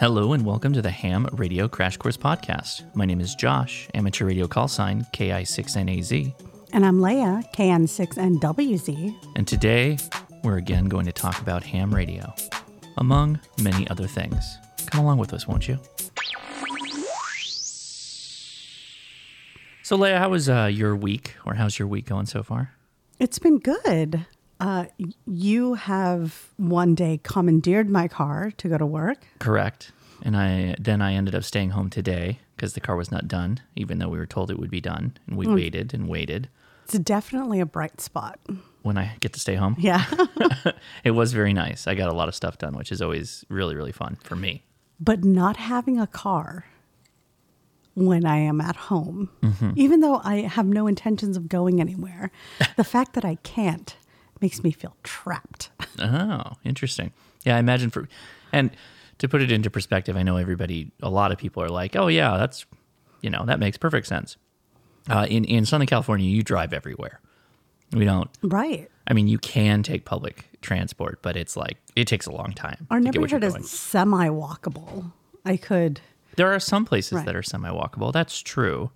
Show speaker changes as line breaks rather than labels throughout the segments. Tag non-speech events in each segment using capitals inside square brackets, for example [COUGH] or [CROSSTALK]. Hello and welcome to the Ham Radio Crash Course Podcast. My name is Josh, amateur radio call sign KI6NAZ,
And I'm Leah, KN6NWZ.
and today we're again going to talk about ham radio, among many other things. Come along with us, won't you? So, Leia, how was uh, your week, or how's your week going so far?
It's been good. Uh, y- you have one day commandeered my car to go to work.
Correct. And I then I ended up staying home today because the car was not done, even though we were told it would be done, and we waited and waited.
It's definitely a
[LAUGHS]
bright spot.
When I get to stay home,
Yeah.
It was very nice. I got a lot of stuff done, which is always really, really fun for me.
but not having a car when I am at home,
Mm-hmm.
even though I have no intentions of
[LAUGHS]
going anywhere, the fact that I can't makes me feel trapped. [LAUGHS]
Oh, interesting. Yeah, I imagine for, and to put it into perspective, I know everybody, a lot of people are like, oh, yeah, that's, you know, that makes perfect sense. Uh, in, in Southern California, you drive everywhere. We don't,
right.
I mean, you can take public transport, but it's like, it takes a long time.
Our
to get what
neighborhood
you're
is
going.
semi walkable. I could.
There are some places
Right.
that are semi walkable. That's true.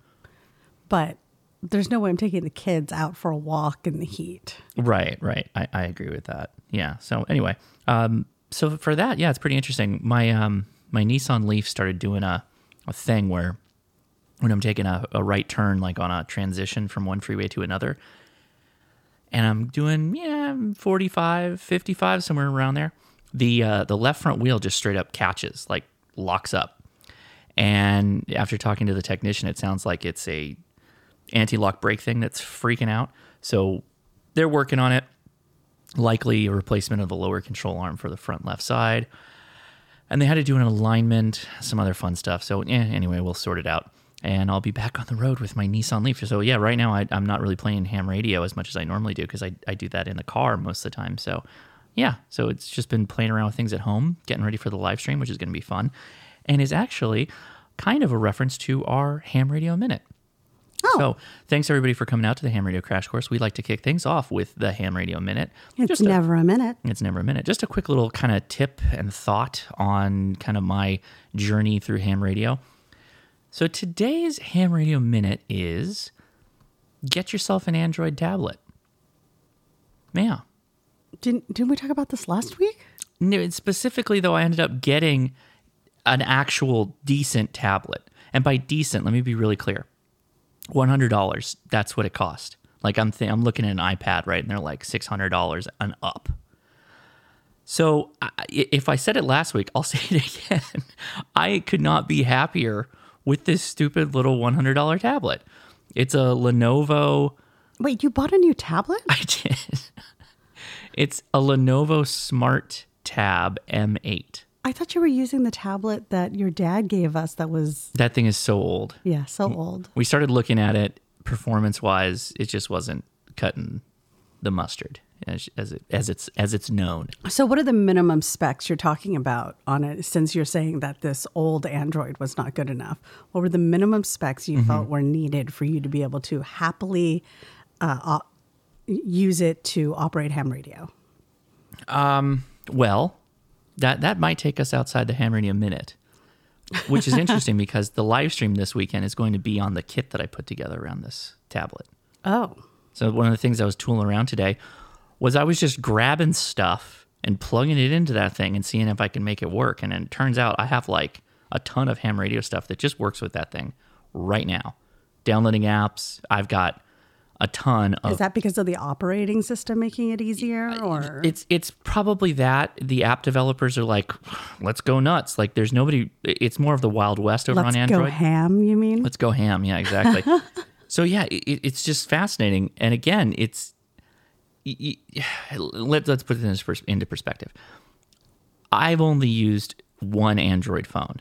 but there's no way I'm taking the kids out for a walk in the heat.
Right, right. I, I agree with that. Yeah. So anyway, um, so for that, yeah, it's pretty interesting. My um, my Nissan Leaf started doing a, a thing where when I'm taking a, a right turn, like on a transition from one freeway to another, and I'm doing yeah 45, 55, somewhere around there. The uh, the left front wheel just straight up catches, like locks up. And after talking to the technician, it sounds like it's a anti-lock brake thing that's freaking out. So they're working on it. Likely a replacement of the lower control arm for the front left side. And they had to do an alignment, some other fun stuff. So eh, anyway, we'll sort it out. And I'll be back on the road with my Nissan Leaf. So yeah, right now I, I'm not really playing ham radio as much as I normally do because I, I do that in the car most of the time. So yeah, so it's just been playing around with things at home, getting ready for the live stream, which is going to be fun, and is actually kind of a reference to our ham radio minute.
Oh,
So, thanks everybody for coming out to the Ham Radio Crash Course. We like to kick things off with the Ham Radio Minute.
it's
Just a-
never a minute.
it's never a minute. Just a quick little kind of tip and thought on kind of my journey through ham radio. So today's ham radio minute is get yourself an Android tablet. Yeah.
Didn't didn't we talk about this last week?
No, and specifically though, I ended up getting an actual decent tablet. And by decent, let me be really clear. One hundred dollars. That's what it cost. Like I'm, th- I'm looking at an iPad right, and they're like six hundred dollars and up. So I, I- if I said it last week, I'll [LAUGHS] say it again. I could not be happier with this stupid little one hundred dollar tablet. It's a Lenovo. [LAUGHS]
Wait, you bought a new tablet?
I did. It's a Lenovo Smart Tab M8.
I thought you were using the tablet that your dad gave us. That was
That thing is so old.
yeah, so old.
We started looking at it performance wise, it just wasn't cutting the mustard as, as it as it's as it's known.
So, what are the minimum specs you're talking about on it? Since you're saying that this old Android was not good enough, what were the minimum specs you felt were needed for you to be able to happily uh, op- use it to operate ham radio?
Well, that that might take us outside the hammer in a minute. Which is interesting [LAUGHS] because the live stream this weekend is going to be on the kit that I put together around this tablet.
Oh,
So one of the things I was tooling around today was I was just grabbing stuff and plugging it into that thing and seeing if I can make it work. And then it turns out I have like a ton of ham radio stuff that just works with that thing right now. Downloading apps, I've got a ton of
Is that because of the operating system making it easier or
it's it's probably that the app developers are like, let's go nuts. Like there's nobody it's more of the wild west over
let's
on
go
Android.
ham, you mean?
Let's go ham. Yeah,
[LAUGHS]
exactly. so yeah, it, it- it's just fascinating. And again, it's y- y- [SIGHS] let, let's put it in this pers- into perspective. I've only used one Android phone,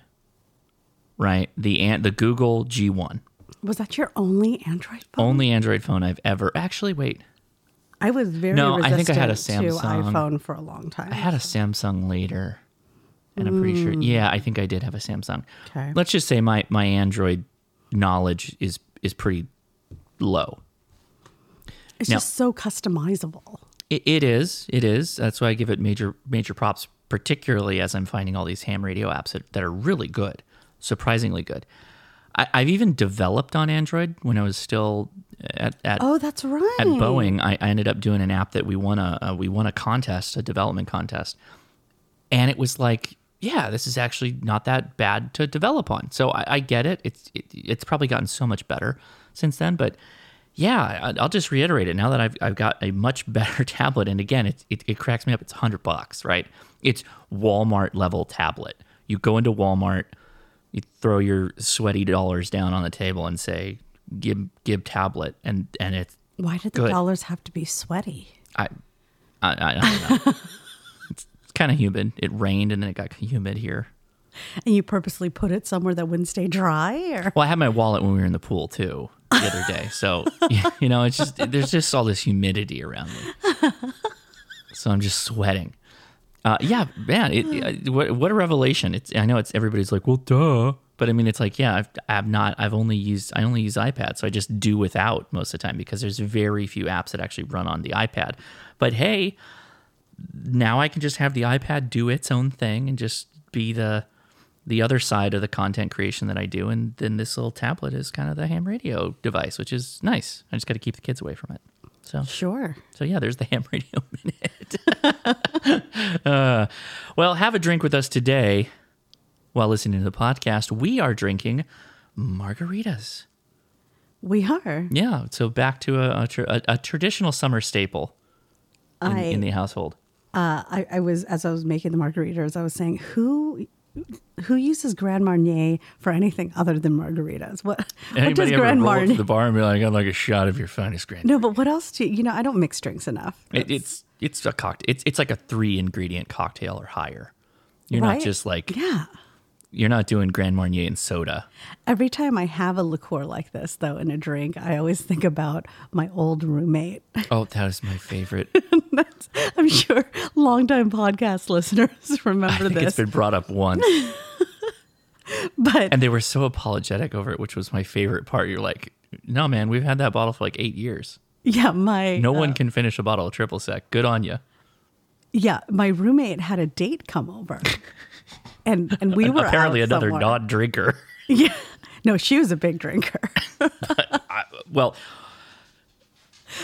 right? The an- the Google G1,
Was that your only Android phone?
only Android phone I've ever. Actually, wait,
I was very
Oh. No, I
resistant
think I had a
to
Samsung.
iPhone for a long
I
time.
had a Samsung later, and I'm pretty sure. Yeah, I think I did have a Samsung.
Okay.
Let's just say my my Android knowledge is is pretty low.
It's
no.
just so customizable.
It, it is. It is. That's why I give it major major props particularly as I'm finding all these ham radio apps that, that are really good, surprisingly good. I, I've even developed on Android when I was still at, at
Oh, that's right.
at Boeing, I, I ended up doing an app that we won a uh, we won a contest, a development contest, and it was like, yeah, this is actually not that bad to develop on. So I, I get it. It's it, it's probably gotten so much better since then, but yeah, I, I'll just reiterate it now that I've I've got a much [LAUGHS] better tablet, and again, it it, it cracks me up. It's hundred bucks, right? It's Walmart level tablet. You go into Walmart, you throw your sweaty dollars down on the table and say. Give give tablet and and it's
Why did the
Good.
dollars have to be sweaty?
I, I, I don't know. it's kind of humid. It rained and then it got humid here.
And you purposely put it somewhere that wouldn't stay dry? Or
Well, I had my wallet when we were in the pool too the other day. So, you know, it's just, there's just all this humidity around me. So I'm just sweating. Uh, yeah, man, it, it- what, what a revelation. It's, I know it's, everybody's like, well, duh. But I mean, it's like, yeah, I've, I've not, I've only used, I only use iPad. So I just do without most of the time because there's very few apps that actually run on the iPad. But hey, now I can just have the iPad do its own thing and just be the the other side of the content creation that I do. And then this little tablet is kind of the ham radio device, which is nice. I just got to keep the kids away from it. So
sure.
so yeah, there's the ham [LAUGHS] radio minute. [LAUGHS] Uh, well, have a drink with us today while listening to the podcast. We are drinking margaritas.
We are.
Yeah, so back to a, a, tr a, a traditional summer staple in,
I-
in the household.
Uh, I, I was as I was making the margaritas, I was saying who who uses Grand Marnier for anything other than margaritas? What what does
Anybody ever
Grand
roll up to
Marnier?
the bar and be like, "I got like a shot of your finest Grand"?
no, but what else do you, you know? I don't mix drinks enough.
It, it's it's a cocktail. It's it's like a three ingredient cocktail or higher. You're
Right.
not just like
yeah.
you're not doing Grand Marnier and
[LAUGHS]
soda.
Every time I have a liqueur like this, though, in a drink, I always think about my old roommate. [LAUGHS]
Oh, that is my favorite.
That's- I'm sure longtime podcast listeners [LAUGHS] remember
I think
this,
it's been brought up
[LAUGHS]
once,
but
and they were so apologetic over it, which was my favorite part. You're like, no, man, we've had that bottle for like eight years.
yeah, my uh,
No one can finish a bottle of triple sec. Good on you.
Yeah, my roommate had a date
[LAUGHS]
come over, and and we were
Apparently,
out
another
somewhere.
non-drinker. [LAUGHS]
Yeah, no, she was a big drinker, [LAUGHS]
well,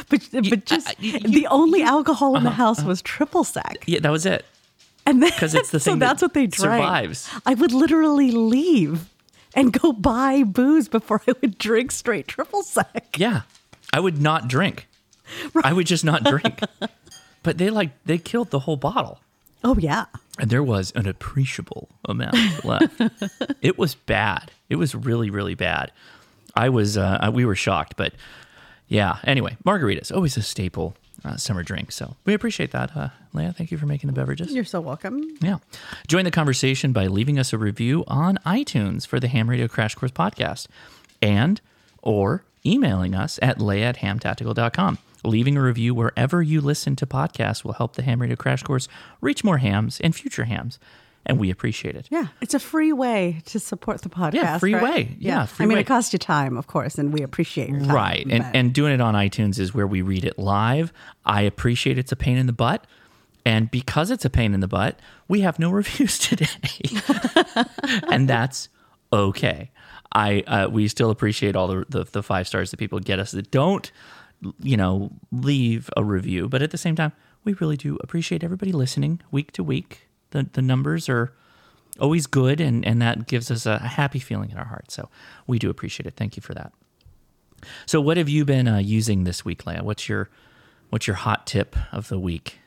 but but just the only alcohol in the
Uh-huh,
house was triple sec,
yeah, that was it.
and then
'Cause it's the
[LAUGHS] so
thing that
that's what they drank.
survives.
I would literally leave and go buy booze before I would drink straight triple sec.
Yeah. I would not drink. I would just not drink. but they like they killed the whole bottle.
Oh yeah,
And there was an appreciable amount [LAUGHS] left. it was bad. It was really, really bad. I was, uh, I- we were shocked, but yeah. Anyway, margaritas always a staple uh, summer drink, so we appreciate that, uh, Leah. Thank you for making the beverages.
you're so welcome.
Yeah. Join the conversation by leaving us a review on iTunes for the Ham Radio Crash Course podcast and or emailing us at lay at hamtactical.com. Leaving a review wherever you listen to podcasts will help the Ham Radio Crash Course reach more hams and future hams, and we appreciate it.
Yeah, it's a free way to support the podcast.
free
right?
way. Yeah, free
I mean,
way.
it costs you time, of course, and we appreciate your time.
Right. And
but-
and doing it on iTunes is where we read it live. I appreciate it's a pain in the butt. And because it's a pain in the butt, we have no [LAUGHS] reviews today. and that's okay. I uh, we still appreciate all the, the the five stars that people get us that don't you know leave a review, but at the same time, we really do appreciate everybody listening week to week. The the numbers are always good and and that gives us a happy feeling in our heart. So, we do appreciate it. Thank you for that. So, what have you been uh, using this week, Leia? What's your what's your hot tip of the week?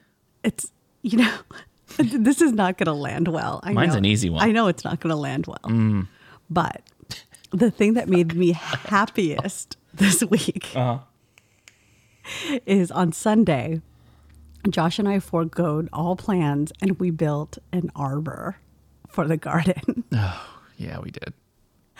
it's you know [LAUGHS] this is not going to land well. I
Mine's
know-
an easy one. Mm.
I know it's not going to land well, but the thing that made me happiest [LAUGHS] this week
Uh-huh.
is on Sunday. Josh and I foregoed all plans and we built an arbor for the garden. [LAUGHS]
Yeah, we did,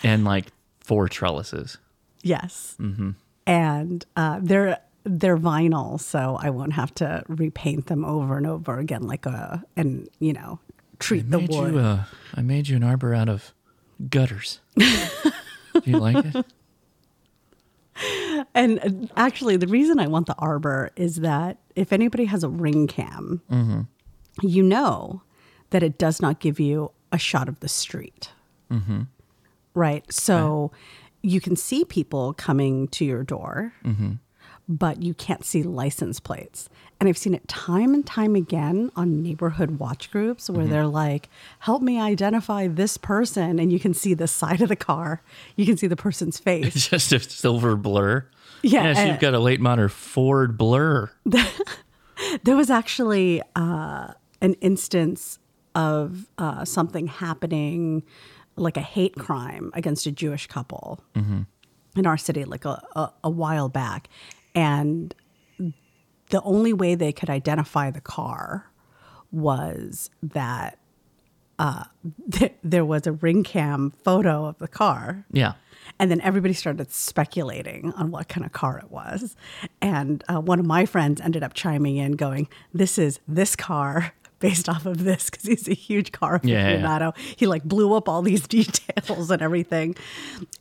and like four trellises.
yes,
Mm-hmm.
and uh, they're they're vinyl, so I won't have to repaint them over and over again like a and you know treat the
made
wood.
you uh, I made you an arbor out of [LAUGHS] gutters. do you like it?
And uh, actually, the reason I want the arbor is that if anybody has a ring cam, you know that it does not give you a shot of the street. Right. So you can see people coming to your door, but you can't see license plates. And I've seen it time and time again on neighborhood watch groups where they're like, help me identify this person. And you can see the side of the car, you can see the person's face.
It's just a silver blur.
Yeah,
Yes,
uh,
you've got a late modern Ford blur.
There was actually uh, an instance of uh, something happening, like a hate crime against a Jewish couple in our city, like a, a, a while back. And the only way they could identify the car was that uh, [LAUGHS] th- there was a ring cam photo of the car.
Yeah.
And then everybody started speculating on what kind of car it was. And uh, one of my friends ended up chiming in, going, This is this car [LAUGHS] based off of this, because he's a huge car
Yeah, yeah, yeah.
aficionado. He like blew up all these [LAUGHS] details and everything.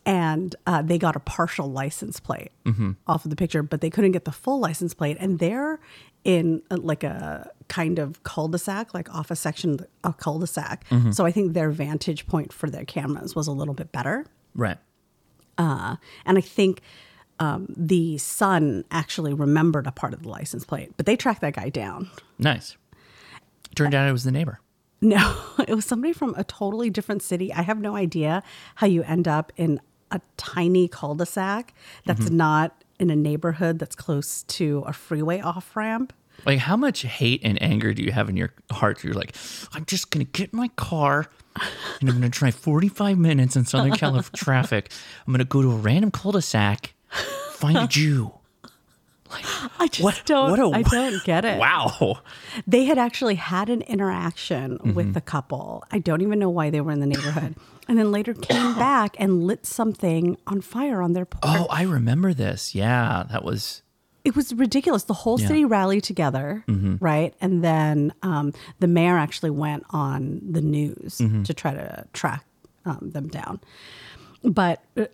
And uh, they got a partial license plate
Mm-hmm.
off of the picture, but they couldn't get the full license plate. And they're in uh, like a kind of cul-de-sac, like off a section of a cul-de-sac.
Mm-hmm.
So I think their vantage point for their cameras was a little bit better.
Right.
Uh, and I think um, the son actually remembered a part of the license plate, but they tracked that guy down. [LAUGHS]
Nice. Turned out it was the neighbor.
No, it was somebody from a totally different city. I have no idea how you end up in a tiny cul de sac that's not in a neighborhood that's close to a freeway off ramp.
Like, how much hate and anger do you have in your heart? You're like, I'm just going to get in my car and I'm going to drive 45 minutes in [LAUGHS] Southern California traffic. I'm going to go to a random cul de sac, find a [LAUGHS] Jew.
I just
What-
don't.
what a-
I [LAUGHS] don't get it.
Wow.
They had actually had an interaction with the couple. I don't even know why they were in the neighborhood. and then later [COUGHS] came back and lit something on fire on their porch.
Oh, I remember this. Yeah. That was,
It was ridiculous. The whole city rallied together,
Mm-hmm.
right? And then um, the mayor actually went on the news
Mm-hmm.
to try to track um, them down. But uh,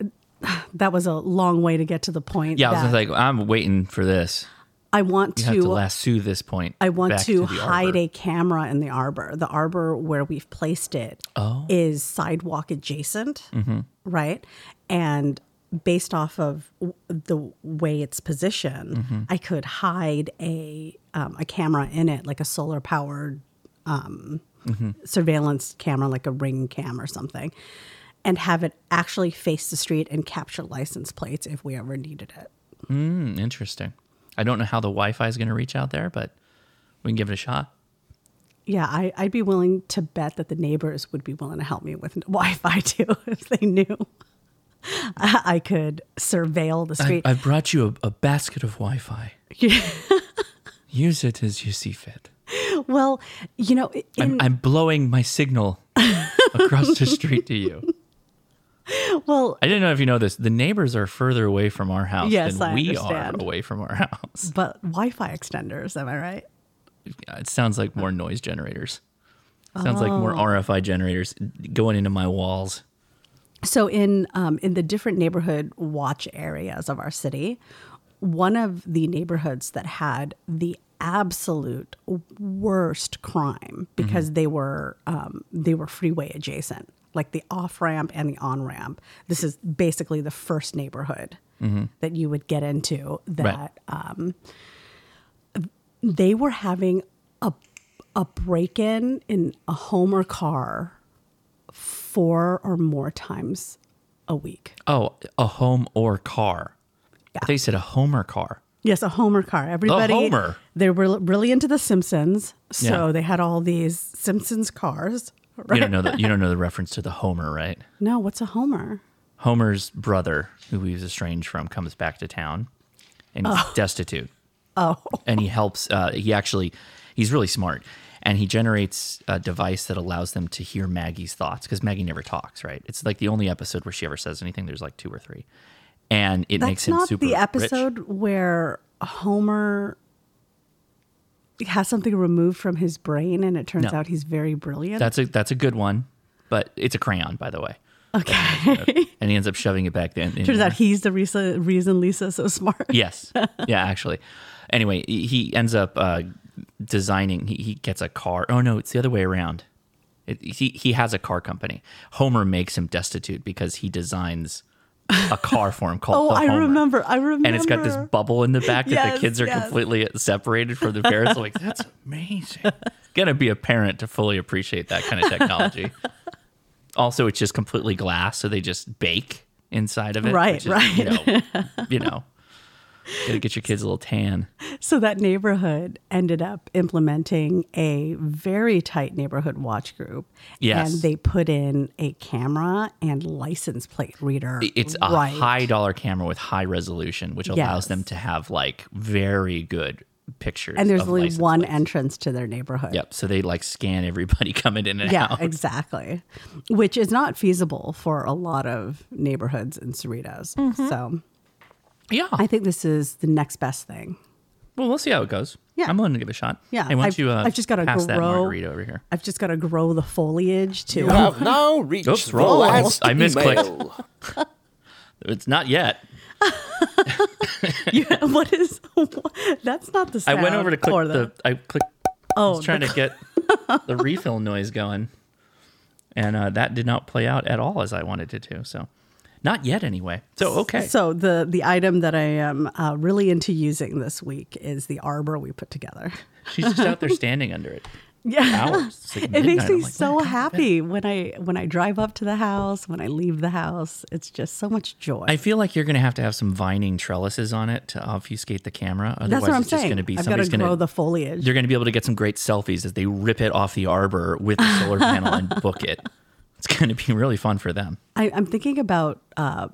[SIGHS] that was a long way to get to the point.
yeah. I was
that
just like, I'm waiting for this.
I want
I have to
to
lasso this point.
I want
back
to,
the
hide
arbor.
a camera in the arbor. The arbor where we've placed it is
Oh.
sidewalk adjacent,
Mm-hmm.
right? And based off of w- the way it's positioned,
Mm-hmm.
I could hide a um, a camera in it, like a solar powered um,
Mm-hmm.
surveillance camera, like a ring cam or something, and have it actually face the street and capture license plates if we ever needed it.
Hmm, interesting. I don't know how the Wi Fi is going to reach out there, but we can give it a shot.
Yeah, I, I'd be willing to bet that the neighbors would be willing to help me with [LAUGHS] Wi Fi too if they knew I, I could surveil the street.
I, have brought you a, a basket of Wi Fi. Use it as you see fit.
[LAUGHS] well, you know,
I'm,
in,
I'm blowing my
[LAUGHS]
signal across the street to you.
well,
I didn't know if you know this. The neighbors are further away from our house
Yes,
than
I
we
understand.
are away from our [LAUGHS] house.
but Wi Fi extenders, am I right?
It sounds like more noise generators. Sounds like
Oh.
more RFI generators going into my walls.
So in um, in the different neighborhood watch areas of our city, one of the neighborhoods that had the absolute worst crime because they were um, they were freeway adjacent, like the off ramp and the on ramp. This is basically the first neighborhood that you would get into that um,
Right.
they were having a a break in in a home or car four or more times a week.
Oh, a home or car.
Yeah.
They said a home or car.
Yes, a Homer car. Everybody,
Homer.
They were really into the Simpsons, so
Yeah.
they had all these Simpsons cars. Right?
You don't know the you don't know the reference to the Homer, right?
No, what's a Homer?
Homer's brother, who he was estranged from, comes back to town and he's destitute.
Oh,
And he helps, uh, he actually, he's really smart. And he generates a device that allows them to hear Maggie's thoughts because Maggie never talks, right? It's like the only episode where she ever says anything. There's like two or three. And it makes
that's
him
not
super
the
rich.
episode where Homer has something removed from his brain, and it turns
No.
out he's very brilliant.
That's a that's a good one, but it's a crayon, by the way.
okay,
And he ends up shoving it back in. in
turns
there.
out he's the reason, reason Lisa's so smart.
[LAUGHS] Yes. Yeah, actually. Anyway, he he ends up uh, designing, he, he gets a car. Oh, no, it's the other way around. It, he he has a car company. Homer makes him destitute because he designs a car for him called
[LAUGHS] Oh,
the
I
Homer.
remember. I remember.
And it's got this bubble in the back that
Uh-huh. Yes,
the kids are
yes.
completely separated from the parents. I'm like,
[LAUGHS]
that's amazing. Gotta be a parent to fully appreciate that kind of
[LAUGHS]
technology. also, it's just completely glass, so they just bake inside of it. which
Right,
is, You
[LAUGHS]
know, you know, gotta get your kids a little tan.
So that neighborhood ended up implementing a very tight neighborhood watch group.
Yes.
And they put in a camera and license plate reader.
It's a high dollar camera with high resolution, which allows
Yes.
them to have like very good pictures.
And there's
of
only
license
one
plates.
entrance to their neighborhood.
Yep. So they like scan everybody [LAUGHS] coming in and
[LAUGHS] Yeah,
out.
exactly. Which is not feasible for a lot of neighborhoods in Cerritos. So
Yeah.
I think this is the next best thing.
Well, we'll see how it goes.
Yeah.
I'm willing to give it a shot.
Yeah,
Hey, why
I've-
don't you? Uh,
I've just gotta
pass that
grow-
margarita over here.
I've just got to grow the foliage to.
You
[LAUGHS]
have now reached
Oops,
the
wrong. I-
last
I misclicked.
email.
It's not yet.
You- [LAUGHS] what is? that's not the. Sound
I went over to
or
click the. I clicked. I
Oh,
was trying to get
[LAUGHS]
the refill noise going, and uh, that did not play out at all as I wanted it to. So, not yet anyway. So Oh, okay.
So the the item that I am uh, really into using this week is the arbor we put together. [LAUGHS]
She's just out there standing under it.
Yeah. [LAUGHS]
Hours. It's like
It
midnight.
makes me
I'm like,
so
"Man, come on, bed."
happy when I when I drive up to the house, when I leave the house. It's just so much joy.
I feel like you're going to have to have some vining trellises on it to obfuscate the camera. Otherwise,
That's what I'm
it's just
saying.
going to be
I've got
somebody's
to grow
going
the foliage.
You're going to be able to get some great selfies as they rip it off the arbor with the solar panel and book it. It's going to be really fun for them.
I, I'm thinking about uh,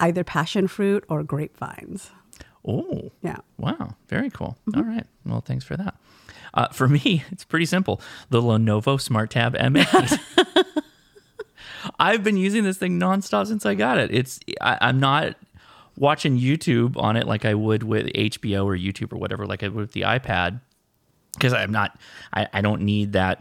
either passion fruit or grapevines.
Oh,
Yeah.
wow. Very cool. All right. Well, thanks for that. Uh, for me, [LAUGHS] it's pretty simple the Lenovo Smart Tab M8. I've been using this thing nonstop since I got it. It's I, I'm not watching YouTube on it like I would with HBO or YouTube or whatever, like I would with the iPad. because I'm not, I, I don't need that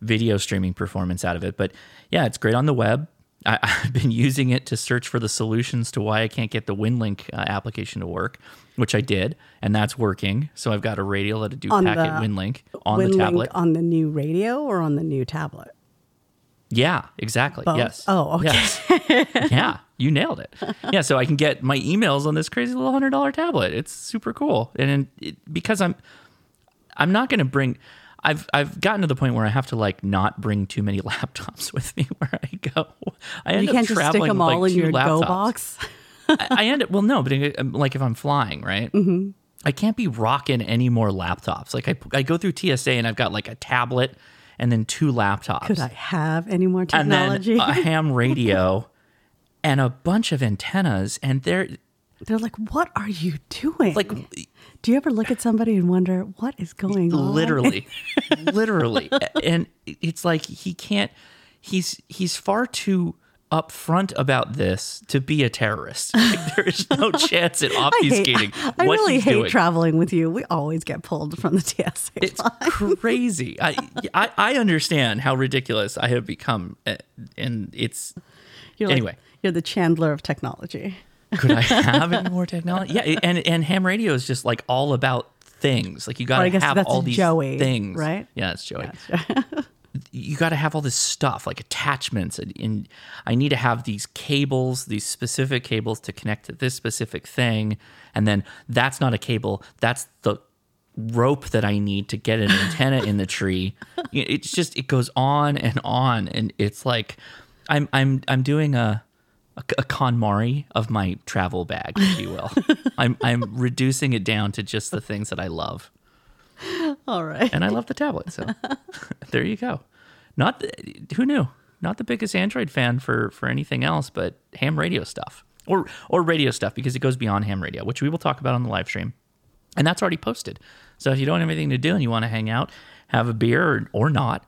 video streaming performance out of it. But yeah, it's great on the web. I, [LAUGHS] I've been using it to search for the solutions to why I can't get the WinLink uh, application to work, which I did, and that's working. So I've got a radial at a do
On
packet
the-
WinLink on
When
the
linked
tablet.
on the new radio or on the new tablet.
Yeah, exactly.
Both?
Yes.
Oh, okay. [LAUGHS]
Yes. yeah, you nailed it. Yeah, so I can get my emails on this crazy little hundred dollar tablet. It's super cool, and it, because I'm, I'm not going to bring. I've I've gotten to the point where I have to like not bring too many [LAUGHS] laptops with me [LAUGHS] where I go. I end
You can't
up
just stick
traveling
them
with, like,
all in
two
your go
laptops.
box. [LAUGHS]
I, I end up well, no, but it- um, like if I'm flying, right?
Mm-hmm.
I can't be rocking any more laptops. Like I I go through TSA and I've got like a tablet and then two laptops
Could I have any more
and then
technology?
a ham radio [LAUGHS] and a bunch of antennas and they're
They're like, what are you doing?
like
do you ever look at somebody and wonder what is going on?
literally literally and it's like he can't he's he's far too upfront about this to be a terrorist [LAUGHS] like, there is
[LAUGHS]
no chance at
[LAUGHS] I, hate-
obfuscating
I
what
really
he's
hate
doing.
traveling with you. We always get pulled from the [LAUGHS] TSA.
it's crazy I, I i understand how ridiculous i have become uh, and it's
You're
anyway.
like, you're the Chandler of technology.
could
[LAUGHS]
I have any more technology? Yeah, it- and and ham radio is just like all about things. Like you got
Well, I
to
guess
have
that's
all these
Joey,
things,
right?
Yeah, it's Joey.
[LAUGHS]
you got to have all this stuff like attachments, and, and I need to have these cables, these specific cables to connect to this specific thing, and then that's not a cable. That's the rope that I need to get an antenna in the tree. You know, It's just it goes on and on, and it's like I'm I'm I'm doing a a, a KonMari of my travel bag, if you will. I'm I'm reducing it down to just the things that I love,
All right.
and I love the tablet. So [LAUGHS] there you go. Not the, who knew. Not the biggest Android fan for for anything else, but ham radio stuff or or radio stuff because it goes beyond ham radio, which we will talk about on the live stream, and that's already posted. So if you don't have anything to do and you want to hang out, have a beer or, or not,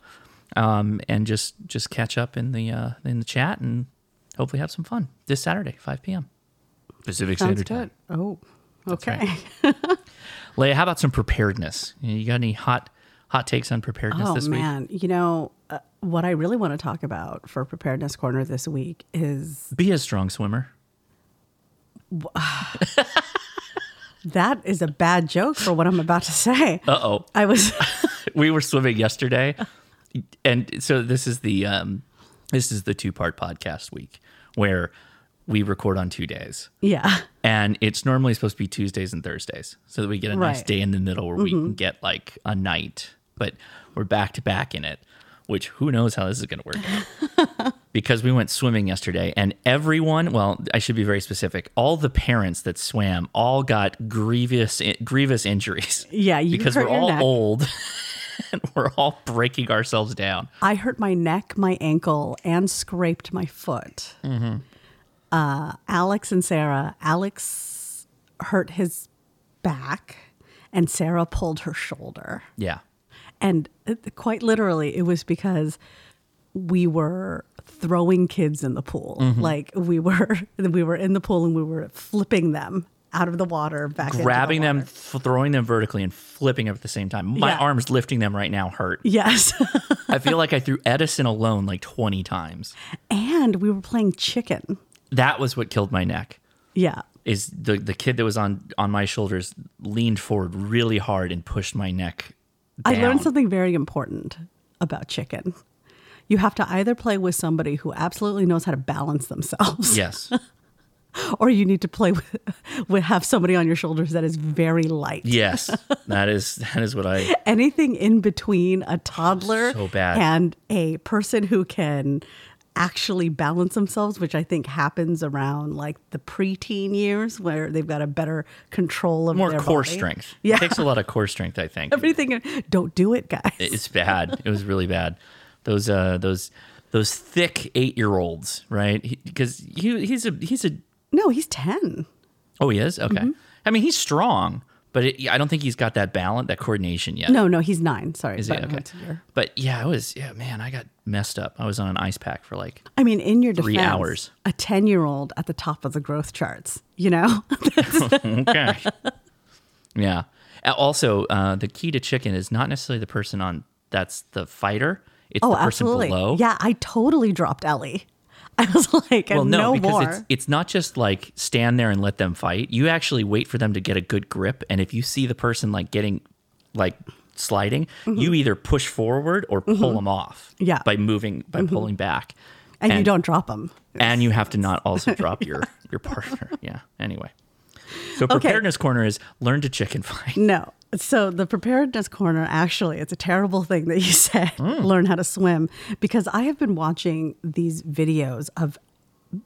um, and just just catch up in the uh, in the chat and hopefully have some fun this Saturday, 5 p.m. Pacific
Sounds
Standard Time.
good. Oh, okay.
right. Leia, how about some preparedness? You got any hot hot takes on preparedness
Oh
this week?
man, you know uh, what I really want to talk about for preparedness corner this week is
Be a strong swimmer.
that is a bad joke for what I'm about to say.
Uh oh.
I was [LAUGHS]
we were swimming yesterday and so this is the um, this is the two part podcast week where we record on two days,
Yeah.
and it's normally supposed to be Tuesdays and Thursdays, so that we get a nice
Right. Mm-hmm.
day in the middle where we can get like a night. But we're back to back in it, which who knows how this is going to work out.
[LAUGHS]
because we went swimming yesterday, and everyone, well, I should be very specific. All the parents that swam all got grievous grievous injuries.
Yeah, you
because
hurt
we're
your
all
neck.
old [LAUGHS] and we're all breaking ourselves down.
I hurt my neck, my ankle, and scraped my foot.
Mm-hmm.
Uh, Alex and Sarah, Alex hurt his back, and Sarah pulled her shoulder.
Yeah.
And it, quite literally, it was because we were throwing kids in the pool.
Mm-hmm.
Like we were, [LAUGHS] we were in the pool and we were flipping them out of the water back, into the
Grabbing them,
water.
f- throwing them vertically, and flipping them at the same time. My
Yeah.
arms lifting them right now hurt.
Yes, [LAUGHS]
I feel like I threw Edison alone like 20 times.
and we were playing chicken.
That was what killed my neck.
Yeah,
Is the, the kid that was on on my shoulders leaned forward really hard and pushed my neck. Down.
I learned something very important about chicken. You have to either play with somebody who absolutely knows how to balance themselves, [LAUGHS]
Yes.
or you need to play with, with have somebody on your shoulders that is very light.
Yes. That is that is what
[LAUGHS]
I
Anything in between a toddler
Oh, So bad.
and a person who can actually balance themselves, which I think happens around like the preteen years where they've got a better control of
more
their
core
body.
strength.
Yeah.
It takes a lot of core strength, I think.
Everything. Don't do it, guys.
It's bad. It was really bad. Those uh those those thick eight year olds, right? Because he, he's a he's a
no, he's ten.
oh he is okay.
Mm-hmm.
I mean he's strong, but it, I don't think he's got that balance, that coordination yet.
No, no, he's nine. Sorry,
Is he?
but
Okay.
it's here.
But yeah, I was yeah man, I got messed up. I was on an ice pack for like
I mean, in your defense,
hours.
a ten-year-old at the top of the growth charts. You know, [LAUGHS]
okay, yeah. Uh, Also, uh, the key to chicken is not necessarily the person on that's the fighter. It's
oh,
the person
absolutely.
below.
Yeah, I totally dropped Ellie. [LAUGHS] I was like,
Well, no,
no,
because
more.
it's it's not just like stand there and let them fight. You actually wait for them to get a good grip, and if you see the person like getting like sliding, you either push forward or pull them off.
Mm-hmm. Yeah. Mm-hmm.
by moving by pulling back,
and, you
and-
don't drop them.
and you have to not also drop
[LAUGHS]
your your partner. Yeah. Anyway, so preparedness corner is learn to chicken fight. [LAUGHS]
No. So the preparedness corner actually it's a terrible thing that you [LAUGHS] said
Hmm.
learn how to swim because I have been watching these videos of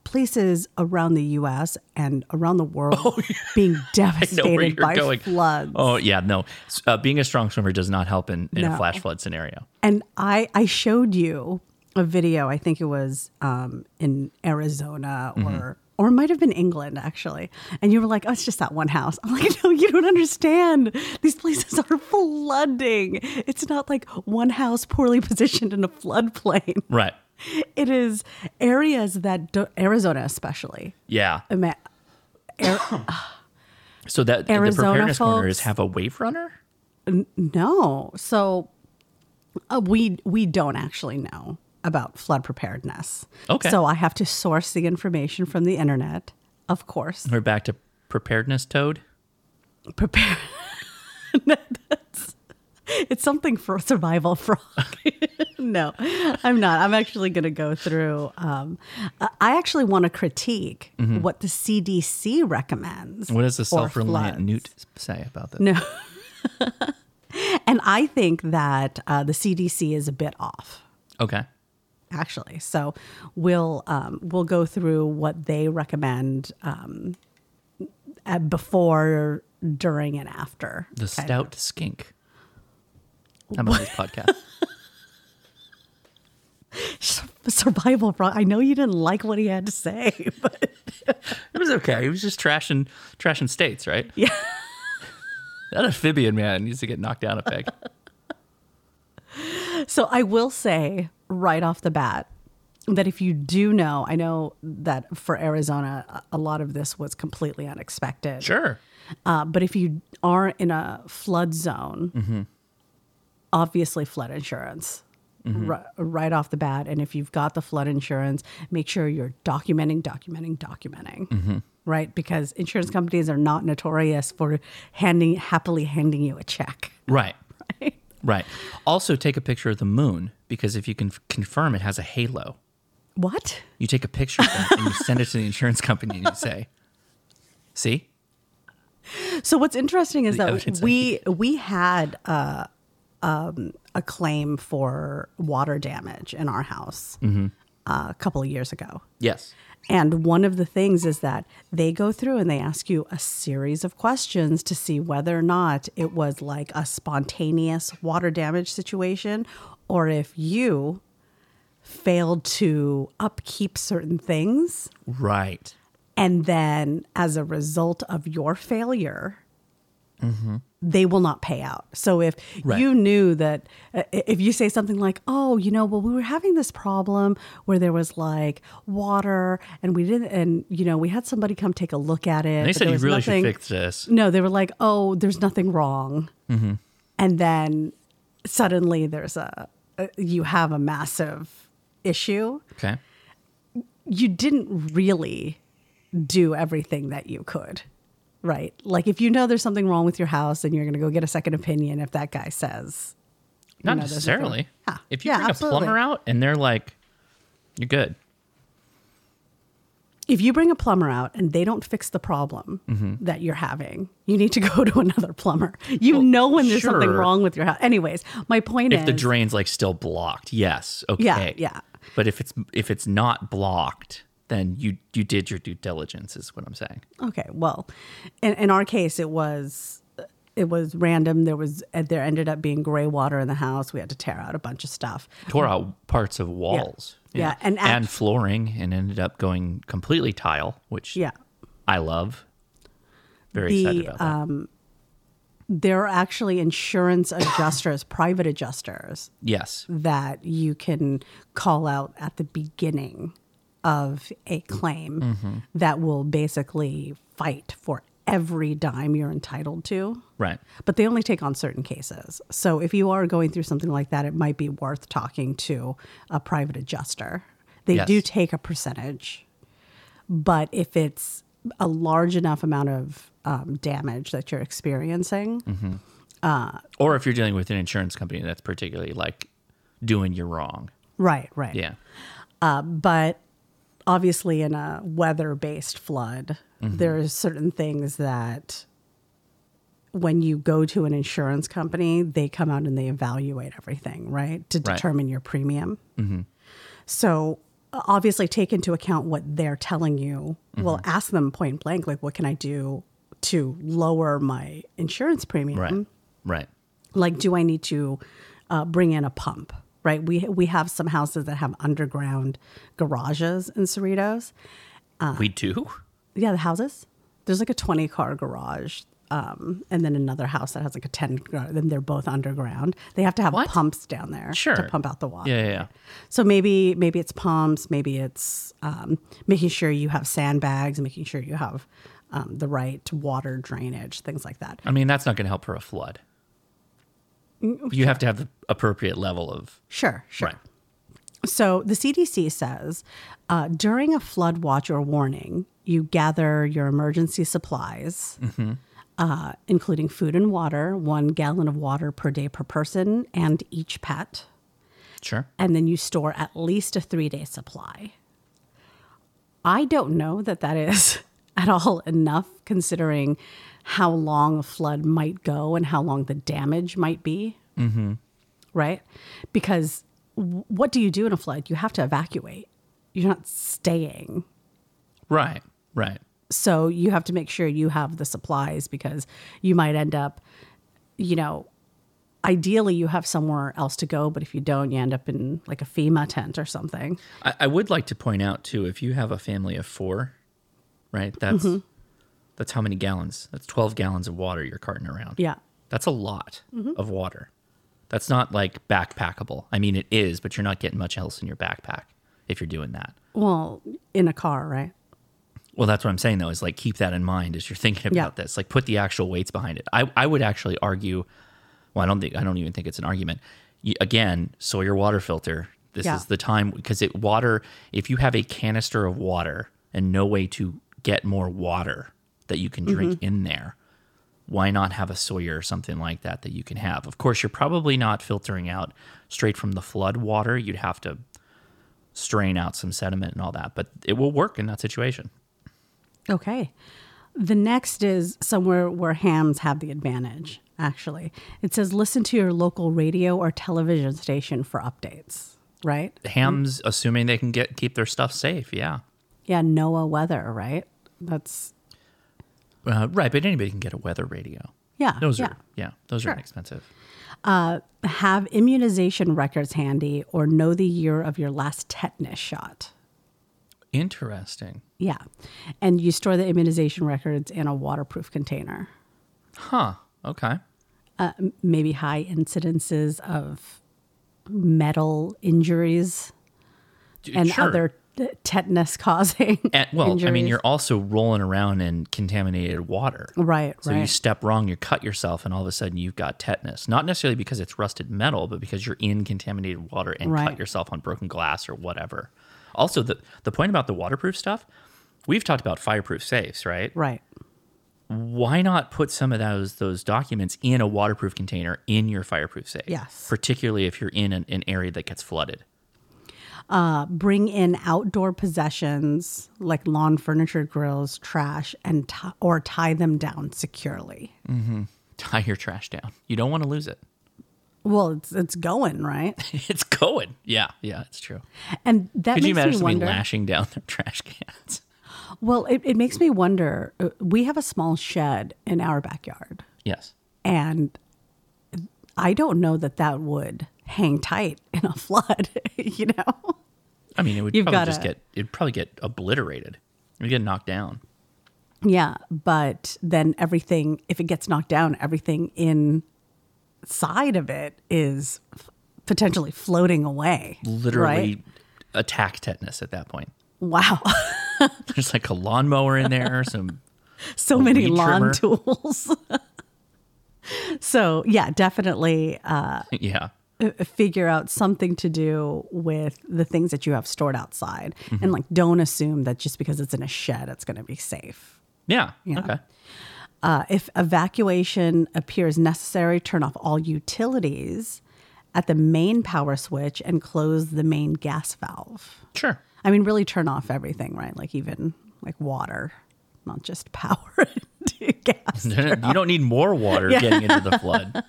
places around the US and around
[LAUGHS]
the world
Oh,
being devastated
you're
by
going.
floods.
Oh yeah, no, S- uh, being a strong swimmer does not help in, in a
No.
flash flood scenario.
And I I showed you a video. I think it was um, in Arizona or or it might have been England actually. And you were like, "Oh, it's just that one house." [LAUGHS] I'm like, "No, you don't understand. These places are flooding. It's not like one house poorly [LAUGHS] positioned in a floodplain.
Right.
It is areas that do- Arizona especially."
Yeah.
I mean,
So that the
Arizona
preparedness corner
folks-
is have a wave runner.
No. So uh, we we don't actually know about flood preparedness.
Okay.
So I have to source the information from the internet, of course.
We're back to preparedness toad.
Prepare. [LAUGHS] That's- it's something for survival frog. [LAUGHS] no, I'm not. I'm actually going to go through. Um, I- I actually want to critique what the CDC recommends.
Mm-hmm. What does the
for
self reliant
floods.
newt say about this?
No. and I think that uh, the CDC is a bit off.
Okay.
actually. So we'll um, we'll go through what they recommend um, at before, during, and after.
The
kind of.
stout skink. How about this podcast?
[LAUGHS] survival. Frog. I know you didn't like what he had to say, but [LAUGHS]
It was okay. He was just trashing trashing states, right? Yeah. [LAUGHS] that amphibian man needs to get knocked down a peg.
so I will say right off the bat that if you do know, I know that for Arizona, a- a lot of this was completely unexpected.
Sure.
Uh, but if you are in a flood zone, obviously flood insurance ri- right off the bat. And if you've got the flood insurance, make sure you're documenting, documenting, documenting. Right, because insurance companies are not notorious for handing happily handing you a check.
Right. Right. Also, take a picture of the moon because if you can f- confirm it has a halo,
What?
you take a picture of that and you send it to the insurance company and you say, "See,
So what's interesting is
The
that
evidence I
we we had a, um, a claim for water damage in our house uh, a couple of years ago.
yes,
And one of the things is that they go through and they ask you a series of questions to see whether or not it was like a spontaneous water damage situation or if you failed to upkeep certain things.
right,
And then as a result of your failure, they will not pay out. So if
Mm-hmm. Right.
you knew that, uh, if you say something like, "Oh, you know, well, we were having this problem where there was like water, and we didn't, and you know, we had somebody come take a look at it.
and they
but there
said you
was
really
nothing-
should fix this." Mm-hmm.
No, they were like, "Oh, there's nothing wrong," and then suddenly there's a, a you have a massive issue.
Okay,
You didn't really do everything that you could. Right. Like if you know there's something wrong with your house and you're going to go get a second opinion if that guy says
not
know, there's a thing.
necessarily.
Yeah.
If you
Yeah,
bring
absolutely.
a plumber out and they're like, "You're good,"
if you bring a plumber out and they don't fix the problem
Mm-hmm.
that you're having, you need to go [LAUGHS] to another plumber. You know when there's something
sure.
wrong with your house. Anyways, my point
if
is
the drain's like still blocked, yes, okay,
Yeah, yeah.
But if it's if it's not blocked, then you you did your due diligence, is what I'm saying.
okay. Well, in, in our case, it was it was random. There was uh, there ended up being gray water in the house. We had to tear out a bunch of stuff.
tore out parts of walls.
Yeah, and
and,
act-
flooring and ended up going completely tile, which
Yeah.
I love. Very
The, uh,
excited about that.
There are actually insurance adjusters, [COUGHS] private adjusters
Yes.
that you can call out at the beginning of a claim that will basically fight for every dime you're entitled to.
Right.
But they only take on certain cases. So if you are going through something like that, it might be worth talking to a private adjuster. They
Yes.
do take a percentage, but if it's a large enough amount of um, damage that you're experiencing,
Or if you're dealing with an insurance company that's particularly like doing you wrong.
right, right.
Yeah.
but obviously in a weather-based flood
Mm-hmm.
there are certain things that when you go to an insurance company they come out and they evaluate everything right to
Right. Mm-hmm.
determine your premium so uh, obviously take into account what they're telling you
Mm-hmm.
well ask them point blank like what can i do to lower my insurance premium
Right.
Mm-hmm.
Right.
like do i need to uh, bring in a pump right we we have some houses that have underground garages in cerritos Uh,
we do.
yeah the houses there's like a 20 car garage um, and then another house that has like a 10 gar- then they're both underground they have to have
What?
pumps down there to
Sure.
pump out the water
Yeah, yeah, yeah.
so maybe maybe it's pumps maybe it's um, making sure you have sandbags and making sure you have um, the right water drainage things like that
I mean, that's not going to help for a flood. You have to have the appropriate level of
sure sure
right.
So the CDC says uh, during a flood watch or warning, you gather your emergency supplies, uh, including food and water, one gallon of water per day per person and each pet,
Sure.
and then you store at least a three day supply. I don't know that that is [LAUGHS] at all enough considering how long a flood might go and how long the damage might be right? Because w- what do you do in a flood? You have to evacuate. You're not staying.
Right. Right.
So you have to make sure you have the supplies because you might end up, you know, ideally you have somewhere else to go, but if you don't, you end up in like a FEMA tent or something.
I, I would like to point out too, if you have a family of four, right? That's that's how many gallons? That's twelve gallons of water you're carting around.
Yeah.
That's a lot of water. That's not like backpackable. I mean, it is, but you're not getting much else in your backpack if you're doing that.
Well, in a car, right?
Well, that's what I'm saying though, is like keep that in mind as you're thinking about
Yeah.
this. Like put the actual weights behind it. I, I would actually argue well, I don't think I don't even think it's an argument. You, again, Sawyer water filter. This
Yeah.
is the time because it water if you have a canister of
Mm-hmm.
water and no way to get more water that you can drink in there, why not have a Sawyer or something like that that you can have? Of course, you're probably not filtering out straight from the flood water. You'd have to strain out some sediment and all that, but it will work in that situation.
Okay. The next is somewhere where hams have the advantage, actually. It says listen to your local radio or television station for updates, right?
Hams, assuming they can get keep their stuff safe, yeah,
Yeah, NOAA weather, right? That's,
uh, right. But anybody can get a weather radio.
yeah.
Those
yeah.
are yeah, those
Sure.
are inexpensive.
Have immunization records handy or know the year of your last tetanus shot.
Interesting,
Yeah. And you store the immunization records in a waterproof container.
huh? Okay,
maybe high incidences of metal injuries
D-
and
sure.
other t- tetanus causing.
And, well, I mean,
injuries.
you're also rolling around in contaminated water.
[LAUGHS] right,
So you
right.
step wrong, you cut yourself, and all of a sudden you've got tetanus. Not necessarily because it's rusted metal, but because you're in contaminated water and
Right.
cut yourself on broken glass or whatever. Also, the, the point about the waterproof stuff, we've talked about fireproof safes, right?
right.
Why not put some of those those documents in a waterproof container in your fireproof safe?
Yes.
Particularly if you're in an, an area that gets flooded. [LAUGHS]
Bring in outdoor possessions like lawn furniture, grills, trash, and t- or tie them down securely.
Tie your trash down. You don't want to lose it. [LAUGHS]
Well, it's it's going right,
It's going. Yeah, yeah, it's true.
and that
Could
makes
you imagine
me
somebody
wonder.
lashing down their [LAUGHS] trash cans?
Well, it, it makes me wonder. uh, We have a small shed in our backyard.
Yes.
and I don't know that that would hang tight [LAUGHS] in a flood. you know,
I mean, it would
You've
probably
gotta-
just get it'd probably get obliterated. It'd get knocked down.
yeah, but then everything if it gets knocked down, everything inside of it is f- potentially floating away.
Literally
right?
attack tetanus at that point. [LAUGHS]
Wow, [LAUGHS]
There's like a lawnmower in there, some [LAUGHS]
so many
weed
lawn
trimmer.
tools. [LAUGHS] so yeah, definitely uh,
yeah.
figure out something to do with the things that you have stored outside
Mm-hmm.
and like don't assume that just because it's in a shed it's going to be safe
Yeah. Okay.
uh, if evacuation appears necessary turn off all utilities at the main power switch and close the main gas valve [LAUGHS]
Sure.
i mean really turn off everything right like even like water not just power [LAUGHS] and
[LAUGHS]
gas
you don't need more water getting into the
[LAUGHS]
flood.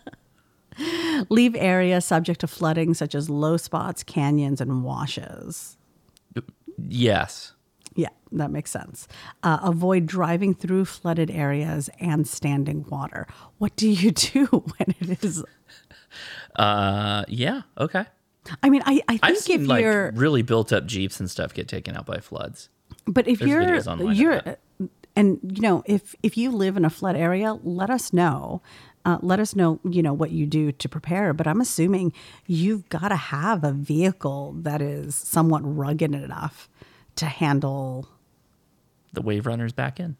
leave areas subject to flooding such as low spots canyons and washes
Yes.
Yeah, that makes sense. Uh, avoid driving through flooded areas and standing water. What do you [LAUGHS] do when it is?
Uh, yeah. Okay.
I mean, I, I think
I've
if
seen like
you're,
really built up jeeps and stuff get taken out by floods.
but if
there's
you're,
videos online of
you're,
that.
and you know, if if you live in a flood area, let us know. Uh, let us know, you know, what you do to prepare. But I'm assuming you've got to have a vehicle that is somewhat rugged enough to handle
The wave runners back in.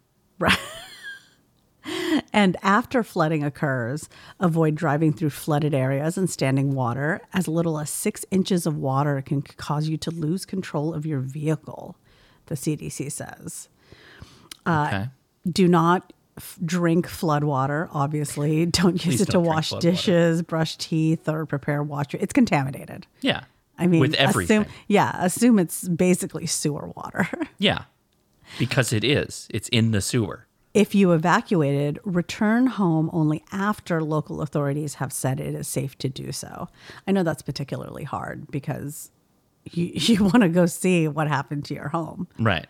And after flooding occurs, avoid driving through flooded areas and standing water. As little as six inches of water can c- cause you to lose control of your vehicle, the CDC says.
okay.
Do not f- drink flood water, obviously. [LAUGHS] Don't use
Please
it to
don't drink
wash
flood water.
dishes, brush teeth, or prepare water. It's contaminated.
Yeah.
I mean,
with everything.
Assume, yeah, assume it's basically sewer water. [LAUGHS]
Yeah. Because it is. It's in the sewer.
If you evacuated, return home only after local authorities have said it is safe to do so. I know that's particularly hard because you, [LAUGHS] you want to go see what happened to your home.
Right.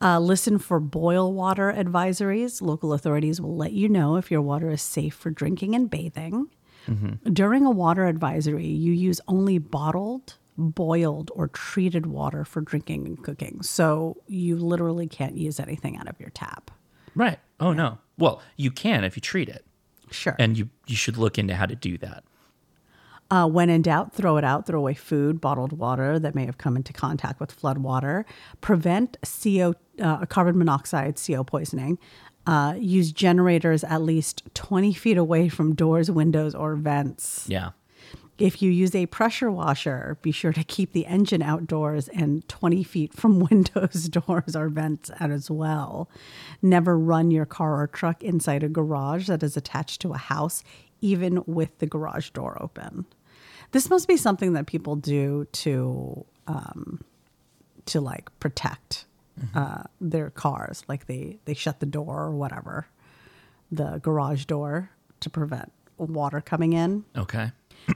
Uh, listen for boil water advisories. Local authorities will let you know if your water is safe for drinking and bathing. During a water advisory, you use only bottled, boiled, or treated water for drinking and cooking. So you literally can't use anything out of your tap.
Right. Oh no. Well, you can if you treat it,
Sure.
and you you should look into how to do that.
Uh, when in doubt, throw it out. Throw away food, bottled water that may have come into contact with flood water. Prevent CO, uh, carbon monoxide, CO poisoning. Uh, use generators at least 20 feet away from doors, windows, or vents.
Yeah.
If you use a pressure washer, be sure to keep the engine outdoors and 20 feet from [LAUGHS] windows, doors, or vents out as well. Never run your car or truck inside a garage that is attached to a house, even with the garage door open. This must be something that people do to um, to like protect uh, their cars. Like they they shut the door or whatever, the garage door to prevent water coming in,
Okay.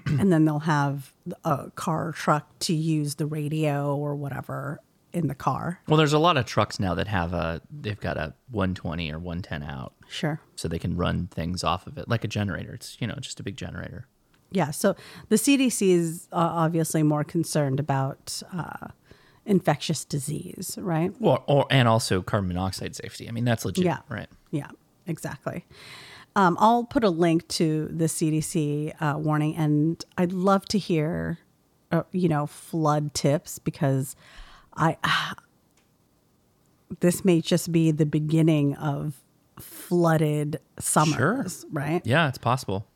and then they'll have a car or truck to use the radio or whatever in the car.
Well, there's a lot of trucks now that have a they've got a 120 or 110 out,
Sure.
so they can run things off of it like a generator. It's you know just a big generator.
Yeah. So the CDC is uh, obviously more concerned about uh, infectious disease, right?
Well, or and also carbon monoxide safety. I mean that's legit,
Yeah.
right?
Yeah, exactly. Um, I'll put a link to the CDC uh, warning, and I'd love to hear, uh, you know, flood tips because I [SIGHS] this may just be the beginning of flooded summers, right?
Yeah, it's possible.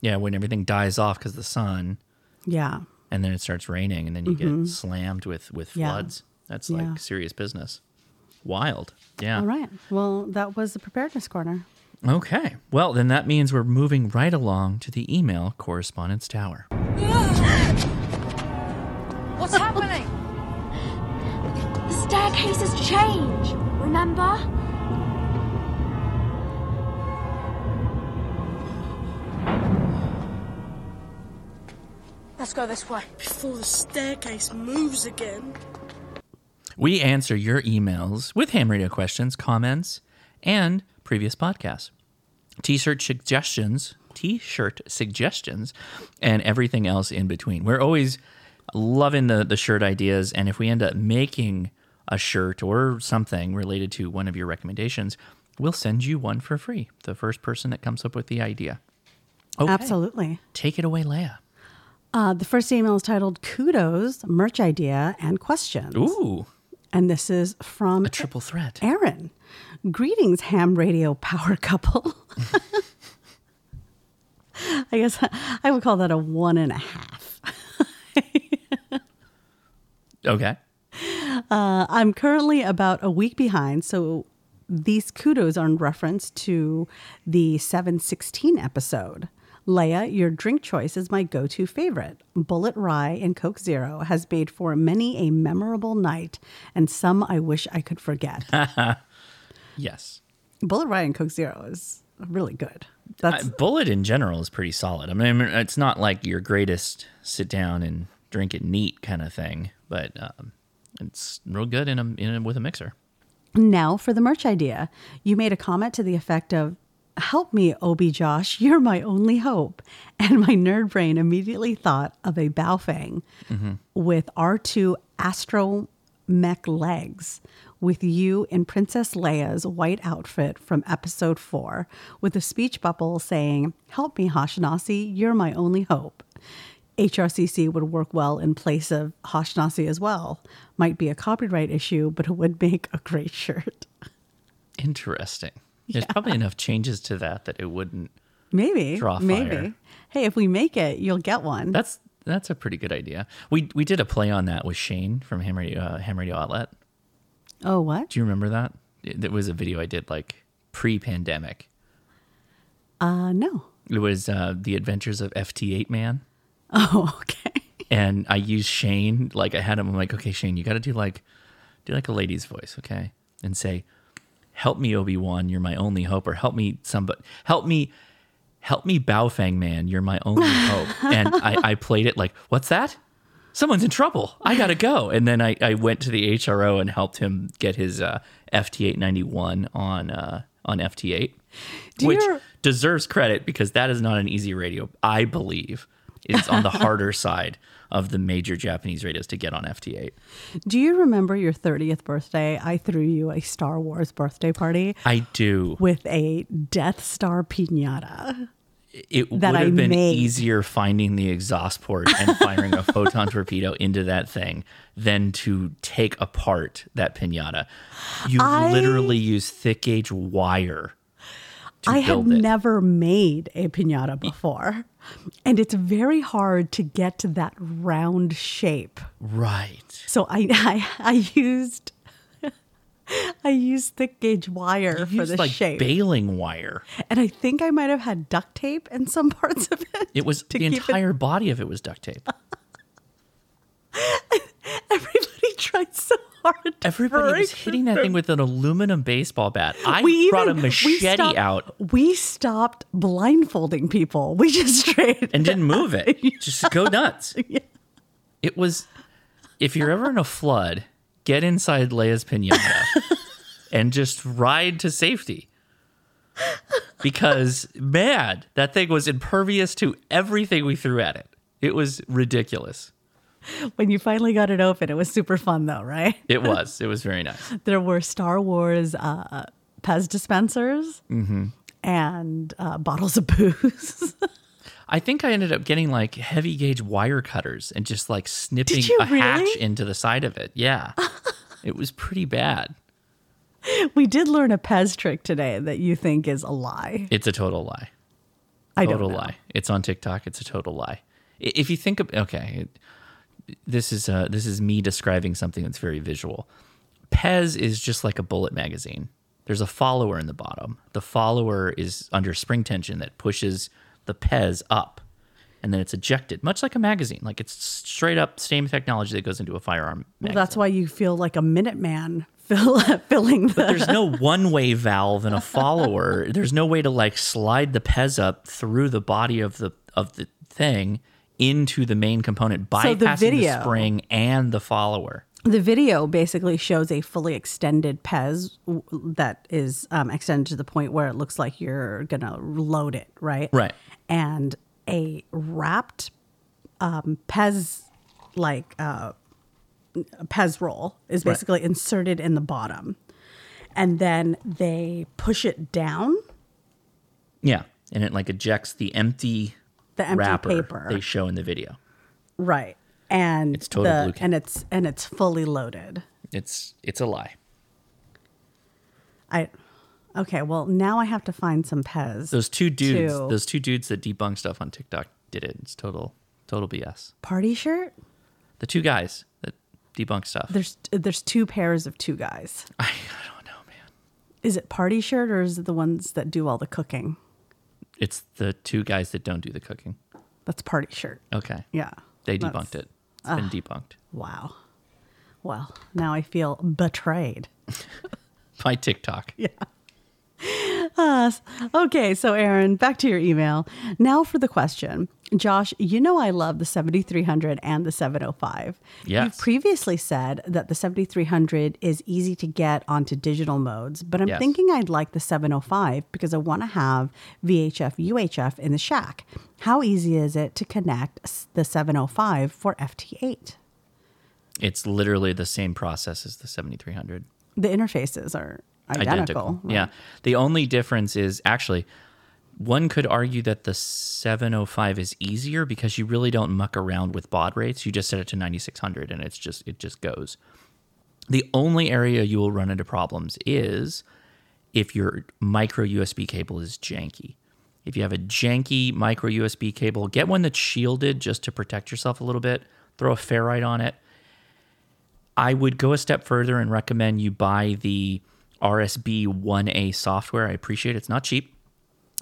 Yeah, when everything dies off because the sun,
Yeah,
and then it starts raining, and then you get slammed with with
Mm-hmm. Yeah.
floods. That's
Yeah.
like serious business. Wild. Yeah.
All right. Well, that was the preparedness corner.
Okay. Well, then that means we're moving right along to the email correspondence tower.
What's happening?
The staircases change, remember?
Let's go this way.
before the staircase moves again.
We answer your emails with ham radio questions, comments, and previous podcasts. T-shirt suggestions, T-shirt suggestions, and everything else in between. We're always loving the the shirt ideas, and if we end up making a shirt or something related to one of your recommendations, we'll send you one for free. The first person that comes up with the idea. Okay.
Absolutely.
Take it away, Leia.
Uh, the first email is titled "Kudos Merch Idea and Questions,"
Ooh,
and this is from
a triple threat.
Aaron. Greetings, ham radio power [LAUGHS] couple. I guess I would call that a one and a half.
Okay.
Uh, I'm currently about a week behind, so these kudos are in reference to the 716 episode. Leia, your drink choice is my go to favorite. Bullet Rye and Coke Zero has made for many a memorable night, and some I wish I could forget.
Yes.
Bullet Rye and Coke Zero is really good. That's
Uh, Bullet in general is pretty solid. I mean, it's not like your greatest sit down and drink it neat kind of thing, but um, it's real good in a, in a, with a mixer.
Now for the merch idea. You made a comment to the effect of, Help me, Obi Josh, you're my only hope. And my nerd brain immediately thought of a Baofeng with R2 astromech legs, with you in Princess Leia's white outfit from episode four, with a speech bubble saying, Help me, Hashanasi, you're my only hope. HRCC would work well in place of Hashnasi as well. Might be a copyright issue, but it would make a great shirt.
Interesting. There's probably enough changes to that that it wouldn't.
Maybe.
Draw fire.
maybe. Hey, if we make it, you'll get one.
That's that's a pretty good idea. We we did a play on that with Shane from Ham Radio, uh, Ham Radio Outlet.
oh, what?
Do you remember that? It, it was a video I did like pre-pandemic.
Uh, no. [LAUGHS]
It was uh, the Adventures of FT8 Man.
Oh, okay.
and I used Shane. Like I had him. I'm like, okay, Shane, you got to do like, do like a lady's voice, okay, and say, "Help me, Obi Wan, you're my only hope," or "Help me, somebody, help me, help me, Baofeng man, you're my only hope." And I, I played it like, "What's that? Someone's in trouble. I gotta go." And then I, I went to the HRO and helped him get his uh, FT891 on uh, on FT8,
Do
which
you-
deserves credit because that is not an easy radio. I believe it's on the harder side of the major Japanese radios to get on FT8.
Do you remember your 30th birthday? I threw you a Star Wars birthday party
I do.
with a Death Star pinata.
It would
that I
have been
made.
easier finding the exhaust port
[LAUGHS]
and firing a photon torpedo into that thing than to take apart that pinata. You
I-
literally use thick gauge wire to
I had
build it.
never made a pinata before, and it's very hard to get to that round shape.
right.
So I [LAUGHS] I, I used [LAUGHS] I used thick gauge wire for
Used,
the
like
shape,
baling wire.
and I think I might have had duct tape in some [LAUGHS] parts of it.
It was the
to keep it-
entire body of it was duct
[LAUGHS]
tape.
Everybody tried so hard. To
Everybody was
break
hitting that thing with an aluminum baseball bat. I
we
brought
even,
a
we
machete
stopped-
out
We stopped blindfolding people. We just [LAUGHS] straight.
and didn't move
[LAUGHS]
it. Just go nuts. It was if you're ever in a flood, get inside Leia's
[LAUGHS]
pinata and just ride to safety. Because man, that thing was impervious to everything we threw at it. It was ridiculous.
when you finally got it open, it was super fun though, right?
It was. It was very nice.
There were Star Wars uh, Pez dispensers
Mm-hmm.
and uh, bottles of booze. [LAUGHS]
I think I ended up getting like heavy gauge wire cutters and just like snipping
you
a hatch
really?
into the side of it. Yeah. it was pretty bad.
we did learn a Pez trick today that you think is a lie.
It's a total lie.
I don't
Total
know.
lie. It's on TikTok. It's a total lie. I- If you think of okay, it- this is uh this is me describing something that's very visual. Pez is just like a bullet magazine. There's a follower in the bottom. The follower is under spring tension that pushes the Pez up, and then it's ejected, much like a magazine. Like it's straight up same technology that goes into a firearm.
Well,
Magazine.
that's why you feel like a Minuteman fill, [LAUGHS] filling the.
there's no one way valve and a follower. There's no way to like slide the pez up through the body of the of the thing into the main component bypassing
So the video-
spring and the follower.
The video basically shows a fully extended Pez w- that is um, extended to the point where it looks like you're gonna load it, right?
Right.
And a wrapped um, Pez like uh, Pez roll is basically inserted in the bottom, and then they push it down.
Yeah, and it like ejects the empty
The empty
wrapper
paper.
they show in the video.
Right. And
It's total blue
the,
can.
and it's and it's fully loaded.
It's it's a lie.
I okay, well now I have to find some Pez.
Those two dudes,
Two.
those two dudes that debunk stuff on TikTok did it. It's total total BS.
Party shirt?
The two guys that debunk stuff.
There's there's two pairs of two guys.
I, I don't know, man.
Is it party shirt or is it the ones that do all the cooking?
It's the two guys that don't do the cooking.
That's party shirt.
Okay.
Yeah.
They
That's-
debunked it. It's been debunked
Wow. Well, now I feel betrayed.
by TikTok.
Okay, so Aaron, back to your email. Now for the question. Josh, you know I love the 7300 and the 705.
Yes.
You previously said that the 7300 is easy to get onto digital modes, but I'm
Yes.
thinking I'd like the 705 because I want to have VHF UHF in the shack. How easy is it to connect s- the 705 for FT8?
It's literally the same process as the 7300.
The interfaces are identical.
Identical.
right?
Yeah. The only difference is actually one could argue that the 705 is easier because you really don't muck around with baud rates. You just set it to 9600 and it's just it just goes. The only area you will run into problems is if your micro USB cable is janky. If you have a janky micro USB cable, get one that's shielded just to protect yourself a little bit. Throw a ferrite on it. I would go a step further and recommend you buy the RSB 1A software. I appreciate it's not cheap.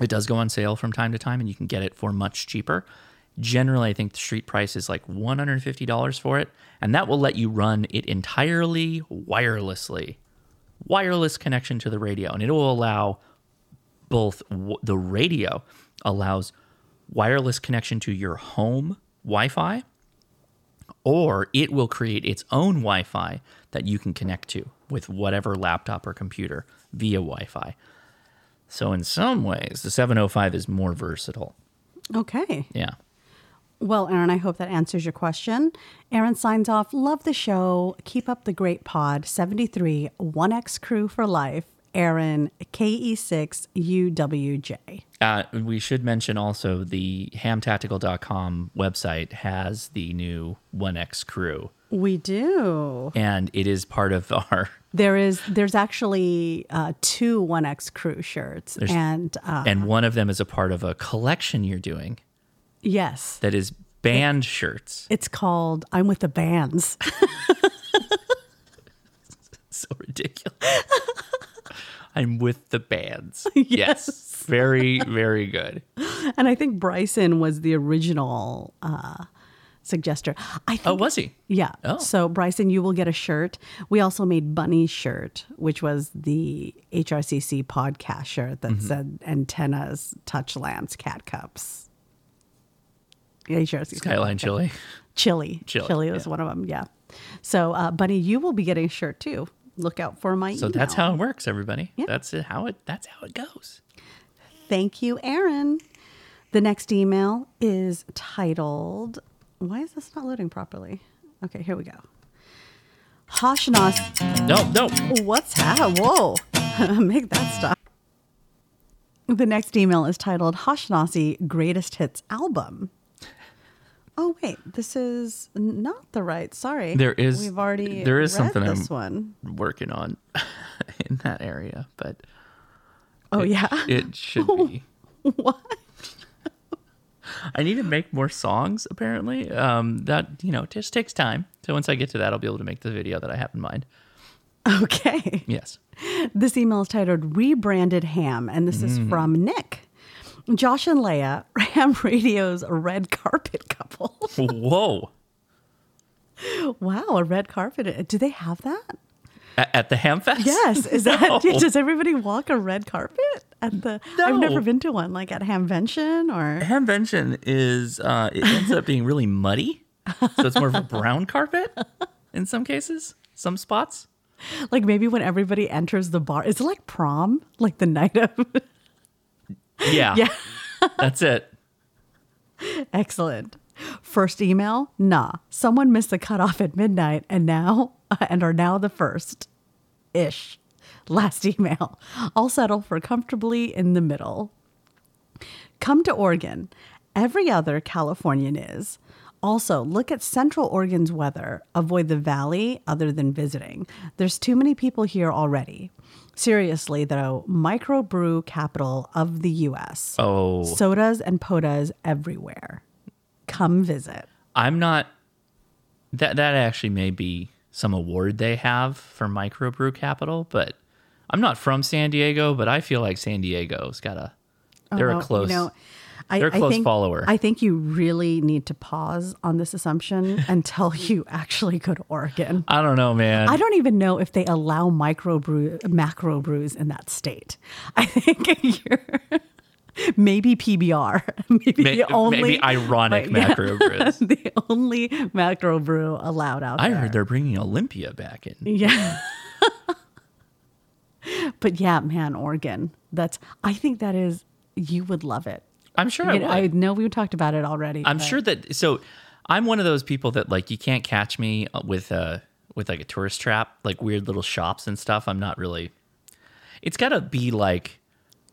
It does go on sale from time to time and you can get it for much cheaper. Generally, I think the street price is like $150 for it, and that will let you run it entirely wirelessly. Wireless connection to the radio, and it will allow both w- the radio allows wireless connection to your home Wi-Fi or it will create its own Wi Fi that you can connect to with whatever laptop or computer via Wi Fi. So, in some ways, the 705 is more versatile.
Okay.
Yeah.
Well, Aaron, I hope that answers your question. Aaron signs off. Love the show. Keep up the great pod. 73, 1X crew for life. E Aaron KE6UWJ.
Uh, we should mention also the hamtactical.com website has the new 1X crew,
We do.
and it is part of our.
There is there's actually uh, two 1X crew shirts and uh,
and one of them is a part of a collection you're doing
yes,
that is band shirts.
it's called I'm with the bands. [LAUGHS]
so ridiculous. [LAUGHS] I'm with the
[LAUGHS]
bands. yes. Very, very good.
And I think Bryson was the original uh, suggester. I think,
Oh, was he?
yeah.
Oh.
So Bryson, you will get a shirt. We also made Bunny's shirt, which was the HRCC podcast shirt
Mm-hmm.
that said antennas, touch lamps, cat cups. HRCC
Skyline Chili.
Chili.
Chili,
was
yeah.
one of them. Yeah. So uh, Bunny, you will be getting a shirt too. Look out for my
So that's
email.
how it works, everybody.
Yeah.
That's it, how it that's how it goes.
Thank you, Aaron. The next email is titled, Why is this not loading properly? Okay, here we go. Hoshnos,
No, no.
what's that? Whoa, [LAUGHS] make that stop. The next email is titled Hoshnasi Greatest Hits Album. Oh wait, this is not the right. Sorry,
There is-
we've already
there is
read
something
this
I'm-
one.
Working on [LAUGHS] in that area, but
Oh yeah,
it should be.
what?
I need to make more songs apparently. Um that you know, it just takes time. So once I get to that I'll be able to make the video that I have in mind.
[LAUGHS] Okay. [LAUGHS]
Yes.
This email is titled Rebranded Ham, and this
Mm.
is from Nick. Josh and Leia, [LAUGHS] Ham Radio's red carpet couple. [LAUGHS]
Whoa.
wow, a red carpet. Do they have that?
A- at the ham fest?
Yes. Is that
[LAUGHS] No.
[LAUGHS] does everybody walk a red carpet at the I've
No.
never been to one, like at Hamvention or
Hamvention is uh, it ends up being really muddy, so it's more of a brown carpet in some cases, some spots.
like maybe when everybody enters the bar. Is it like prom? Like the night of
Yeah,
Yeah.
that's it.
Excellent. First email, nah. Someone missed the cutoff at midnight and now [LAUGHS] and are now the first. Ish. Last email. I'll settle for comfortably in the middle. Come to Oregon. Every other Californian is. Also, look at Central Oregon's weather. Avoid the valley other than visiting. There's too many people here already. Seriously, though, microbrew capital of the US
Oh,
sodas and podas everywhere. Come visit.
I'm not. That that actually may be some award they have for microbrew capital, but I'm not from San Diego, but I feel like San Diego's got a. They're
Well,
a close.
Oh, You know, I,
they're a
I
close
think,
follower.
I think you really need to pause on this
[LAUGHS]
assumption until you actually go to Oregon.
I don't know, man.
I don't even know if they allow micro brew, macro brews in that state. I think [LAUGHS] you're maybe PBR, [LAUGHS] maybe
May-
the only
maybe ironic
Right, yeah.
macrobrews.
[LAUGHS] the only macro brew allowed out
I
there.
heard they're bringing Olympia back in.
Yeah. [LAUGHS] but yeah, man, Oregon. That's I think that is you would love it.
I'm sure
You
I
know,
would.
I know we talked about it already.
I'm
but-
sure that so I'm one of those people that like you can't catch me uh, with a with like a tourist trap, like weird little shops and stuff. I'm not really. It's got to be like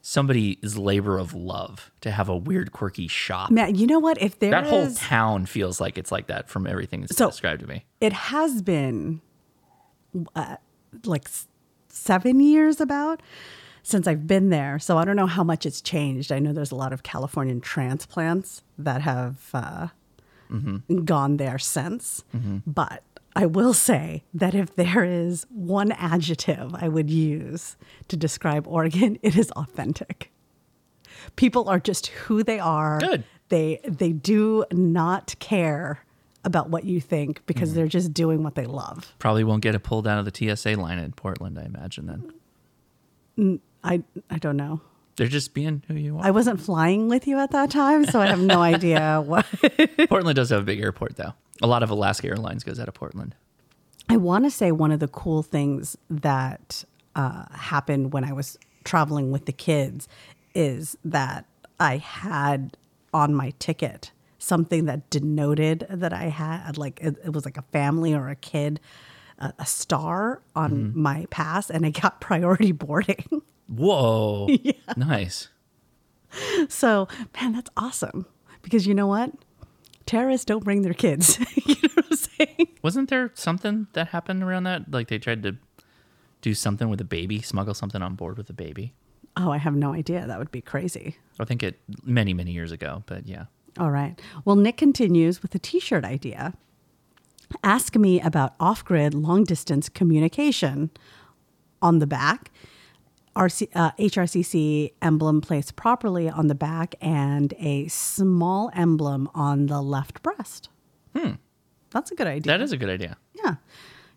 somebody's labor of love to have a weird quirky shop.
Man, you know what? If there
that whole
is-
town feels like it's like that from everything that's
So-
described to me.
it has been uh, like s- seven years about since I've been there. So I don't know how much it's changed. I know there's a lot of Californian transplants that have uh, gone there since. But I will say that if there is one adjective I would use to describe Oregon, it is authentic. People are just who they are.
Good.
They they do not care about what you think because they're just doing what they love.
Probably won't get it pulled out of the TSA line in Portland, I imagine. Then
I I don't know.
they're just being who
[LAUGHS]
you are.
I wasn't flying with you at that time, so I have no idea what
Portland does have a big airport though. A lot of Alaska Airlines goes out of Portland.
I want to say one of the cool things that uh, happened when I was traveling with the kids is that I had on my ticket something that denoted that I had like it, it was like a family or a kid a, a star on my pass and I got [LAUGHS] priority boarding. [LAUGHS]
Whoa. Nice.
So, man, that's awesome. Because you know what? Terrorists don't bring their kids. [LAUGHS] you know what I'm saying?
Wasn't there something that happened around that? Like they tried to do something with a baby, smuggle something on board with a baby.
Oh, I have no idea. That would be crazy.
I think it many, many years ago, but yeah.
All right. Well, Nick continues with a t shirt idea. Ask me about off grid long distance communication on the back. RC, uh, HRCC emblem placed properly on the back and a small emblem on the left breast. Hmm. That's a good idea.
That is a good idea.
yeah.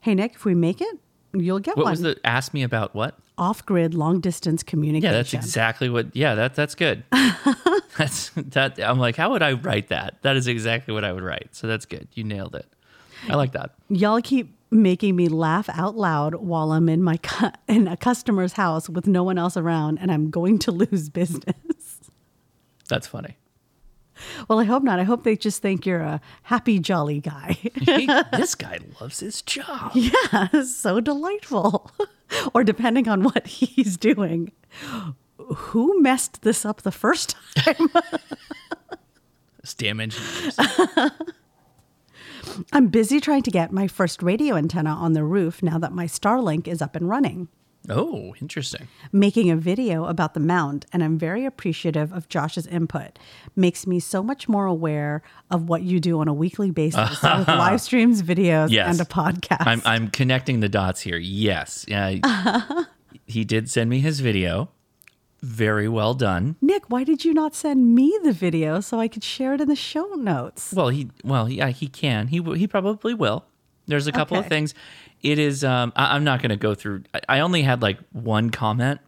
Hey, Nick, if we make it, you'll get
What
one.
was the ask me about what?
off grid long distance communication.
Yeah, that's exactly what. Yeah, that that's [LAUGHS] good. that's that. I'm like, how would I write that? That is exactly what I would write. So that's good. You nailed it. I like that.
Y'all keep making me laugh out loud while I'm in my cu- in a customer's house with no one else around and I'm going to [LAUGHS] lose business.
That's [LAUGHS] funny.
Well, I hope not. I hope they just think you're a happy jolly guy. [LAUGHS]
He- this guy loves his job.
so delightful. [LAUGHS] or depending on what [LAUGHS] he's doing. Who messed this up the first time? [LAUGHS]
It's damaged.
I'm busy trying to get my first radio antenna on the roof now that my Starlink is up and running.
Oh, interesting.
making a video about the mound, and I'm very appreciative of Josh's input. Makes me so much more aware of what you do on a
[LAUGHS]
weekly basis with live streams, videos,
Yes.
and a podcast.
I'm I'm connecting the dots here. Yes. Yeah.
[LAUGHS]
he did send me his video. Very well done.
Nick, why did you not send me the video so I could share it in the show notes?
Well, he well he, yeah, he can he w- he probably will. There's a couple
Okay.
of things. It is um I, I'm not going to go through. I, I only had like one comment,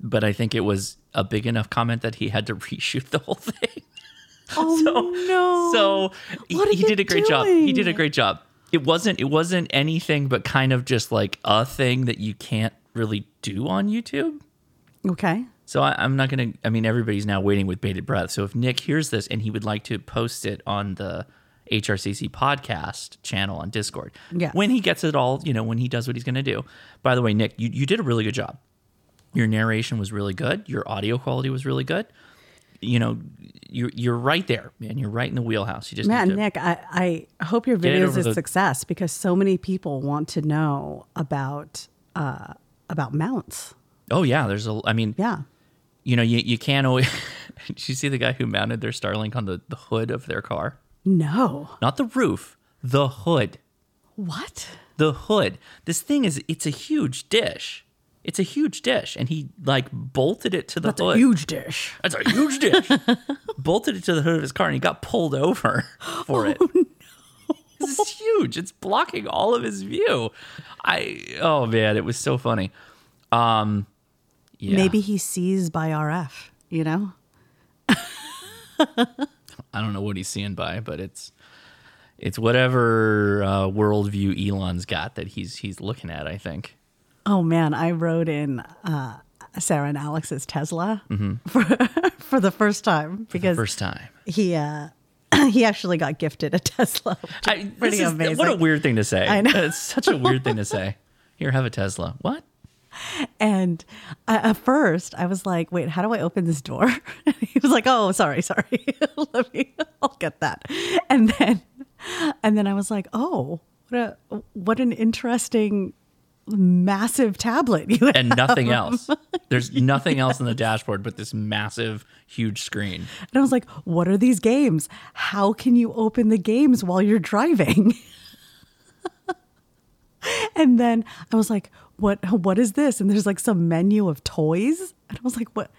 but I think it was a big enough comment that he had to [LAUGHS] reshoot the whole thing.
Oh no!
so
what are
he, he
you
did a great job. He did a
doing?
great job. It wasn't it wasn't anything but kind of just like a thing that you can't really do on YouTube.
okay,
So I, I'm not gonna. I mean, everybody's now waiting with bated breath. So if Nick hears this and he would like to post it on the HRCC podcast channel on Discord,
Yeah.
when he gets it all, you know, when he does what he's gonna do. By the way, Nick, you, you did a really good job. Your narration was really good. Your audio quality was really good. You know, you're you're right there, man. You're right in the wheelhouse. You just
man,
need to,
Nick, I, I hope your
Get it
video is
over
a
the-
success because so many people want to know about uh, about mounts.
oh yeah. There's a. I mean,
Yeah.
you know, you you can't always. [LAUGHS] Did you see the guy who mounted their Starlink on the the hood of their car?
No.
Not the roof, the hood.
What?
the hood. This thing is it's a huge dish. It's a huge dish, and he like bolted it to the hood.
Huge dish.
That's a
[LAUGHS]
huge dish. bolted it to the hood of his car, and he got pulled over [LAUGHS] for
Oh,
it. This is huge. It's blocking all of his view. I oh man, it was so funny. Um, yeah.
Maybe he sees by RF, you know?
I don't know what he's seeing by, but it's it's whatever uh, worldview Elon's got that he's he's looking at. I think.
Oh man, I rode in uh, Sarah and Alex's Tesla [LAUGHS] for, Mm-hmm. for the first time because
First time.
he uh, [CLEARS THROAT] he actually got gifted a Tesla.
I,
pretty
this is-
amazing.
What a weird thing to say.
I know.
It's such a weird thing to say. Here, have a Tesla. What?
And I, at first, I was like, "Wait, how do I open this door?" [LAUGHS] he was like, "Oh, sorry, sorry. [LAUGHS] Let me. I'll get that." And then, and then I was like, "Oh, what a what an interesting." massive tablet you
And nothing
[LAUGHS]
else. There's nothing else in the dashboard but this massive, huge screen.
And I was like, what are these games? How can you open the games while you're driving? [LAUGHS] and then I was like, what what is this? And there's like some menu of toys. And I was like, what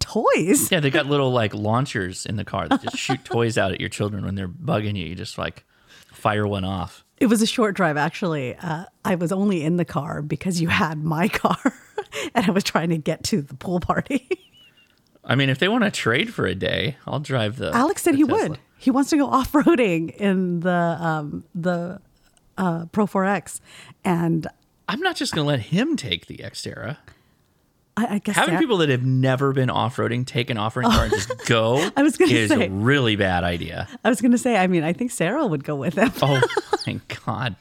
toys?
Yeah, they got little like launchers in the car that just
[LAUGHS]
shoot toys out at your children when they're bugging you. You just like fire one off.
It was a short drive actually. Uh, I was only in the car because you had my [LAUGHS] car and I was trying to get to the pool party. [LAUGHS]
I mean, if they want to trade for a day, I'll drive the.
Alex said
the
he
Tesla.
would. He wants to go off roading in the um, the uh, Pro 4X, and
I'm not just going to let him take the Xterra.
I, I guess
Having
Sarah-
people that have never been off roading take an off roading car and just go
[LAUGHS] I was gonna
is
say.
a really bad idea. [LAUGHS]
I was going to say, I mean, I think Sarah would go with him,
Oh, thank Oh, God.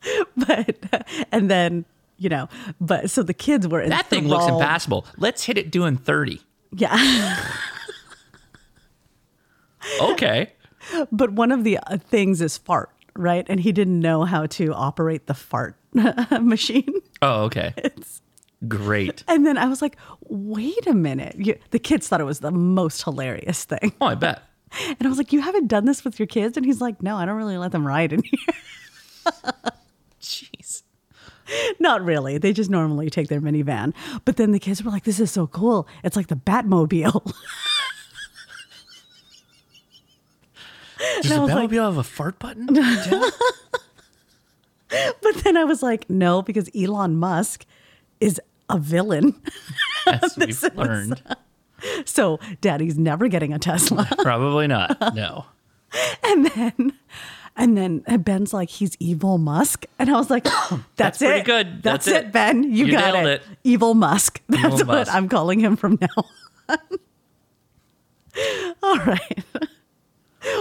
[LAUGHS] but and then you know, but so the kids were in
That thing looks
thrall-
impassable. Let's hit it doing 30.
Yeah, [LAUGHS]
Okay.
but one of the uh, things is fart, right? And he didn't know how to operate the fart [LAUGHS] machine.
Oh,
[LAUGHS]
okay. Great.
And then I was like, wait a minute. You, the kids thought it was the most hilarious thing.
Oh, I bet.
And I was like, you haven't done this with your kids? And he's like, no, I don't really let them ride in here.
Jeez.
Not really. They just normally take their minivan. But then the kids were like, this is so cool. It's like the Batmobile. [LAUGHS]
Does
I
the
was like-
Batmobile have a fart
[LAUGHS]
button? Tim?
but then I was like, no, because Elon Musk is a villain. [LAUGHS]
As we've learned.
So daddy's never getting a Tesla.
Probably not. No.
And then Ben's like, he's evil Musk. And I was
[COUGHS]
like, that's,
pretty
it.
good.
That's,
That's
it.
it.
Ben. You,
You
got
nailed
it.
it.
Evil Musk. [LAUGHS] That's
Evil
what
Musk.
I'm calling him from now on. [LAUGHS] All right. [LAUGHS]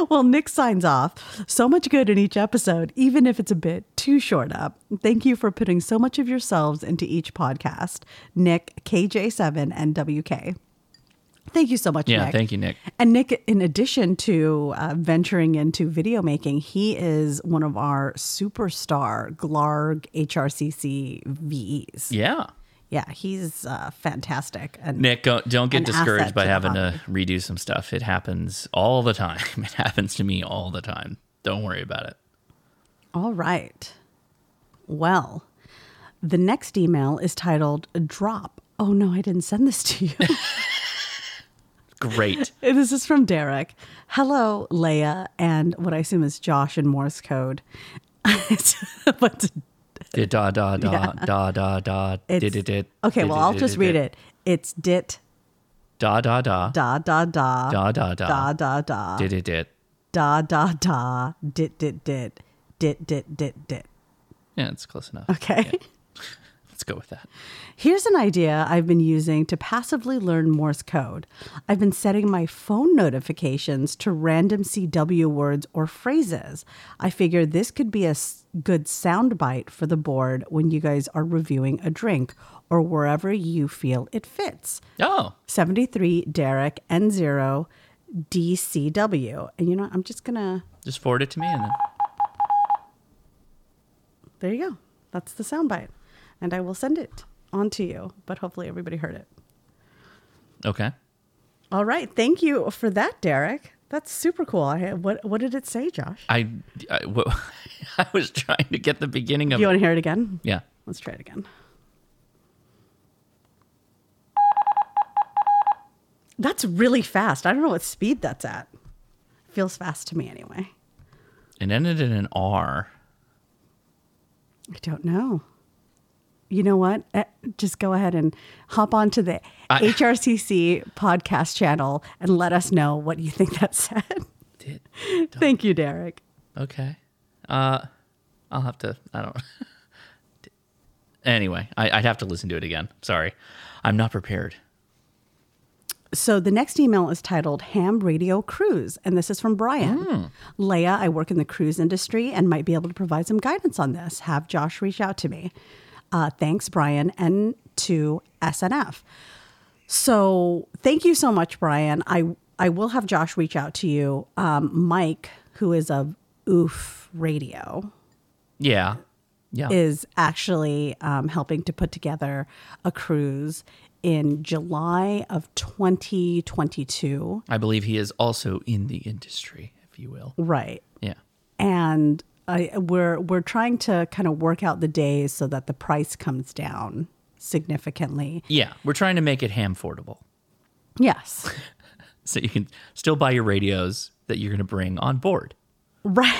Well, Nick signs off. So much good in each episode, even if it's a bit too short up. Thank you for putting so much of yourselves into each podcast. Nick, KJ7, and WK. Thank you so much,
Yeah.
Nick.
Thank you, Nick.
And Nick, in addition to uh, venturing into video making, he is one of our superstar Glarg HRCC VEs.
Yeah.
Yeah, he's uh, fantastic. And
Nick, go, don't get
An
discouraged
asset
by
to the
having to redo some stuff. It happens all the time. [LAUGHS] It happens to me all the time. Don't worry about it.
all right. Well, the next email is titled Drop. Oh, no, I didn't send this
[LAUGHS]
to you. [LAUGHS]
Great.
This is from Derek. Hello, Leia, and what I assume is Josh in Morse code. [LAUGHS] but
Da da da da da da da.
it's,
Did it it.
okay, well, I'll just read it. It's dit
Da da da.
da da da
Da da da.
da da da
Did it it.
da da da dit dit dit dit dit dit dit.
Yeah, it's close enough.
Okay.
Let's go with that.
[LAUGHS] Here's an idea I've been using to passively learn Morse code. I've been setting my phone notifications to random CW words or phrases. I figure this could be a s- good soundbite for the board when you guys are reviewing a drink or wherever you feel it fits.
Oh,
73 Derek N0 DCW. And you know, I'm just going to,
just forward it to me and then.
there you go. That's the soundbite. And I will send it on to you, but hopefully everybody heard it.
Okay.
All right. Thank you for that, Derek. That's super cool. I, what, what did it say, Josh?
I, I, [LAUGHS] w- I was trying to get the beginning of
You
it.
want to hear it again?
Yeah.
Let's try it again. That's really fast. I don't know what speed that's at. Feels fast to me anyway.
It ended in an R.
I don't know. You know what? Eh, Just go ahead and hop onto the
I-
HRCC podcast channel and let us know what you think that said.
Did,
Thank you, Derek.
okay. Uh, I'll have to. I don't. [LAUGHS] anyway, I, I'd have to listen to it again. Sorry, I'm not prepared.
So the next email is titled Ham Radio Cruise, and this is from Brian. Leia, I work in the cruise industry and might be able to provide some guidance on this. Have Josh reach out to me. Uh, thanks, Brian, and to SNF. So thank you so much, Brian. I I will have Josh reach out to you. Um, Mike, who is of Oof Radio,
Yeah. Yeah.
is actually um, helping to put together a cruise in July of 2022.
I believe he is also in the industry, if you will.
Right.
Yeah.
And I, we're we're trying to kind of work out the days so that the price comes down significantly.
Yeah. We're trying to make it ham affordable.
Yes.
So you can still buy your radios that you're going to bring on board.
right.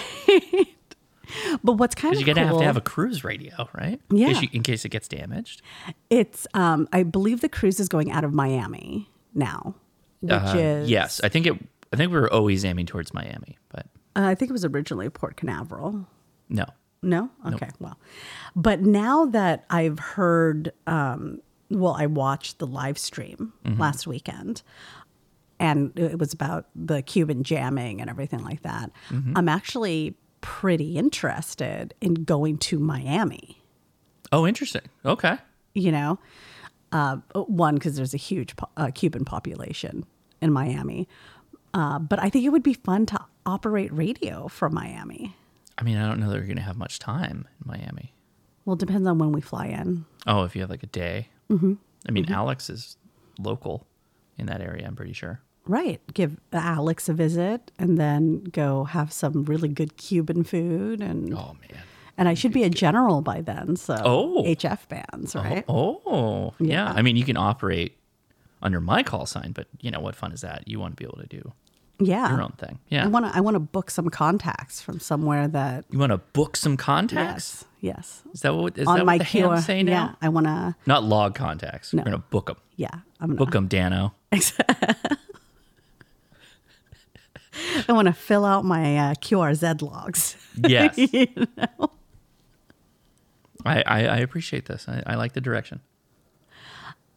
But what's kind of
Because you're going to
cool,
have to have a cruise radio, right? In
Yeah.
case you- in case it gets damaged.
it's um I believe the cruise is going out of Miami now, which
Uh-huh.
is
Yes, I think it. I think we were always aiming towards Miami, but
uh, I think it was originally Port Canaveral.
no.
No? Okay, well. But now that I've heard, um, well, I watched the live stream last weekend and it was about the Cuban jamming and everything like that. I'm actually pretty interested in going to Miami,
Oh, interesting. Okay.
you know? Uh, one, because there's a huge po- uh, Cuban population in Miami. Uh, but I think it would be fun to operate radio from Miami.
I mean, I don't know that we're going to have much time in Miami.
Well, it depends on when we fly in.
Oh, if you have like a day. Mm-hmm. I mean, Alex is local in that area, I'm pretty sure.
Right. Give Alex a visit and then go have some really good Cuban food. And
Oh, man.
and I should be a general by then. So
Oh.
HF bands, right?
Oh, yeah. I mean, you can operate under my call sign, but you know, what fun is that? You want to be able to do
yeah.
your own thing. Yeah.
I want to I want to book some contacts from somewhere that
you want to book some contacts?
yes, yes.
Is that what, is
On
that
my
what the
QR
hands say now?
Yeah, I want to
Not log contacts. We're going to book them.
yeah, I'm
Book them, Dano.
[LAUGHS] I want to fill out my uh, QRZ logs.
Yes. I, I, I appreciate this. I, I like the direction.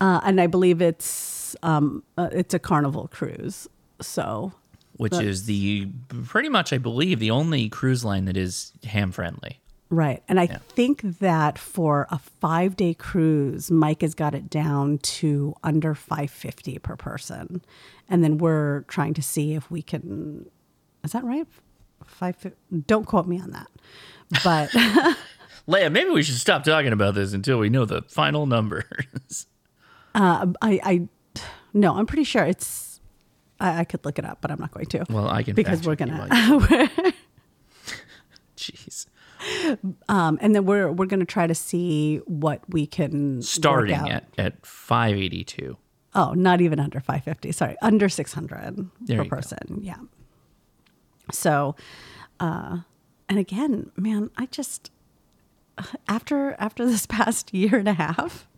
Uh, and I believe it's um uh, it's a carnival cruise. So,
which is the pretty much I believe the only cruise line that is ham friendly.
right. And I think that for a 5-day cruise, Mike has got it down to under 550 per person. And then we're trying to see if we can Is that right? 5 Don't quote me on that.
[LAUGHS]
But [LAUGHS]
Leia, maybe we should stop talking about this until we know the final numbers. [LAUGHS]
I, I no, I'm pretty sure it's. I, I could look it up, but I'm not going to.
well, I can
because
fact
we're
check you
gonna,
while you-
[LAUGHS]
Jeez,
um, and then we're we're gonna try to see what we can work
starting
out.
at at five eighty two.
oh, not even under 550. Sorry, under 600
There
per
you go.
person. Yeah. So, uh, and again, man, I just after after this [LAUGHS] past year and a half,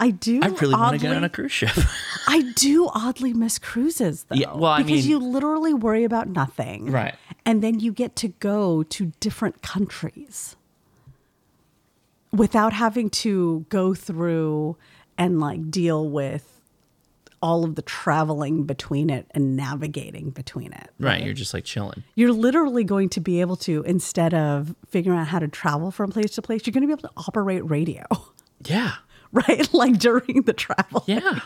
I do.
I really want to get
oddly-
on a cruise ship. [LAUGHS]
I do oddly miss cruises though.
Yeah, well, I
because
mean-
you literally worry about nothing.
Right.
And then you get to go to different countries without having to go through and like deal with all of the traveling between it and navigating between it.
right, you're just like chilling.
You're literally going to be able to instead of figuring out how to travel from place to place, you're going to be able to operate radio, [LAUGHS]
Yeah,
right? Like during the travel.
yeah.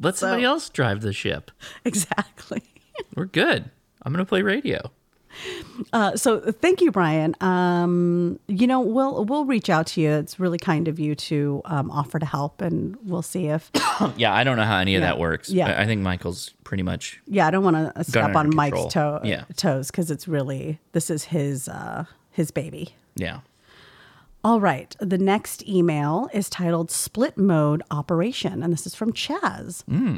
Let somebody else drive the ship.
[LAUGHS] Exactly.
We're good. I'm gonna play radio.
so thank you, Brian. Um, you know, we'll we'll reach out to you. It's really kind of you to um, offer to help, and we'll see if. [COUGHS]
Yeah, I don't know how any of
Yeah.
that works.
Yeah.
I, I think Michael's pretty much
Yeah, I don't want to step
under
on Mike's
control.
toe,
Yeah.
toes because it's really this is his uh, his baby.
yeah.
All right. The next email is titled Split Mode Operation, and this is from Chaz.
Hmm.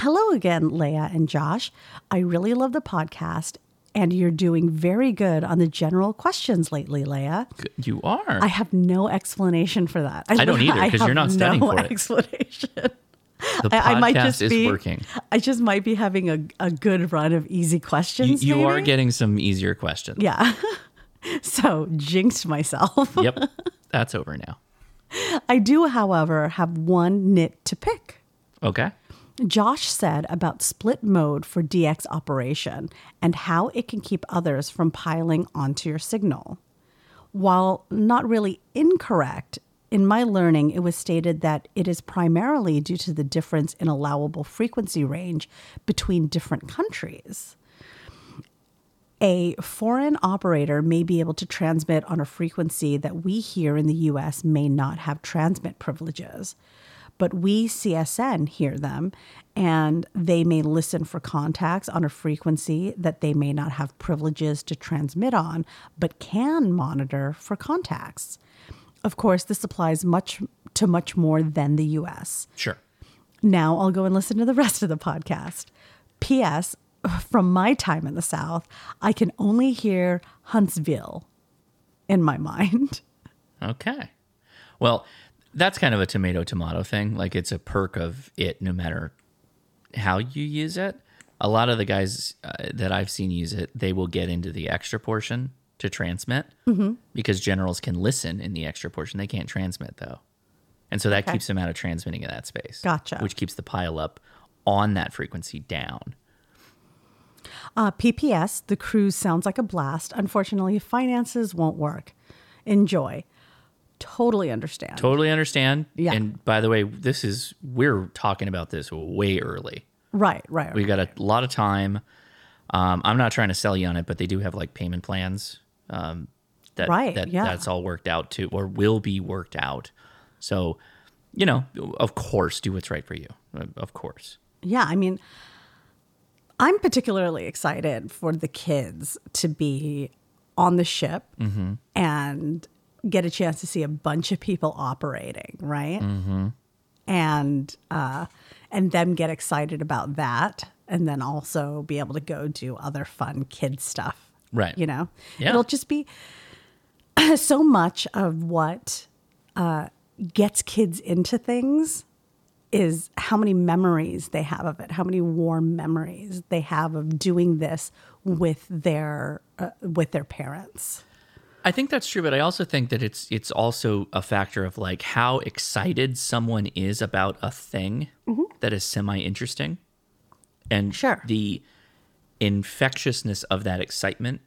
Hello again, Leia and Josh. I really love the podcast, and you're doing very good on the general questions lately, Leia.
Good- You are.
I have no explanation for that.
I
[LAUGHS]
don't either, 'cause you're
have
not studying
no
for it.
Explanation.
the podcast
I, I might just
is
be
working.
I just might be having a, a good run of easy
You,
questions.
you are
maybe?
getting some easier questions.
yeah. [LAUGHS] so jinxed myself. [LAUGHS]
yep. That's over now.
I do, however, have one nit to pick.
Okay.
Josh said about split mode for DX operation and how it can keep others from piling onto your signal. While not really incorrect, in my learning, it was stated that it is primarily due to the difference in allowable frequency range between different countries. A foreign operator may be able to transmit on a frequency that we here in the US may not have transmit privileges, but we CSN hear them and they may listen for contacts on a frequency that they may not have privileges to transmit on, but can monitor for contacts. Of course, this applies much to much more than the US.
Sure.
Now I'll go and listen to the rest of the podcast. P.S. From my time in the South, I can only hear Huntsville in my mind. [LAUGHS]
Okay. Well, that's kind of a tomato tomato thing. Like it's a perk of it, no matter how you use it. A lot of the guys uh, that I've seen use it, they will get into the extra portion to transmit
Mm-hmm.
because generals can listen in the extra portion. They can't transmit though. And so that keeps them out of transmitting in that space.
Gotcha.
Which keeps the pile up on that frequency down.
Uh, PPS, the cruise sounds like a blast. Unfortunately, finances won't work. Enjoy. Totally understand.
Totally understand.
Yeah.
And by the way, this is we're talking about this way early.
right, right.
We've got a lot of time. Um, I'm not trying to sell you on it, but they do have like payment plans. Um, that
Right,
that
yeah.
that's all worked out too, or will be worked out. So, you know, of course, do what's right for you. Uh, Of course.
yeah, I mean, I'm particularly excited for the kids to be on the ship and get a chance to see a bunch of people operating, right? And uh, and them get excited about that, and then also be able to go do other fun kid stuff,
Right.
You know,
Yeah.
it'll just be [CLEARS THROAT] so much of what uh, gets kids into things is how many memories they have of it, how many warm memories they have of doing this with their uh, with their parents.
I think that's true, but I also think that it's it's also a factor of like how excited someone is about a thing that is semi interesting, and
Mm-hmm. Sure.
the infectiousness of that excitement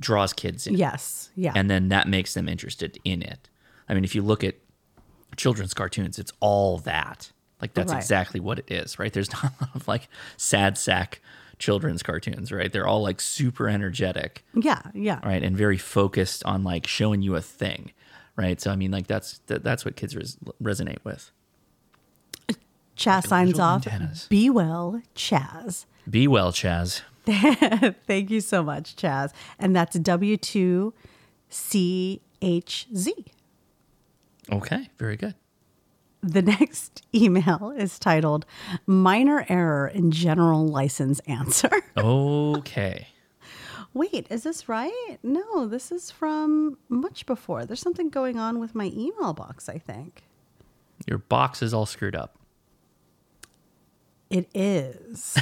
draws kids in,
Yes, yeah,
and then that makes them interested in it. I mean, if you look at children's cartoons, it's all that. Like that's
Right.
exactly what it is, right? There's [LAUGHS] not a lot of like sad sack children's cartoons, right? They're all like super energetic
yeah, yeah.
right and very focused on like showing you a thing right so i mean like that's that, that's what kids res- resonate with
Chaz signs
little
off.
antennas.
Be well, Chaz.
be well chaz
Thank you so much, Chaz. And that's W two C H Z.
okay very good
The [LAUGHS] next email is titled Minor Error in General License Answer. [LAUGHS]
okay
Wait, is this right? No, this is from much before. There's something going on with my email box, I think.
your box is all screwed up
It is.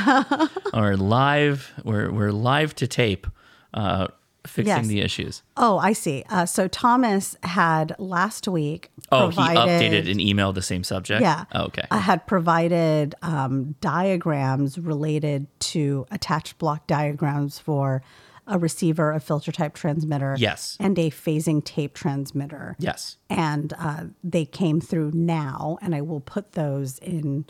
[LAUGHS]
or live we're, we're live to tape uh fixing
Yes.
the issues
oh, I see. Uh, so Thomas had last week.
oh he
provided-
updated an email the same subject
Yeah. Uh,
oh, okay
I had provided um, diagrams related to attached block diagrams for a receiver, a filter type transmitter,
Yes.
and a phasing tape transmitter. [COUGHS]
yes
And uh, they came through now, and I will put those in.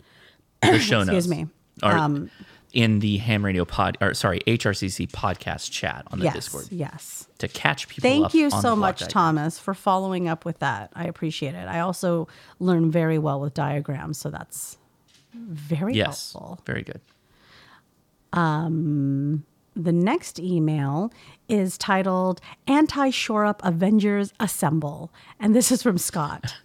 the show notes
Excuse me. Um,
or in the ham radio pod or sorry hrcc podcast chat on the
yes,
discord
yes.
to catch people
Thank
up
you
on the
so
block
much,
diagram.
Thomas, for following up with that. I appreciate it. I also learn very well with diagrams, so that's very
yes
helpful.
very good
The next email is titled Anti Shore Up Avengers Assemble. And this is from Scott.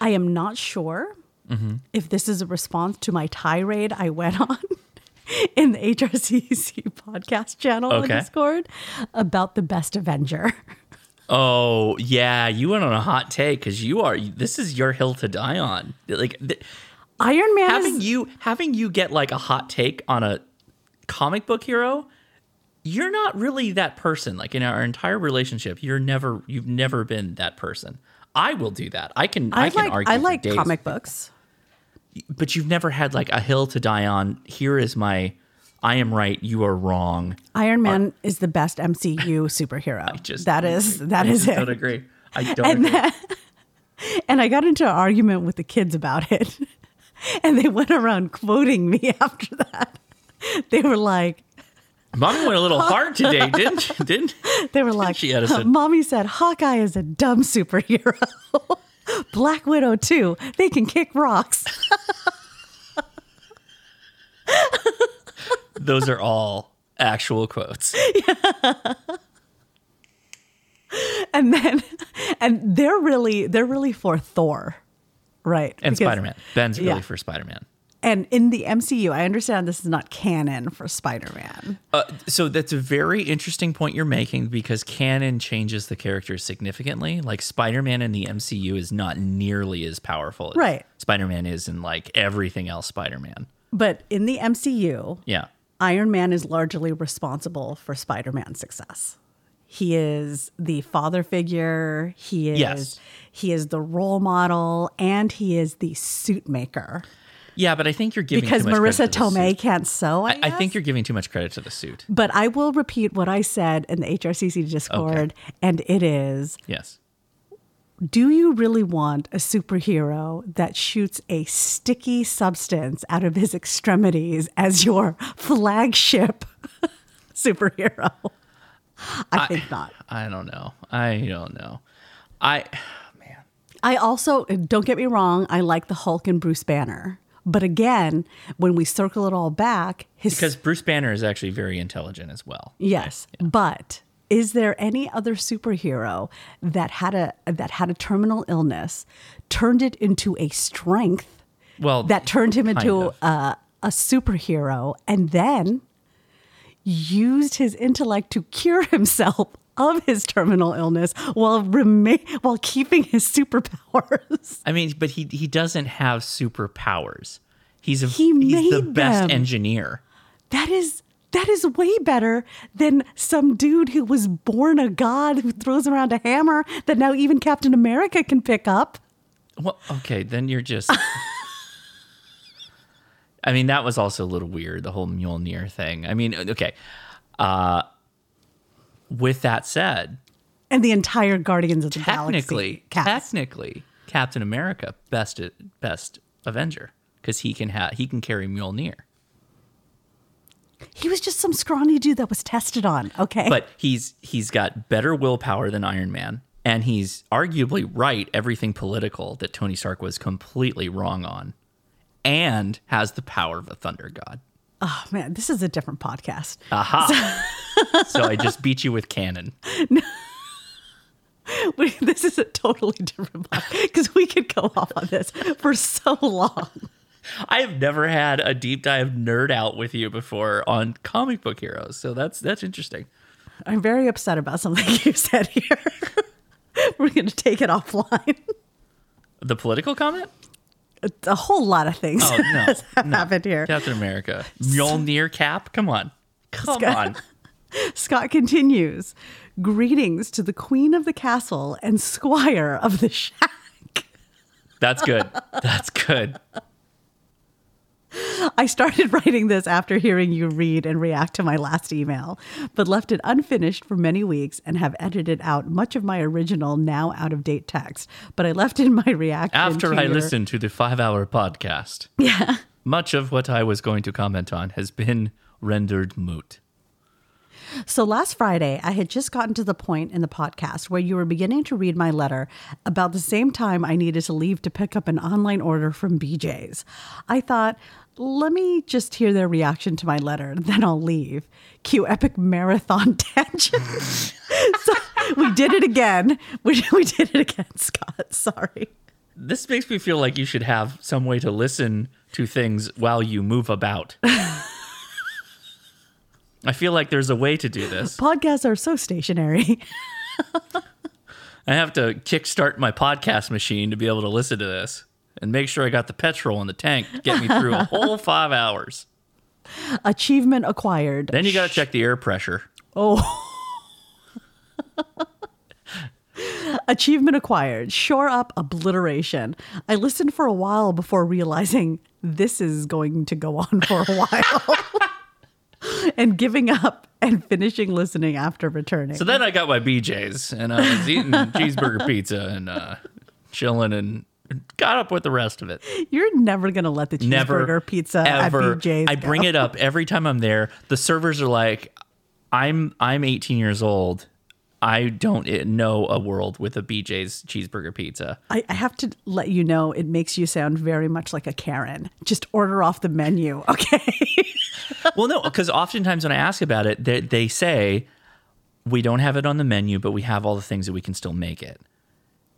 I am not sure
Mm-hmm.
if this is a response to my tirade I went on [LAUGHS] in the HRCC podcast channel on
Okay.
Discord about the best Avenger.
Oh yeah, you went on a hot take because you are. This is your hill to die on. Like th-
Iron Man is-
having you having you get like a hot take on a comic book hero. You're not really that person. Like in our entire relationship, you're never you've never been that person. I will do that. I can I,
I,
can
like
argue.
I
for
like
days.
comic books.
but you've never had like a hill to die on. Here is my, I am right, you are wrong.
Iron Man is the best MCU
[LAUGHS]
superhero.
just
that
don't
is
agree.
that
I
is
just
it.
don't agree.
[LAUGHS]
I don't.
And
agree.
then- and I got into an argument with the kids about it. [LAUGHS] And they went around quoting me [LAUGHS] after that. They were like,
Mommy went a little hard
[LAUGHS]
today, didn't she? Didn't
they were like,
She had us a-
Mommy said Hawkeye is a dumb superhero. [LAUGHS] Black Widow too. They can kick rocks. [LAUGHS]
those are all actual quotes.
And then and they're really they're really for Thor. Right.
And
Because-
Spider Man. Ben's really
yeah.
for Spider Man.
And in the MCU, I understand this is not canon for Spider-Man.
Uh, so that's a very interesting point you're making because canon changes the characters significantly. Like Spider Man in the MCU is not nearly as powerful as
Right.
Spider Man is in like everything else Spider Man.
But in the MCU,
Yeah.
Iron Man is largely responsible for Spider Man's success. He is the father figure. He is
Yes.
he is the role model, and he is the suit maker.
Yeah, but I think you're giving
because
too much
Marissa
credit to the
Tomei
suit.
can't sew. I,
I, I think
guess.
you're giving too much credit to the suit.
But I will repeat what I said in the HRCC Discord, and it is:
Yes.
Do you really want a superhero that shoots a sticky substance out of his extremities as your [LAUGHS] flagship [LAUGHS] superhero? I think not.
I don't know. I don't know. I
I also don't get me wrong. I like the Hulk and Bruce Banner, but again, when we circle it all back, his
because Bruce Banner is actually very intelligent as well.
Yes, but is there any other superhero that had a that had a terminal illness, turned it into a strength
Well,
that turned him into
of.
a, a superhero, and then used his intellect to cure [LAUGHS] himself of his terminal illness while remain while keeping his superpowers? [LAUGHS]
I mean, but he he doesn't have superpowers. He's a,
He
he's the
made
best
them.
engineer.
That is. That is way better than some dude who was born a god who throws around a hammer that now even Captain America can pick up.
Well, okay, then you're just. I mean, that was also a little weird, the whole Mjolnir thing. I mean, okay. Uh, with that said,
and the entire Guardians of the
technically,
Galaxy. cast.
technically, Captain America best best Avenger because he can ha- he can carry Mjolnir,
he was just some scrawny dude that was tested on. Okay,
but he's he's got better willpower than Iron Man, and he's arguably right everything political that Tony Stark was completely wrong on, and has the power of a thunder god.
oh man, this is a different podcast.
Aha. so I just beat you with cannon.
We- [LAUGHS] this is a totally different podcast because we could go off on this for so long.
[LAUGHS] I have never had a deep dive nerd out with you before on comic book heroes. So that's that's interesting.
I'm very upset about something [LAUGHS] you said here. We're going to take it offline.
The political comment?
A whole lot of things
Oh [LAUGHS] no.
[LAUGHS] have happened here.
Captain America. Mjolnir cap? Come on. Come
Scott-
on. [LAUGHS]
Scott continues Greetings to the queen of the castle and squire of the shack.
That's good. That's good.
I started [LAUGHS] writing this after hearing you read and react to my last email, but left it unfinished for many weeks and have edited out much of my original, now out of date text. But I left in my reaction.
After
to
I
your-
listened to the five hour podcast, yeah. much of what I was going to comment on has been rendered moot.
So last Friday, I had just gotten to the point in the podcast where you were beginning to read my letter about the same time I needed to leave to pick up an online order from BJ's. I thought, let me just hear their reaction to my letter, [LAUGHS] then I'll leave. Cue epic marathon [LAUGHS] tangent. so we did it again. We, we did it again, [LAUGHS] Scott. Sorry.
This makes me feel like you should have some way to listen to things while you move about. I feel like there's a way to do this.
Podcasts are so stationary. [LAUGHS]
I have to kickstart my podcast machine to be able to listen to this and make sure I got the petrol in the tank to get me through a whole five hours.
Achievement acquired.
Then you got to check the air pressure. Oh.
Achievement acquired. Shore up obliteration. I listened for a while before realizing this is going to go on for a while [LAUGHS] and giving up and finishing listening after returning.
So then I got my BJ's and I was eating cheeseburger pizza and uh, chilling and got up with the rest of it.
You're never going to let the cheeseburger
Never
pizza
ever.
at BJ's.
I bring it up every time I'm there. The servers are like, "I'm I'm 18 years old. I don't i- know a world with a BJ's cheeseburger pizza."
I, I have to let you know it makes you sound very much like a Karen. Just order off the menu, okay?
well, no, because oftentimes when I ask about it, they, they say we don't have it on the menu, but we have all the things that we can still make it.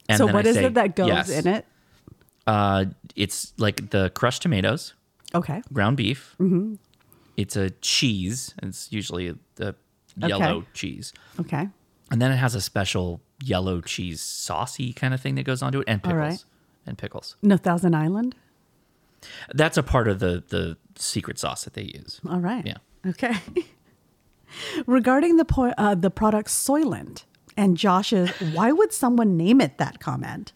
And
so
then
what
I
is
say,
it that goes
"Yes."
in it?
Uh, it's like the crushed tomatoes,
Okay.
ground beef. Mm-hmm. It's a cheese. It's usually a yellow
Okay.
cheese,
Okay.
and then it has a special yellow cheese saucy kind of thing that goes onto it, and
All
pickles.
right.
And pickles.
No Thousand Island?
That's a part of the the secret sauce that they use.
All right.
Yeah.
Okay. [LAUGHS] Regarding the po- uh, the product Soylent and Josh's, why would someone name it that comment?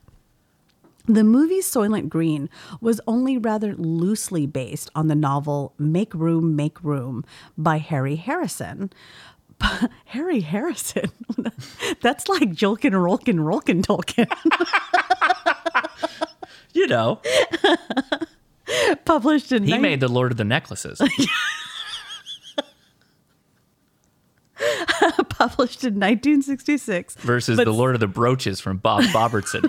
The movie Soylent Green was only rather loosely based on the novel Make Room, Make Room by Harry Harrison. [LAUGHS] But Harry Harrison? [LAUGHS] That's like Jolkin, Rolkin, Rolkin, Tolkien. [LAUGHS]
You know,
Published in
he
19-
made the Lord of the Necklaces.
published in 1966
versus
but
the Lord of the Brooches from Bob
[LAUGHS]
Bobbertson.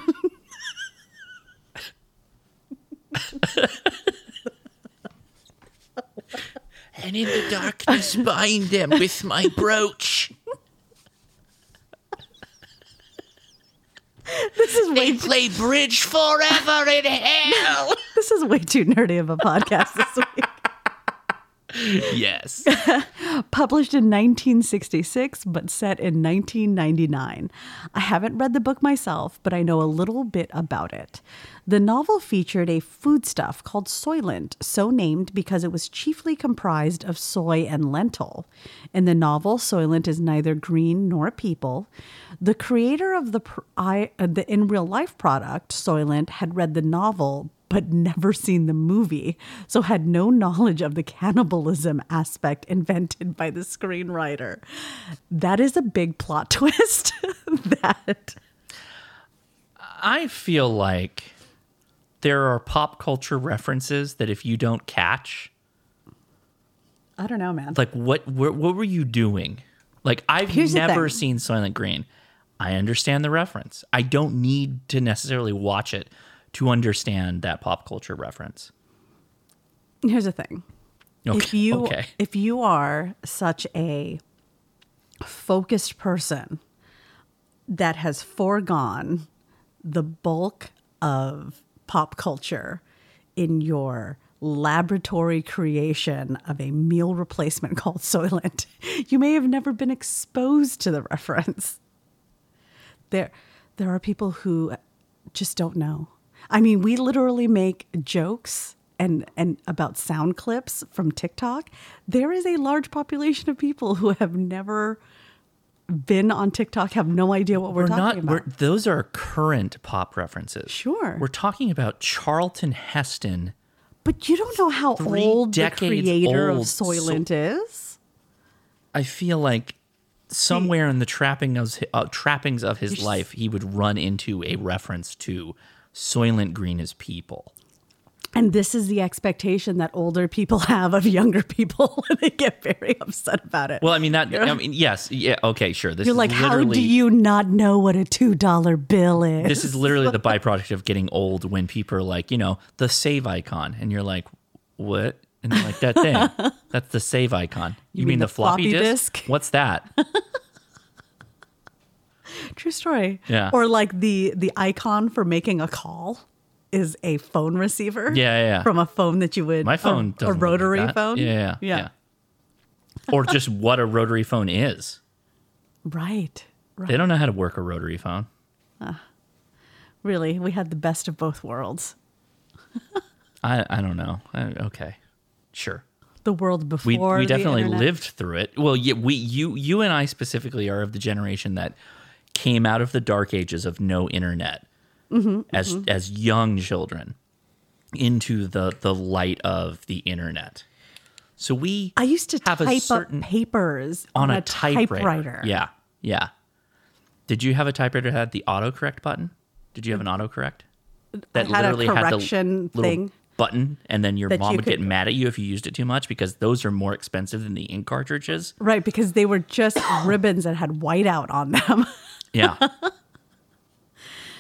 and in the darkness, bind them with my brooch.
This is way
Play bridge forever in hell.
this is way too nerdy of a podcast this week.
yes.
Published in 1966 but set in 1999. I haven't read the book myself, but I know a little bit about it. The novel featured a foodstuff called soylent, so named because it was chiefly comprised of soy and lentil. In the novel, soylent is neither green nor people. The creator of the pr- I, uh, the in real life product, Soylent, had read the novel but never seen the movie, so had no knowledge of the cannibalism aspect invented by the screenwriter. That is a big plot [LAUGHS] twist. that
I feel like there are pop culture references that if you don't catch,
I don't know, man.
like what wh- what were you doing like i've
Here's the
never
thing.
seen silent green i understand the reference i don't need to necessarily watch it to understand that pop culture reference
Here's the thing.
okay
if you
okay
if you are such a focused person that has foregone the bulk of pop culture in your laboratory creation of a meal replacement [LAUGHS] called Soylent, you may have never been exposed to the reference. There, there are people who just don't know. I mean, we literally make jokes and and about sound clips from TikTok. There is a large population of people who have never been on TikTok, have no idea what we're,
we're
talking
not
about.
we're, those are current pop references
Sure.
we're talking about charlton heston
But you don't know how
Three
old the
decades
creator of
old Soy-
Soylent is.
i feel like somewhere in the trapping of, uh, trappings of his life he would run into a reference to soylent green as people
And this is the expectation that older people [LAUGHS] have of younger people [LAUGHS] when they get very upset about it.
Well, I mean that. I mean, yes, yeah, okay, sure. This
You're
is
like, how
literally-
do you not know what a $2 bill is?
This is literally the byproduct of getting old. When people are like, you know, the save icon, and you're like, what? And they're like that
[LAUGHS]
thing. That's the save icon. You, mean, the, floppy, disk? What's that?
[LAUGHS] True story.
Yeah.
Or like the the icon for making a call is a phone receiver.
Yeah, yeah, yeah.
From a phone that you would
My phone.
[LAUGHS] a,
doesn't
a
look like
rotary
that.
phone.
Yeah, yeah, yeah. or
[LAUGHS]
just what a rotary phone is.
Right. Right.
They don't know how to work a rotary phone.
Really, we had the best of both worlds.
I I don't know. I, okay, sure.
The world before
we, we
the
definitely
internet.
lived through it. Well, yeah, we you you and I specifically are of the generation that came out of the dark ages of no internet
Mm-hmm,
as as young children into the the light of the internet. So we
I used to
have a
type
certain-
up papers
on a, typewriter. Yeah, yeah. Did you have a typewriter that had the autocorrect button? Did you have an autocorrect that
had a correction
little
thing.
button, and then your
That
mom
you
would
could-
get mad at you if you used it too much because those are more expensive than the ink cartridges.
Right, because they were just [COUGHS] ribbons that had whiteout on them. [LAUGHS]
Yeah,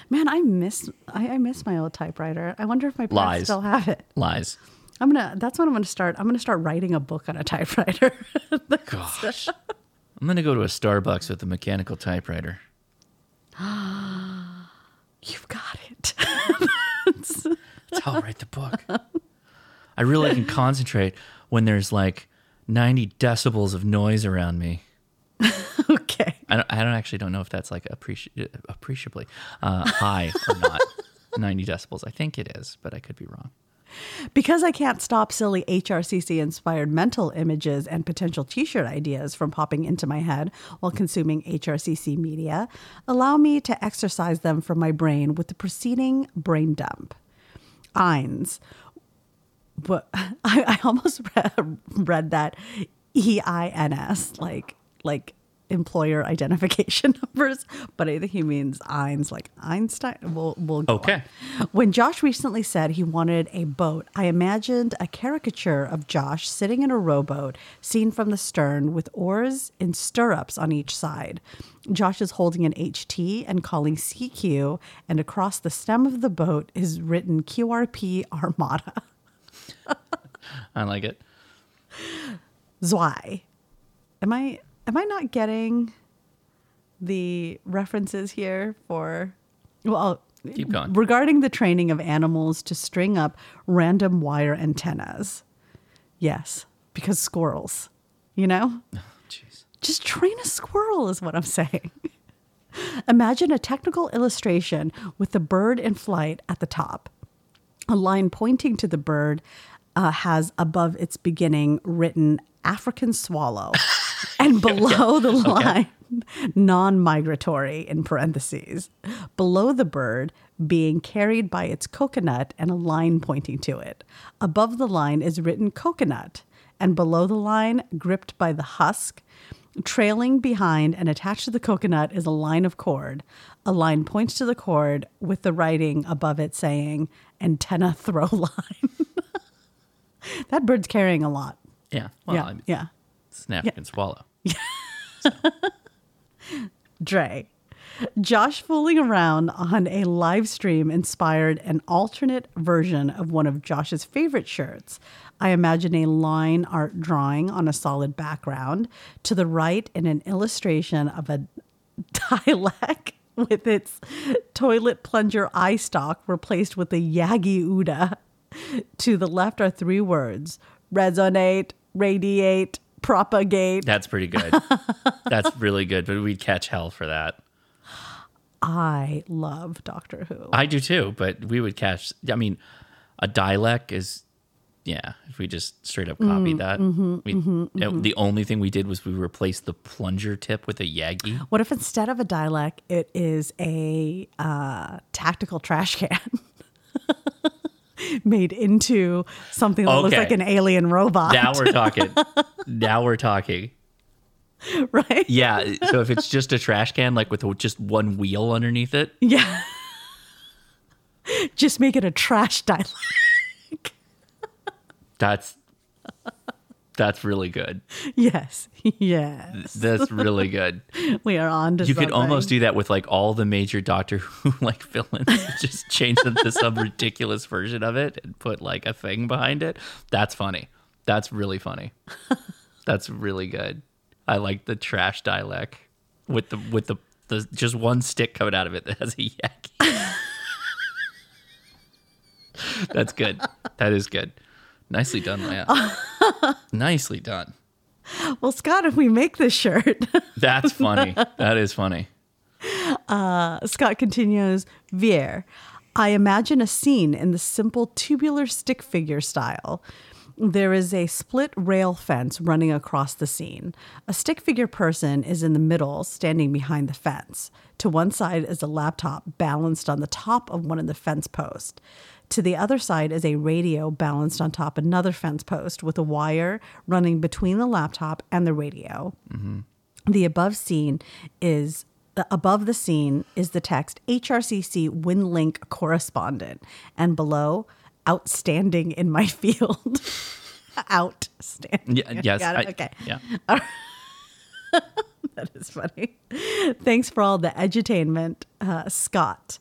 Man, I miss I, I miss my old typewriter. I wonder if my parents
Lies.
still have it.
lies.
I'm gonna that's what I'm gonna start. I'm gonna start writing a book on a typewriter. [LAUGHS]
Gosh, I'm gonna go to a Starbucks with a mechanical typewriter.
You've got it. [LAUGHS]
That's how I write the book. I really can concentrate when there's like 90 decibels of noise around me.
okay.
I don't, I don't actually don't know if that's like appreci-
[LAUGHS]
appreciably uh, high or not. 90 decibels. I think it is, but I could be wrong.
Because I can't stop silly HRCC inspired mental images and potential t shirt ideas from popping into my head while consuming HRCC media, allow me to exercise them from my brain with the preceding brain dump. Eins. But [LAUGHS] I, I almost [LAUGHS] read, read that E I N S, like, like employer identification [LAUGHS] numbers, but I think he means Eins, like Einstein. We'll, we'll go on.
Okay.
When Josh recently said he wanted a boat, I imagined a caricature of Josh sitting in a rowboat, seen from the stern, with oars and stirrups on each side. Josh is holding an HT and calling CQ, and across the stem of the boat is written QRP Armada.
I like it.
Zwei. Am I am I not getting the references here for well
Keep going.
regarding the training of animals to string up random wire antennas. Yes, because squirrels, you know?
[LAUGHS] Jeez.
Just train a squirrel is what I'm saying. [LAUGHS] Imagine a technical illustration with the bird in flight at the top. A line pointing to the bird uh, has above its beginning written African swallow, [LAUGHS] and below the line, non migratory in parentheses. Below the bird, being carried by its coconut and a line pointing to it. Above the line is written coconut, and below the line, gripped by the husk. Trailing behind and attached to the coconut is a line of cord. A line points to the cord with the writing above it saying antenna throw [LAUGHS] line. that bird's carrying a lot.
Yeah. Well,
yeah.
I mean,
yeah.
it's an African swallow.
Dre. Josh fooling around on a live stream inspired an alternate version of one of Josh's favorite shirts. I imagine a line art drawing on a solid background. To the right, in an illustration of a [LAUGHS] dialect with its toilet plunger eye stalk replaced with a Yagi Uda. To the left are three words resonate, radiate, propagate.
That's pretty
[LAUGHS]
good. That's really good, but we'd catch hell for that.
I love Doctor Who.
I do too, but we would catch. I mean, a dialect is, yeah. If we just straight
Mm,
up copied that,
mm-hmm,
we, uh, the only thing we did was we replaced the plunger tip with a
[LAUGHS]
yagi.
What if instead of a dialect, it is a uh, tactical trash can [LAUGHS] made into something that looks
Okay.
like an alien robot,
Now we're talking. now we're talking.
[LAUGHS] right?
Yeah. So if it's just a trash can, like with just one wheel underneath it,
Yeah. [LAUGHS] Just make it a trash dialect.
that's that's really good.
[LAUGHS] Yes. [LAUGHS] Yes.
That's really good.
We are on to
Mm. You could almost do that with like all the major Doctor Who [LAUGHS] like villains. Just change them to some ridiculous version of it and put like a thing behind it. That's funny. That's really funny. That's really good. I like the trash dialect with the with the, the just one stick coming out of it that has a yaki. That's good. That is good. Nicely done, Leia.
[LAUGHS]
Nicely done.
Well, Scott, if we make this shirt,
That's funny. That is funny.
Scott continues, Vier, I imagine a scene in the simple tubular stick figure style. There is a split rail fence running across the scene. A stick figure person is in the middle, standing behind the fence. To one side is a laptop balanced on the top of one of the fence posts. To the other side is a radio balanced on top another fence post with a wire running between the laptop and the radio. The above scene is the above the scene is the text HRCC WinLink correspondent, and below outstanding in my [LAUGHS] field. outstanding. [LAUGHS]
Yeah, yes.
Got it?
I-
okay.
Yeah.
That [LAUGHS] is funny. Thanks for all the edutainment, uh, Scott.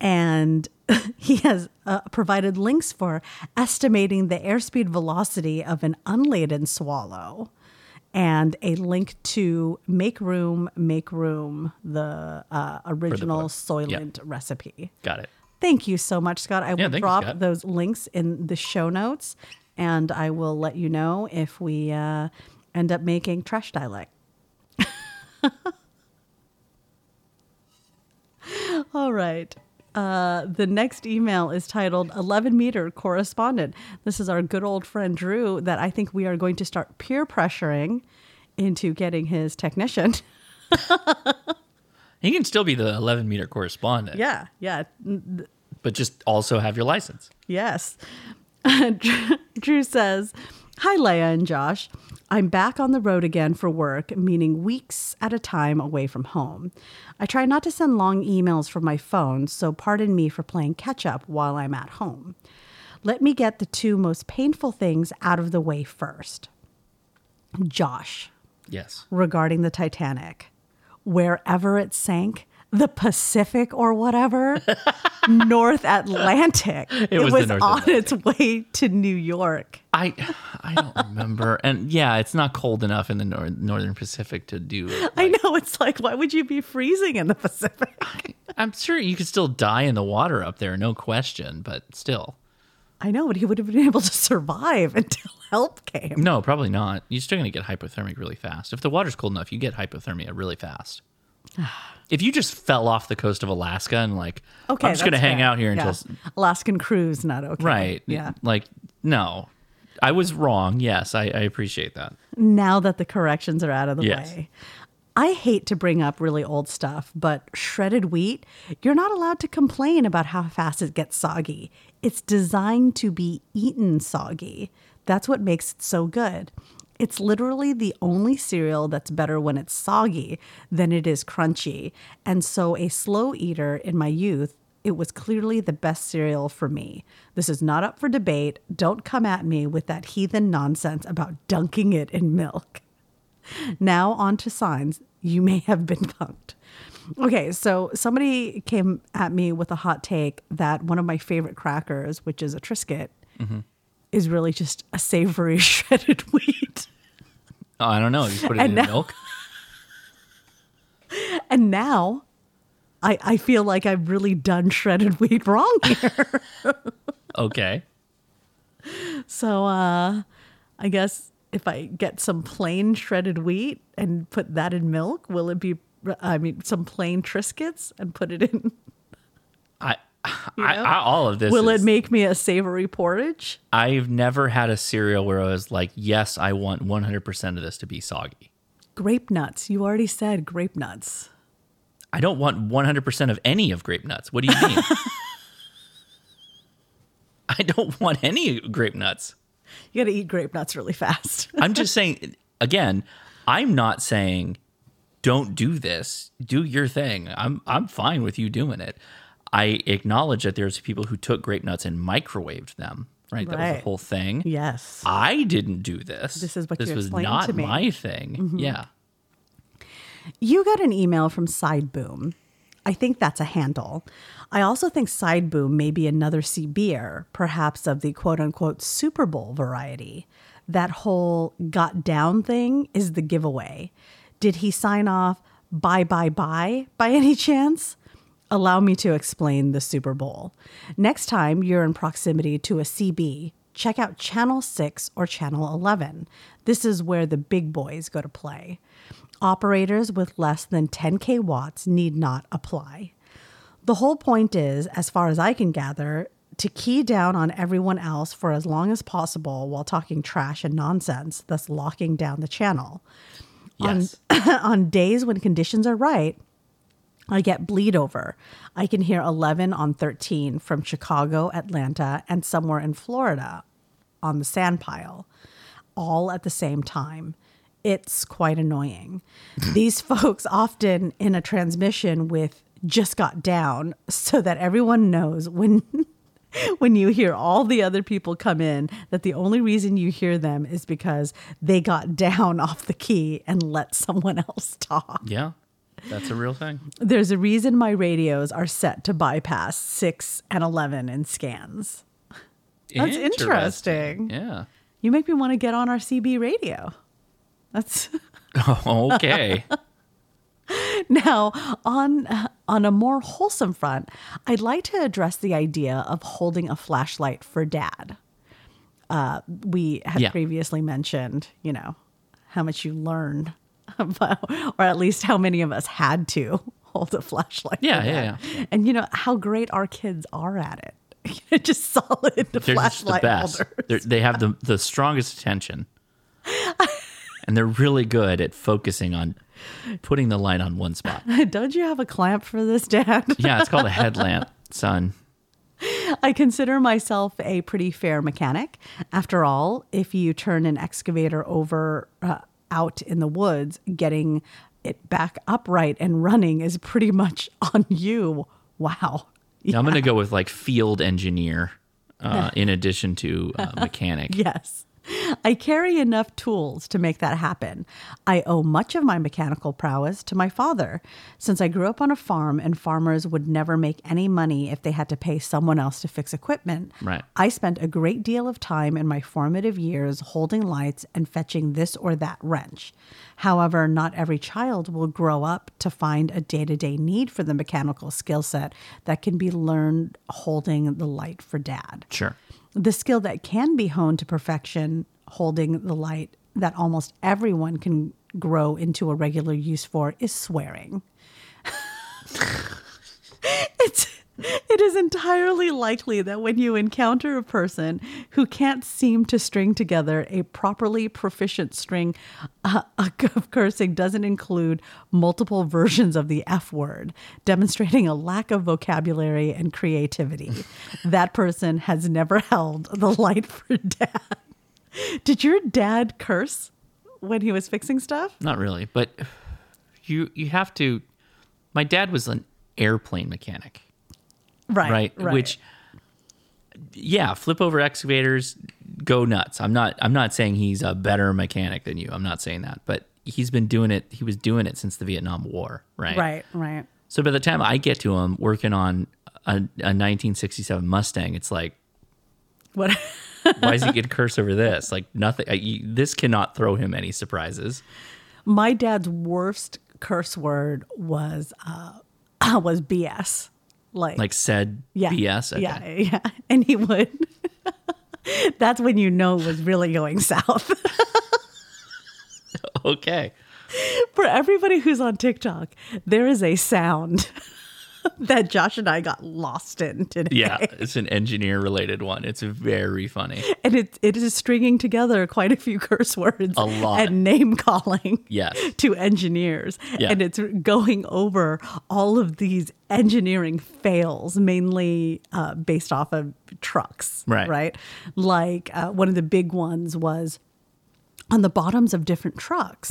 And [LAUGHS] he has uh, provided links for estimating the airspeed velocity of an unladen swallow and a link to Make Room, Make Room, the uh, original
book. Yeah.
Soylent recipe.
Got it.
Thank you so much, Scott. I will
thank you,
drop
Scott.
those links in the show notes, and I will let you know if we uh, end up making trash dialect. [LAUGHS] All right. Uh, the next email is titled 11 meter correspondent. This is our good old friend Drew that I think we are going to start peer pressuring into getting his technician. [LAUGHS]
He can still be the 11 meter correspondent,
Yeah, yeah,
but just also have your license.
Yes. [LAUGHS] Drew says, Hi, Leia and Josh. I'm back on the road again for work, meaning weeks at a time away from home. I try not to send long emails from my phone, so pardon me for playing catch up while I'm at home. Let me get the two most painful things out of the way first. Josh,
Yes.
regarding the Titanic, wherever it sank, the Pacific or
[LAUGHS]
whatever, North Atlantic. It,
was the
was
North
on
Atlantic.
its way to New York.
I I don't remember. [LAUGHS] and yeah, it's not cold enough in the nor- northern Pacific to do it.
I know it's like, why would you be freezing in the Pacific?
I'm sure you could still die in the water up there, no question, but still.
I know, but he would have been able to survive [LAUGHS] until help came.
No, probably not. You're still going to get hypothermic really fast. If the water's cold enough, you get hypothermia really
[SIGHS]
fast. if you just fell off the coast of Alaska and like,
Okay,
I'm just going to
that's
hang
fair.
out here
Yeah.
until
Alaskan cruise, not okay.
right,
Yeah.
like no, I was wrong. Yes, I, I appreciate that.
now that the corrections are out of the
Yes.
way. I hate to bring up really old stuff, but shredded wheat, you're not allowed to complain about how fast it gets soggy. It's designed to be eaten soggy. That's what makes it so good. It's literally the only cereal that's better when it's soggy than it is crunchy. And so, a slow eater in my youth, it was clearly the best cereal for me. This is not up for debate. Don't come at me with that heathen nonsense about dunking it in milk. Now on to signs. You may have been punked. Okay, so somebody came at me with a hot take that one of my favorite crackers, which is a Triscuit, is really just a savory [LAUGHS] shredded wheat.
Oh, I don't know. You put it
And
in
now-
milk.
And now I, I feel like I've really done shredded wheat wrong here.
Okay.
[LAUGHS] so uh, I guess if I get some plain shredded wheat and put that in milk, will it be, I mean, some plain Triscuits and put it in
I, I, I all of this.
Will
is-
it make me a savory porridge?
I've never had a cereal where I was like, yes, I want 100% of this to be soggy.
Grape nuts. You already said grape nuts.
I don't want 100% of any of grape nuts. What do you
[LAUGHS]
mean? I don't want any grape nuts.
You got to eat grape nuts really [LAUGHS] fast.
I'm just saying, again, I'm not saying don't do this. Do your thing. I'm I'm fine with you doing it. I acknowledge that there's people who took grape nuts and microwaved them, right? That was
Right.
the whole thing.
yes.
I didn't do this.
This is what
this
you
was
explained
not
to me. Mm-hmm.
my thing. Yeah.
You got an email from Sideboom. I think that's a handle. I also think Sideboom may be another sea beer, perhaps of the quote unquote Super Bowl variety. That whole got down thing is the giveaway. Did he sign off bye bye bye by any chance? Allow me to explain the Super Bowl. Next time you're in proximity to a CB, check out Channel 6 or Channel 11. This is where the big boys go to play. Operators with less than 10K watts need not apply. The whole point is, as far as I can gather, to key down on everyone else for as long as possible while talking trash and nonsense, thus locking down the channel
Yes.
on days when conditions are right, I get bleed over. I can hear 11 on 13 from Chicago, Atlanta, and somewhere in Florida on the sand pile, all at the same time. It's quite annoying. These folks often in a transmission with just got down so that everyone knows when when you hear all the other people come in that the only reason you hear them is because they got [LAUGHS] down off the key and let someone else talk.
yeah. That's a real thing.
There's a reason my radios are set to bypass 6 and 11 in scans. That's interesting. [LAUGHS]
Yeah.
You make me want to get on our CB radio. That's
Okay.
now on on a more wholesome front, I'd like to address the idea of holding a flashlight for dad. Uh, we had
Yeah.
previously mentioned, you know, how much you learn about, or at least how many of us had to hold a flashlight.
Yeah,
for
yeah,
that. And you know how great our kids are at it. [LAUGHS] just solid
They're just the
flashlight
best.
holders. [LAUGHS]
They're, they have the, the strongest attention. and they're really good at focusing on putting the light on one spot.
Don't you have a clamp for this, Dad?
Yeah, it's called a headlamp, son.
I consider myself a pretty fair mechanic. After all, if you turn an excavator over uh, out in the woods, getting it back upright and running is pretty much [LAUGHS] on you. Wow.
Now I'm going to go with like field engineer
[LAUGHS]
uh, in addition to uh, mechanic.
Yes. I carry enough tools to make that happen. I owe much of my mechanical prowess to my father, since I grew up on a farm and farmers would never make any money if they had to pay someone else to fix equipment.
Right.
I spent a great deal of time in my formative years holding lights and fetching this or that wrench. However, not every child will grow up to find a day to day need for the mechanical skill set that can be learned holding the light for dad
Sure.
the skill that can be honed to perfection, holding the light that almost everyone can grow into a regular use for is swearing. it's it is entirely likely that when you encounter a person who can't seem to string together a properly proficient string uh, [LAUGHS] of cursing doesn't include multiple versions of the F word, demonstrating a lack of vocabulary
[LAUGHS]
and creativity. that person has never held the light for [LAUGHS] dad. Did your dad curse when he was fixing stuff?
Not really, but you you have to. My dad was an airplane mechanic, right? Which, yeah, flip over excavators, go nuts. I'm not I'm not saying he's a better mechanic than you. I'm not saying that, but he's been doing it. He was doing it since the Vietnam War, right?
right, right.
So by the time I get to him working on a, a 1967 Mustang, it's like
What?
why is he [LAUGHS] going to curse over this? Like nothing. I, you, this cannot throw him any surprises.
My dad's worst curse word was uh, [CLEARS THROAT] was BS. Like,
Like said
yeah,
BS. Okay.
Yeah, yeah. [LAUGHS] And he would. That's when you know it was really going [LAUGHS] south.
[LAUGHS] Okay.
For everybody who's on TikTok, there is a sound [LAUGHS] that Josh and I got lost in today.
Yeah, it's an engineer related one. It's very funny.
[LAUGHS] And it, it is stringing together quite a few [LAUGHS] curse words
A lot.
and name calling.
Yes.
[LAUGHS] to engineers
Yeah.
and it's going over all of these engineering fails mainly uh, based off of trucks
Right.
right like uh, one of the big ones was on the bottoms of
[LAUGHS]
different trucks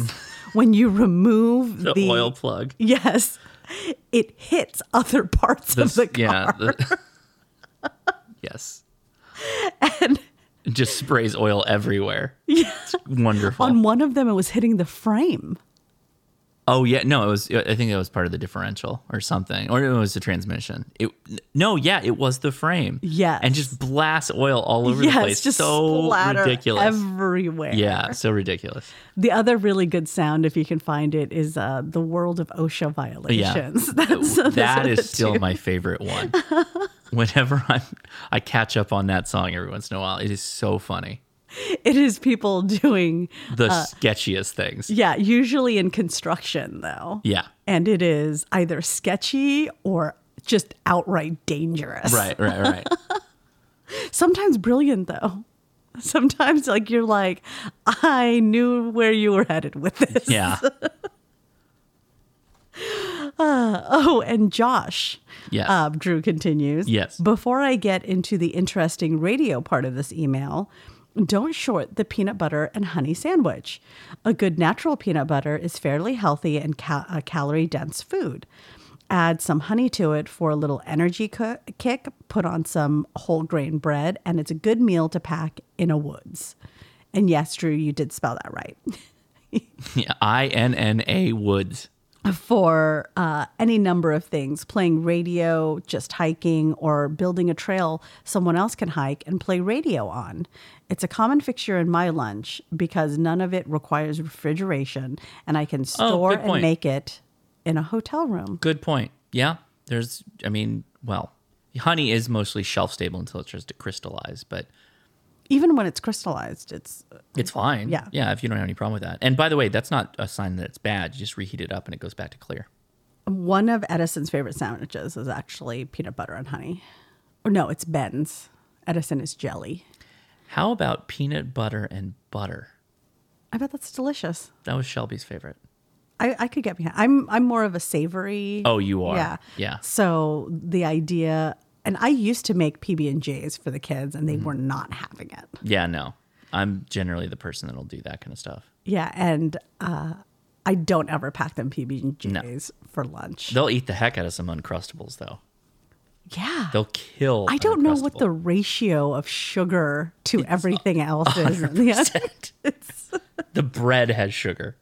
when you remove
The,
the,
oil plug.
yes it hits other parts of the car
Yeah. the-
[LAUGHS]
yes. And just sprays oil everywhere. Yeah. It's wonderful.
on one of them it was hitting the frame
oh yeah, no, it was I think that was part of the differential or something. Or it was the transmission. It No, yeah, it was the frame.
Yes.
And just blast oil all over the place.
just
so
splatter
ridiculous.
everywhere
yeah, so ridiculous.
The other really good sound, if you can find it, is uh, the world of OSHA violations. [LAUGHS] That's, those
that
are the
is still
two.
my favorite one. [LAUGHS] Whenever I'm, I catch up on that song every once in a while. It is so funny.
It is people doing,
The sketchiest things.
Uh, yeah, usually in construction though.
Yeah.
And it is either sketchy or just outright dangerous.
Right, right,
[LAUGHS]
right.
Sometimes brilliant though. Sometimes like you're like, I knew where you were headed with this.
Yeah.
Oh, and Josh.
Yes.
Uh, Drew continues.
Yes.
Before I get into the interesting radio part of this email, don't short the peanut butter and honey sandwich. A good natural peanut butter is fairly healthy and ca- uh, calorie dense food. Add some honey to it for a little energy co- kick, put on some whole grain bread, and it's a good meal to pack in a woods. And yes, Drew, you did spell that right.
yeah. I N N A Woods.
for uh, any number of things playing radio, just hiking, or building a trail someone else can hike and play radio on. It's a common fixture in my lunch because none of it requires refrigeration and I can
Oh,
store
good
and
point.
make it in a hotel room.
Good point. Yeah. There's, I mean, well, honey is mostly shelf stable until it starts to crystallize, but
Even when it's crystallized, it's
it's fine.
Yeah.
Yeah. If you don't have any problem with that. And by the way, that's not a sign that it's bad. You just reheat it up and it goes back to clear.
One of Edison's favorite sandwiches is actually peanut butter and honey. Or no, it's Ben's. Edison is jelly.
How about peanut butter and butter?
I bet that's delicious.
That was Shelby's favorite.
I, I could get behind. I'm I'm more of a savory.
Oh, you are.
Yeah.
Yeah.
So the idea, and I used to make PB and J's for the kids, and they
Mm-hmm.
were not having it.
Yeah, no. I'm generally the person that'll do that kind of stuff.
Yeah, and uh, I don't ever pack them PB and J's for lunch.
They'll eat the heck out of some Uncrustables, though.
yeah.
They'll kill.
I don't know what the
Uncrustable.
ratio of sugar to everything else is. [LAUGHS] Yeah.
the bread has sugar.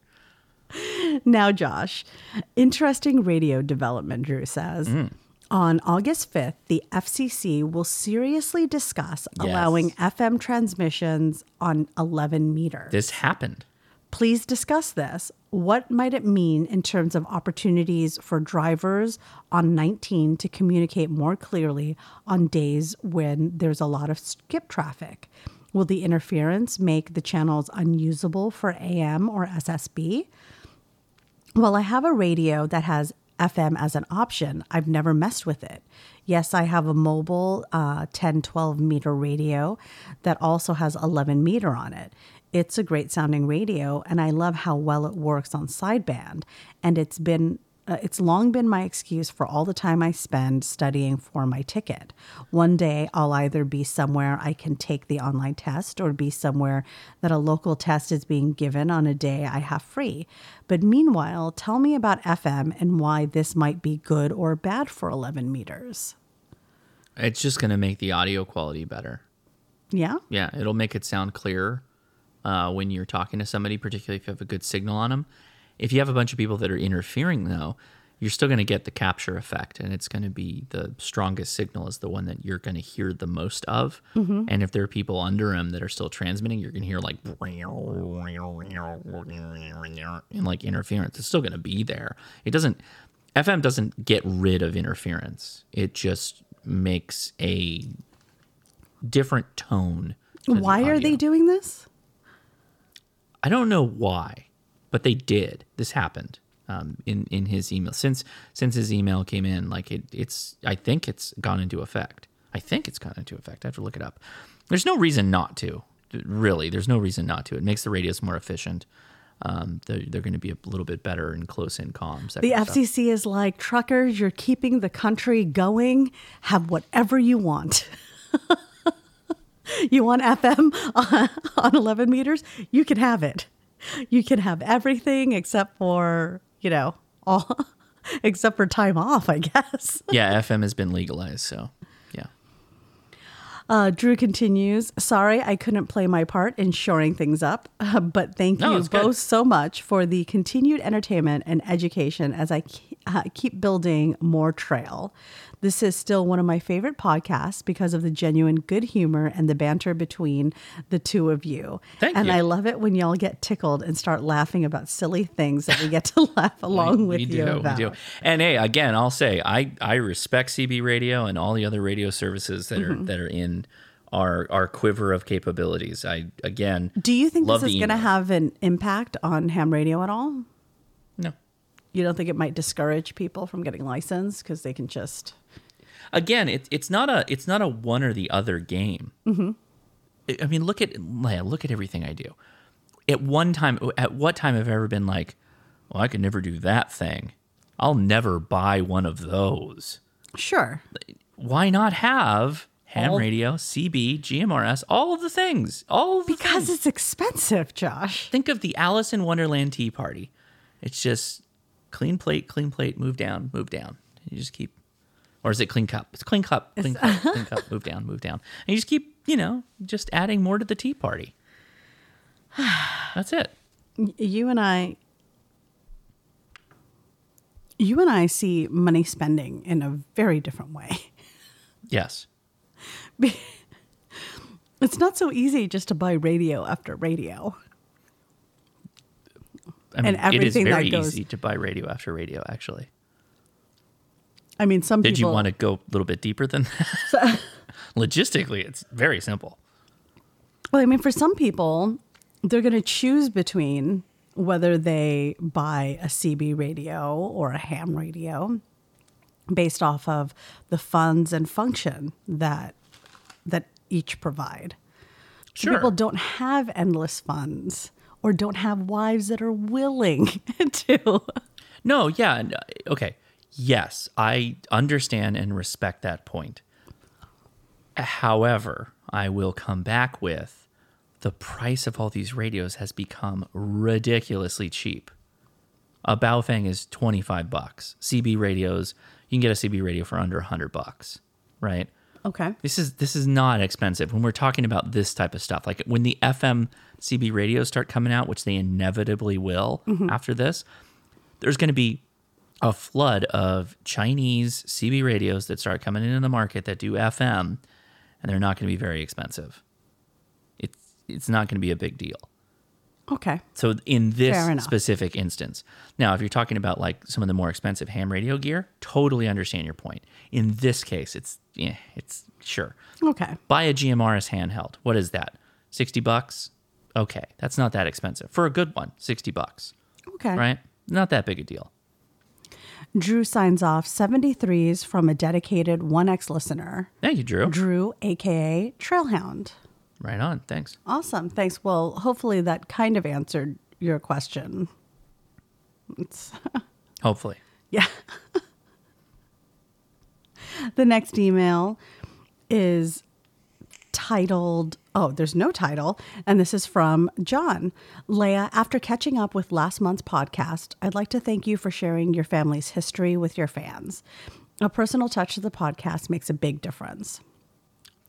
Now, Josh, interesting radio development, Drew says. On August 5th, the FCC will seriously discuss allowing FM transmissions on 11 meter.
This happened.
Please discuss this. What might it mean in terms of opportunities for drivers on 19 to communicate more clearly on days when there's a lot of skip traffic? Will the interference make the channels unusable for AM or SSB? Well, I have a radio that has FM as an option. I've never messed with it. Yes, I have a mobile uh, 10, 12 meter radio that also has 11 meter on it. It's a great sounding radio, and I love how well it works on sideband. And it's been uh, it's long been my excuse for all the time I spend studying for my ticket. One day I'll either be somewhere I can take the online test or be somewhere that a local test is being given on a day I have free. But meanwhile, tell me about FM and why this might be good or bad for 11 meters.
It's just going to make the audio quality better.
Yeah?
Yeah, it'll make it sound clearer uh, when you're talking to somebody, particularly if you have a good signal on them. If you have a bunch of people that are interfering, though, you're still going to get the capture effect, and it's going to be the strongest signal is the one that you're going to hear the most of. And if there are people under them that are still transmitting, you're going to hear like and like interference. It's still going to be there. It doesn't. FM doesn't get rid of interference. It just makes a different tone. to the
Why are they
audio.
doing this?
I don't know why, but they did. This happened um, in in his email since since his email came in. Like it, it's I think it's gone into effect. I think it's gone into effect. I have to look it up. There's no reason not to. Really, there's no reason not to. It makes the radios more efficient. Um, they're they're going to be a little bit better in close in comms. that
The
kind of stuff.
FCC is like, truckers, you're keeping the country going. Have whatever you want. [LAUGHS] you want FM on, [LAUGHS] on 11 meters? You can have it. You can have everything except for, you know, all [LAUGHS] except for time off, I guess.
Yeah, FM has been legalized. So, yeah.
Uh, Drew continues, sorry I couldn't play my part in shoring things up, [LAUGHS] but thank
No,
you
it's
both
good.
so much for the continued entertainment and education as I ke- uh, keep building more trail. This is still one of my favorite podcasts because of the genuine good humor and the banter between the two of you.
Thank
and
you.
I love it when y'all get tickled and start laughing about silly things that we get to [LAUGHS] laugh along with
we
you
do,
about.
We do. And hey, again, I'll say I I respect CB radio and all the other radio services that
Mm-hmm.
are that are in our our quiver of capabilities. I again
Do you think
Love
this
the
is going to
email.
have an impact on ham radio at all?
no.
you don't think it might discourage people from getting licensed because they can just
Again, it, it's not a it's not a one or the other game.
Mm-hmm.
I- I mean, look at Leia, look at everything I do. At one time, at what time have I ever been like, well, I could never do that thing. I'll never buy one of those.
sure
why not have ham radio, CB, GMRS, all of the things? All of the
because
things.
it's expensive josh
think of the Alice in Wonderland tea party. It's just clean plate, clean plate, move down, move down. You just keep, or is it clean cup? It's clean cup, clean cup,
[LAUGHS]
clean cup, move down, move down. And you just keep, you know, just adding more to the tea
[SIGHS]
party. That's it.
you and i you and i see money spending in a very different way
Yes.
it's not so easy just to buy radio after radio
I mean, it is
everything that
very
goes-
easy to buy radio after radio, actually.
i mean some
Did
people
you want to go a little bit deeper
[LAUGHS]
than that? Logistically, it's very simple.
well i mean for some people they're going to choose between whether they buy a CB radio or a ham radio based off of the funds and function that that each provide.
Sure.
People don't have endless funds or don't have wives that are willing [LAUGHS] to
No, yeah. and, uh, Okay. Yes, I understand and respect that point. However, I will come back with the price of all these radios has become ridiculously cheap. A Baofeng is 25 bucks. CB radios, you can get a CB radio for under 100 bucks, right?
Okay.
This is this is not expensive when we're talking about this type of stuff. Like when the FM CB radios start coming out, which they inevitably will
Mm-hmm.
after this, there's going to be a flood of Chinese CB radios that start coming into the market that do FM, and they're not going to be very expensive. It's it's not going to be a big deal.
Okay.
So in
Fair
this
enough.
specific instance, now if you're talking about like some of the more expensive ham radio gear, totally understand your point. In this case, it's yeah, it's sure
Okay.
buy a GMRS handheld. What is that? 60 bucks? Okay, that's not that expensive. For a good one, 60 bucks,
Okay.
right? Not that big a deal.
Drew signs off 73s from a dedicated 1X listener,
Thank you, Drew.
Drew, aka Trailhound.
Right on. Thanks.
Awesome. Thanks. Well, hopefully that kind of answered your question. [LAUGHS] It's,
Hopefully.
yeah. the next email is titled Oh, there's no title. And this is from John. Leia, after catching up with last month's podcast, I'd like to thank you for sharing your family's history with your fans. A personal touch to the podcast makes a big difference.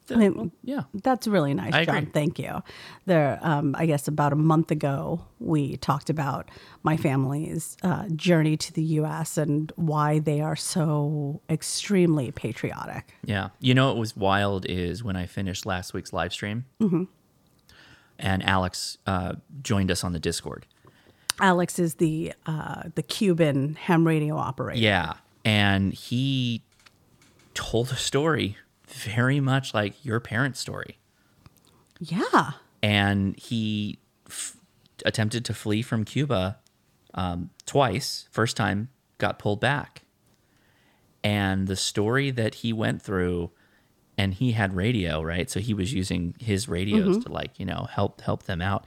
Th- well, yeah.
That's really nice,
I
John.
agree.
Thank you. There, um, I guess about a month ago, we talked about my family's uh, journey to the U.S. and why they are so extremely patriotic.
Yeah. You know what was wild is when I finished last week's live stream and Alex uh, joined us on the Discord.
Alex is the uh, the Cuban ham radio operator.
Yeah. And he told a story very much like your parents' story.
Yeah.
and he f- attempted to flee from Cuba um, twice. First time got pulled back, and the story that he went through, and he had radio, right? So he was using his radios to like you know help help them out.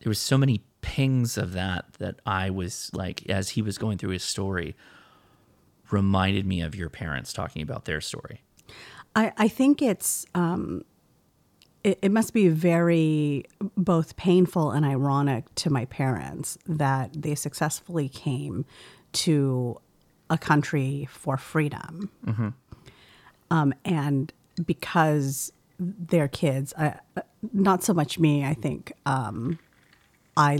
There was so many pings of that that I was like, as he was going through his story, reminded me of your parents talking about their story.
I, I think it's um, it, it must be very both painful and ironic to my parents that they successfully came to a country for freedom, um, and because their kids, uh, not so much me, I think um, I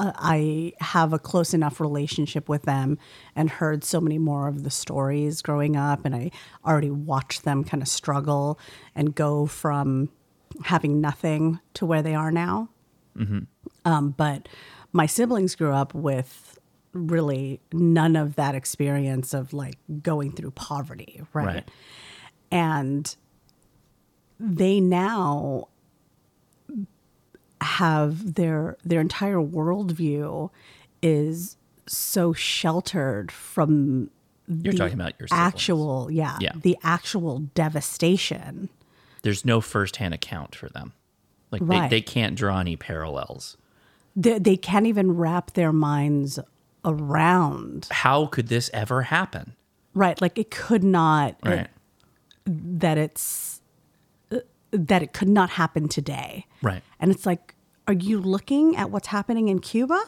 uh, I have a close enough relationship with them and heard so many more of the stories growing up. And I already watched them kind of struggle and go from having nothing to where they are now. Um, but my siblings grew up with really none of that experience of like going through poverty, right?
Right.
And they now have their their entire worldview is so sheltered from
You're talking about your siblings.
actual yeah,
Yeah.
the actual devastation
there's no firsthand account for them. Like
Right.
they, they can't draw any parallels.
they, they can't even wrap their minds around
How could this ever happen?
right like it could not
Right.
that it's that it could not happen today
Right.
and it's like are you looking at what's happening in cuba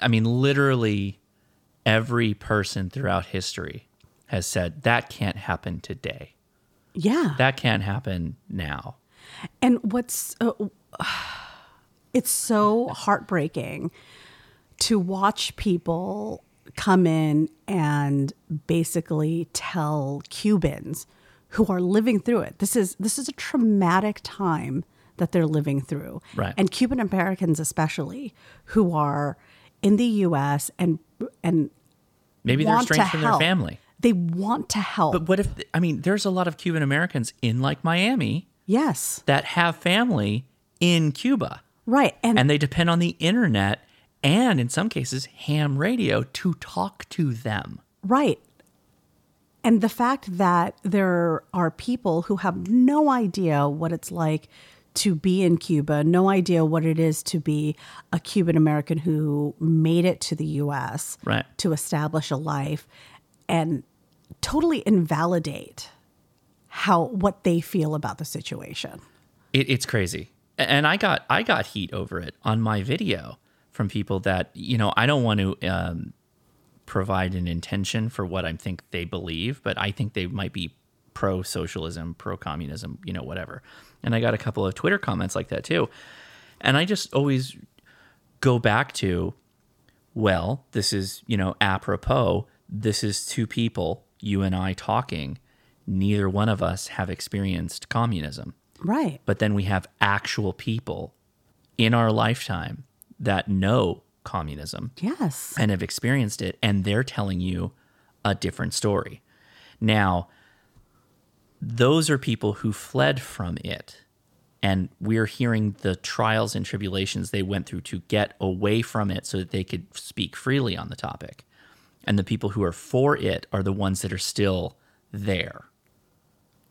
I mean, literally every person throughout history has said that can't happen today.
yeah
That can't happen now.
And what's uh, it's so heartbreaking to watch people come in and basically tell Cubans who are living through it. This is this is a traumatic time that they're living through.
Right.
And Cuban Americans especially who are in the US and and
Maybe they're
want to
estranged from their
help.
family.
They want to help.
But what if I mean, there's a lot of Cuban Americans in like Miami
yes.
that have family in Cuba.
Right. And,
and they depend on the internet and in some cases ham radio to talk to them.
right. And the fact that there are people who have no idea what it's like to be in Cuba, no idea what it is to be a Cuban American who made it to the US
Right.
to establish a life and totally invalidate how what they feel about the situation.
It, it's crazy. A- And I got I got heat over it on my video from people that you know I don't want to um, provide an intention for what I think they believe, but I think they might be pro socialism, pro communism, you know, whatever. And I got a couple of Twitter comments like that too. And I just always go back to, well, this is, you know, apropos. This is two people, you and I talking. Neither one of us have experienced communism
Right.
but then we have actual people in our lifetime that know communism
Yes.
and have experienced it and they're telling you a different story. Now, those are people who fled from it and we're hearing the trials and tribulations they went through to get away from it so that they could speak freely on the topic. And the people who are for it are the ones that are still there.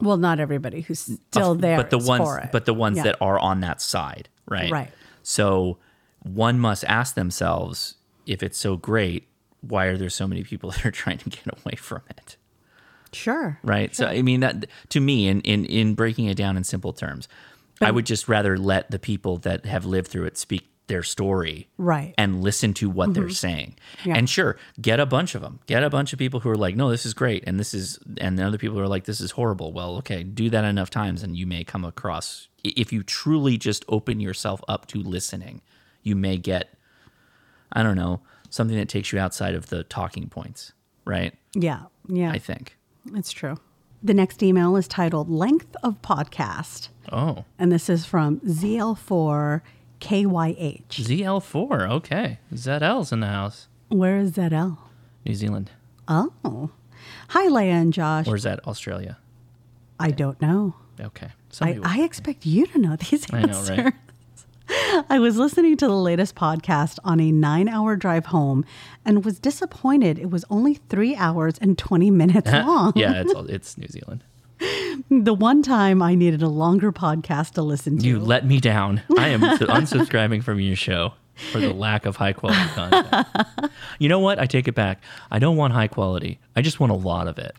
Well, not everybody who's still
Of-
there.
But the
is
ones,
for it.
but the ones
Yeah.
that are on that side, right?
Right.
So one must ask themselves if it's so great, why are there so many people [LAUGHS] that are trying to get away from it,
sure,
right? So I mean, that to me, in in in breaking it down in simple terms, I would just rather let the people that have lived through it speak their story
Right. Mm-hmm.
and listen to what they're saying and sure get a bunch of them get a bunch of people who are like no this is great and this is and the other people who are like this is horrible well okay do that enough times and you may come across i- if you truly just open yourself up to listening you may get i don't know something that takes you outside of the talking points right
yeah, yeah,
i think
it's true. The next email is titled "Length of Podcast,"
oh
and this is from ZL4KYH.
ZL4. Okay. ZL's in the house.
Where is that L?
New Zealand.
Oh, hi, Leia and Josh.
Or is that Australia?
I don't know.
Okay.
I,
Somebody
I expect you to know these
I know,
answers.
right?
I was listening to the latest podcast on a nine hour drive home and was disappointed it was only three hours and 20 minutes long.
[LAUGHS] yeah, it's all- it's New Zealand.
The one time I needed a longer podcast to listen to.
You let me down. I am unsubscribing from your show for the lack of high quality
[LAUGHS]
content. You know what? I take it back. I don't want high quality. I just want a lot of it.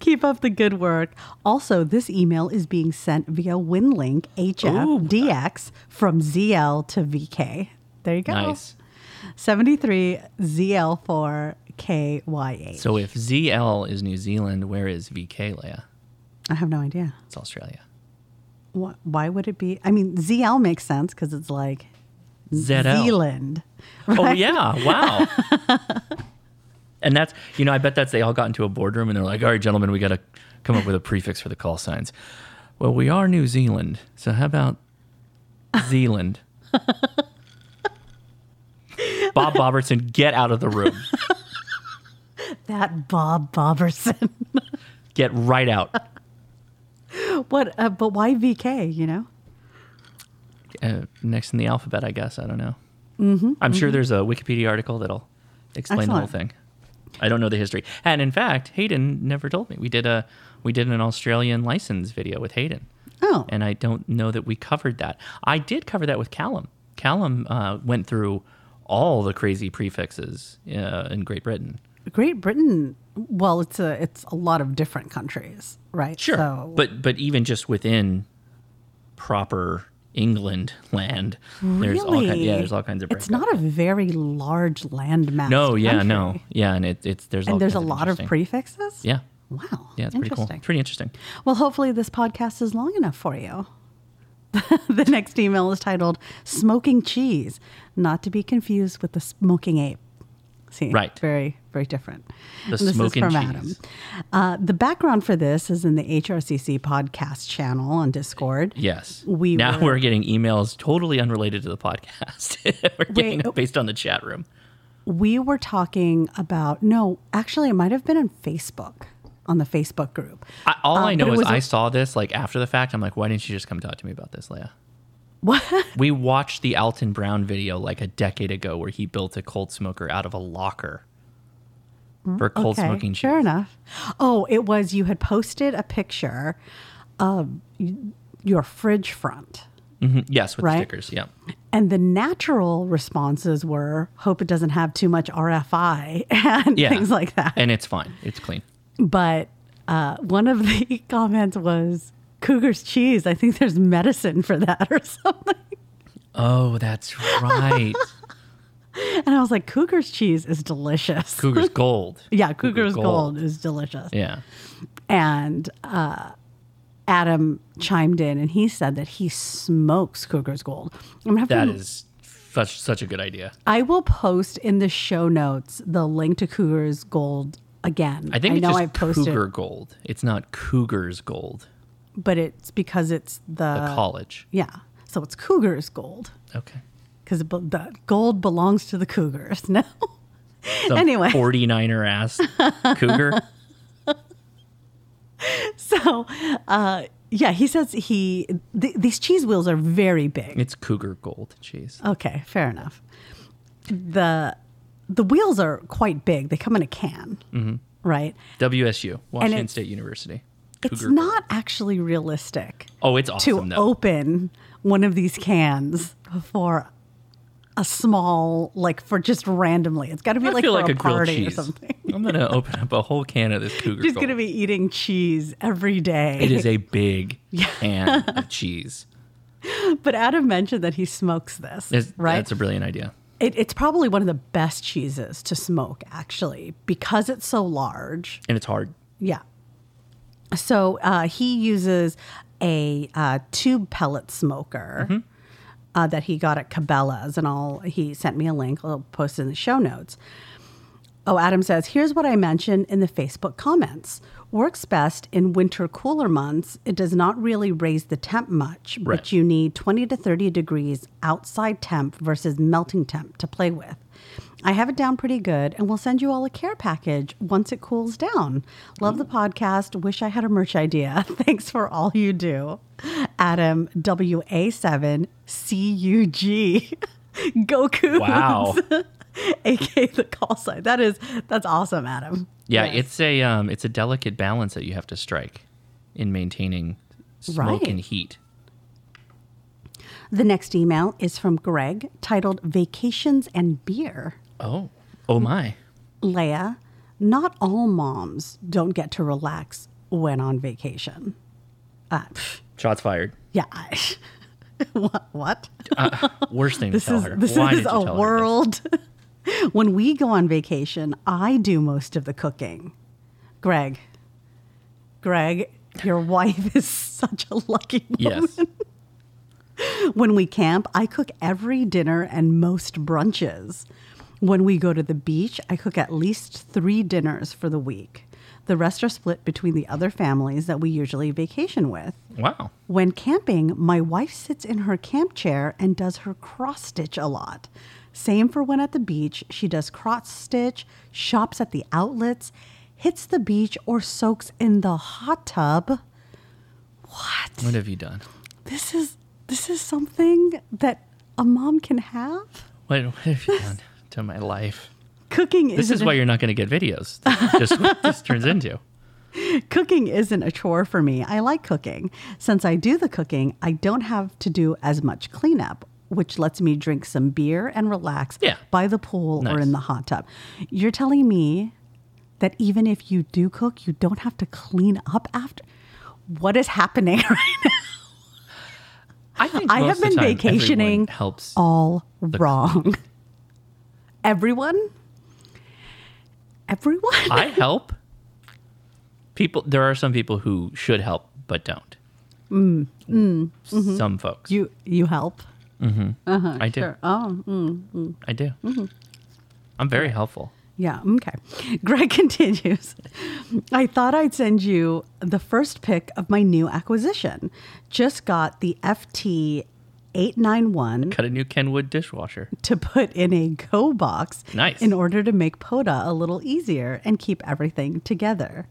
Keep up the good work. Also, this email is being sent via Winlink HF DX from ZL to VK. There you go.
Nice.
73 ZL4KYH.
So if ZL is New Zealand, where is VK, Leia?
I have no idea.
It's Australia.
Wh- Why would it be? I mean, ZL makes sense because it's like
ZL.
Zealand.
Oh yeah! Wow. and that's you know I bet that's they all got into a boardroom and they're like, all right, gentlemen, we got to come up with a prefix for the call signs. Well, we are New Zealand, so how about Zealand? Bob Robertson, get out of the room.
That Bob Boberson. [LAUGHS]
Get right out.
what? Uh, but why VK, you know?
Uh, next in the alphabet, I guess. I don't know. I'm sure there's a Wikipedia article that'll explain the whole
Mm-hmm, Excellent.
thing. I don't know the history, and in fact, Hayden never told me. We did a we did an Australian license video with Hayden.
Oh.
and I don't know that we covered that. I did cover that with Callum. Callum uh, went through all the crazy prefixes uh, in Great Britain.
Great Britain. Well, it's a it's a lot of different countries, right? So,
but but even just within proper England land, there's all kind, yeah,
really,
there's all kinds of.
It's
breakup.
not a very large landmass.
No, yeah,
country.
no, yeah, and it, it's there's all
And there's a
kinds
lot of
interesting-
prefixes.
yeah,
Wow.
yeah, it's pretty cool,
Interesting.
pretty interesting.
Well, hopefully this podcast is long enough for you. [LAUGHS] the next email is titled "Smoking Cheese," not to be confused with the smoking ape. See,
Right.
Very, very different.
The
And this
smoking
is from
cheese.
Adam. Uh, the background for this is in the HRCC podcast channel on Discord.
Yes,
We
now
were-
we're getting emails totally unrelated to the podcast. [LAUGHS] we're getting
Wait, oh.
them based on the chat room.
we were talking about no actually it might have been on facebook on the facebook group
I, all
Uh,
I
but
know
it
is
was a-
I saw this like after the fact. I'm like, why didn't you just come talk to me about this, Leia?
What?
We watched the Alton Brown video like a decade ago where he built a cold smoker out of a locker for cold
Okay,
smoking
Fair
shoes.
enough. Oh, it was you had posted a picture of y- your fridge front,
Mhm, Yes, with the
Right.
stickers. Yeah.
and the natural responses were, "Hope it doesn't have too much RFI [LAUGHS]
[LAUGHS]
and
Yeah.
things like that."
And it's fine. It's clean.
But uh, one of the [LAUGHS] comments was, "Cougar's cheese. I think there's medicine for that [LAUGHS] or something."
Oh, that's right.
And I was like, "Cougar's cheese is delicious."
Cougar's gold.
yeah, Cougar's
gold.
gold is delicious.
Yeah.
and uh, Adam chimed in and he said that he smokes Cougar's Gold. I'm gonna have
That
to,
is such, such a good idea.
I will post in the show notes the link to Cougar's Gold again.
I think it's
know
just
I posted,
Cougar Gold. It's not Cougar's Gold,
but it's because it's the,
the college.
yeah. So it's Cougar's Gold
Okay.
because the gold belongs to the Cougars. [LAUGHS] No,
Some
Anyway. [LAUGHS]
49er ass Cougar.
so uh, yeah, he says he th- these cheese wheels are very big.
It's Cougar Gold cheese.
Okay, fair enough. The the wheels are quite big. They come in a can,
Mm-hmm.
right?
WSU, Washington
it's-
State University.
it's
Cougar Gold.
not actually realistic
Oh, it's
to
awesome though.
open one of these cans for a small, like for just randomly. It's got to be
I
like
feel
for
like
a,
a, grilled
party
cheese.
or something.
I'm gonna open up a whole can of
[LAUGHS]
this Cougar.
She's
Gold.
gonna be eating cheese every day.
It
[LAUGHS]
is a big can of cheese.
But Adam mentioned that he smokes this,
It's,
right?
That's a brilliant idea.
It, it's probably one of the best cheeses to smoke, actually, because it's so large.
And it's
[LAUGHS]
hard.
Yeah. So uh, he uses a uh, tube pellet smoker uh, that he got at Cabela's, and I'll he sent me a link. I'll post it in the show notes. Oh, Adam says, here's what I mentioned in the Facebook comments. Works best in winter cooler months. It does not really raise the temp much, but
Right.
you need 20 to 30 degrees outside temp versus melting temp to play with. I have it down pretty good and we'll send you all a care package once it cools down. Love the podcast. Wish I had a merch idea. [LAUGHS] Thanks for all you do. Adam [LAUGHS] WA7CUG. Go Cougs.
Wow.
aka the call sign. That is that's awesome, Adam.
Yeah, it's a um, it's a delicate balance that you have to strike in maintaining smoke
Right.
and heat.
The next email is from Greg titled Vacations and Beer.
Oh, oh my!
Leia, not all moms don't get to relax when on vacation. Uh, pff,
Shots fired.
yeah. I- [LAUGHS] what? what?
Worst thing to
This
tell
is
her.
this
Why
is
did you
a
tell
world. [LAUGHS] when we go on vacation, I do most of the cooking. Greg, Greg, your [LAUGHS] wife is such a lucky woman.
Her
[LAUGHS]
this? Yes.
When we camp, I cook every dinner and most brunches. When we go to the beach, I cook at least three dinners for the week. The rest are split between the other families that we usually vacation with.
Wow.
When camping, my wife sits in her camp chair and does her cross stitch a lot. Same for when at the beach, she does cross stitch, shops at the outlets, hits the beach, or soaks in the hot tub.
What have you done?
This is this is something that a mom can have.
What, what have you
[LAUGHS]
done to my life?
cooking
This
isn't
is why you're not going to get videos. This is just what this turns into.
[LAUGHS] cooking isn't a chore for me. I like cooking. Since I do the cooking, I don't have to do as much cleanup, which lets me drink some beer and relax
Yeah.
by the pool or
Nice.
in the hot tub. You're telling me that even if you do cook, you don't have to clean up after. What is happening [LAUGHS] right now?
I think
I
most
have
of the
been
time, everyone
vacationing
Helps.
all wrong. Everyone? Everyone?
I help. People. There are some people who should help but don't. Some folks.
Mm. Mm-hmm. you you help.
I do.
Oh,
I do.
Mm-hmm.
I'm very helpful.
Yeah, okay. [LAUGHS] Greg continues. I thought I'd send you the first pick of my new acquisition. Just got the FT891
Got a new Kenwood dishwasher.
to put in a go box
Nice.
in order to make Poda a little easier and keep everything together.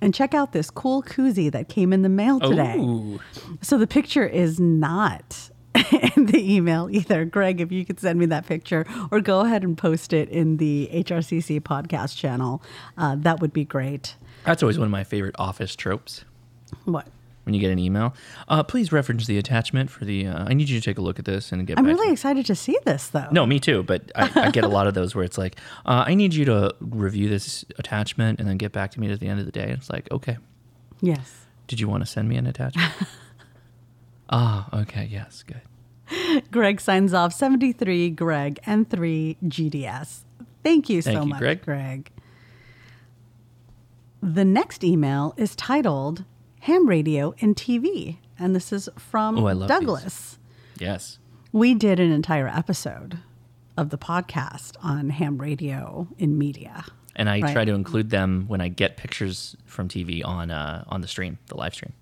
And check out this cool koozie that came in the mail today.
Ooh.
So the picture is not [LAUGHS] in the email either. Greg, if you could send me that picture or go ahead and post it in the HRCC podcast channel, uh, that would be great.
That's always one of my favorite office tropes.
What?
When you get an email, uh, please reference the attachment for the. Uh, I need you to take a look at this and get.
I'm
back to
really
me.
excited to see this though.
No, me too. But I, I get a lot of those where it's like, uh, I need you to review this attachment and then get back to me at the end of the day. It's like, okay,
Yes.
did you want to send me an
[LAUGHS]
attachment? Ah, okay, yes, good.
Greg signs off 73 Greg and 3 GDS. Thank you so
Thank you,
much,
Greg.
Greg. The next email is titled Ham Radio and TV. And this is from
Oh, I love these.
Douglas.
Yes.
We did an entire episode of the podcast on ham radio in media.
And I
Right.
try to include them when I get pictures from TV on uh, on the stream, the live stream.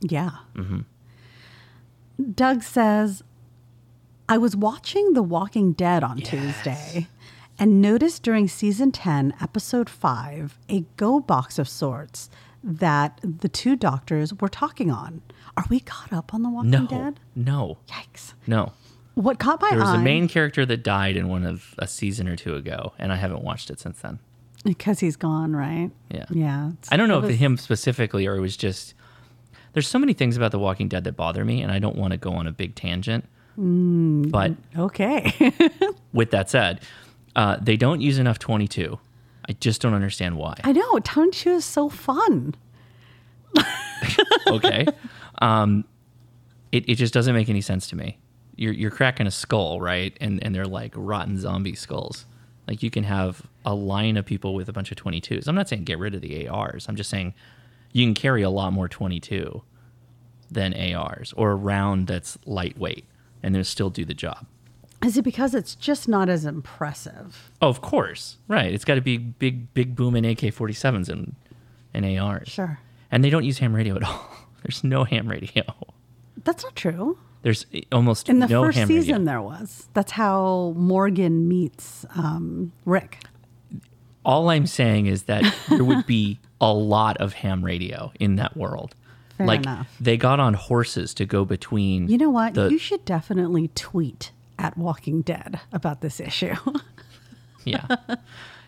Yeah.
Mm-hmm.
Doug says, I was watching The Walking Dead on Tuesday and noticed during season 10, episode 5, a go box of sorts that the two doctors were talking on. Are we caught up on The Walking
No,
Dead?
no,
Yikes.
no.
What caught my
There was
eye
a main character that died in one of a season or two ago, and I haven't watched it since then.
because he's gone, right?
Yeah.
Yeah.
I don't know if him specifically or it was just there's so many things about The Walking Dead that bother me and I don't want to go on a big tangent. But
Okay. [LAUGHS]
with that said, uh, they don't use enough 22. I just don't understand why.
I know. Town 2 is so fun.
Okay. um, it, it just doesn't make any sense to me. You're, you're cracking a skull, right? And, and they're like rotten zombie skulls. Like you can have a line of people with a bunch of 22s. I'm not saying get rid of the ARs. I'm just saying you can carry a lot more 22 than ARs or a round that's lightweight and they'll still do the job.
Is it because it's just not as impressive?
Oh, of course. Right. It's got to be big, big boom in AK 47s and, and ARs.
Sure.
And they don't use ham radio at all. [LAUGHS] There's no ham radio.
That's not true.
There's almost
In the
no
first
ham
season,
radio.
there was. That's how Morgan meets um, Rick.
All I'm saying is
[LAUGHS]
that there would be a lot of ham radio in that world.
Fair
like
enough.
they got on horses to go between.
You know what?
The,
you should definitely tweet at Walking Dead about this issue. [LAUGHS]
yeah.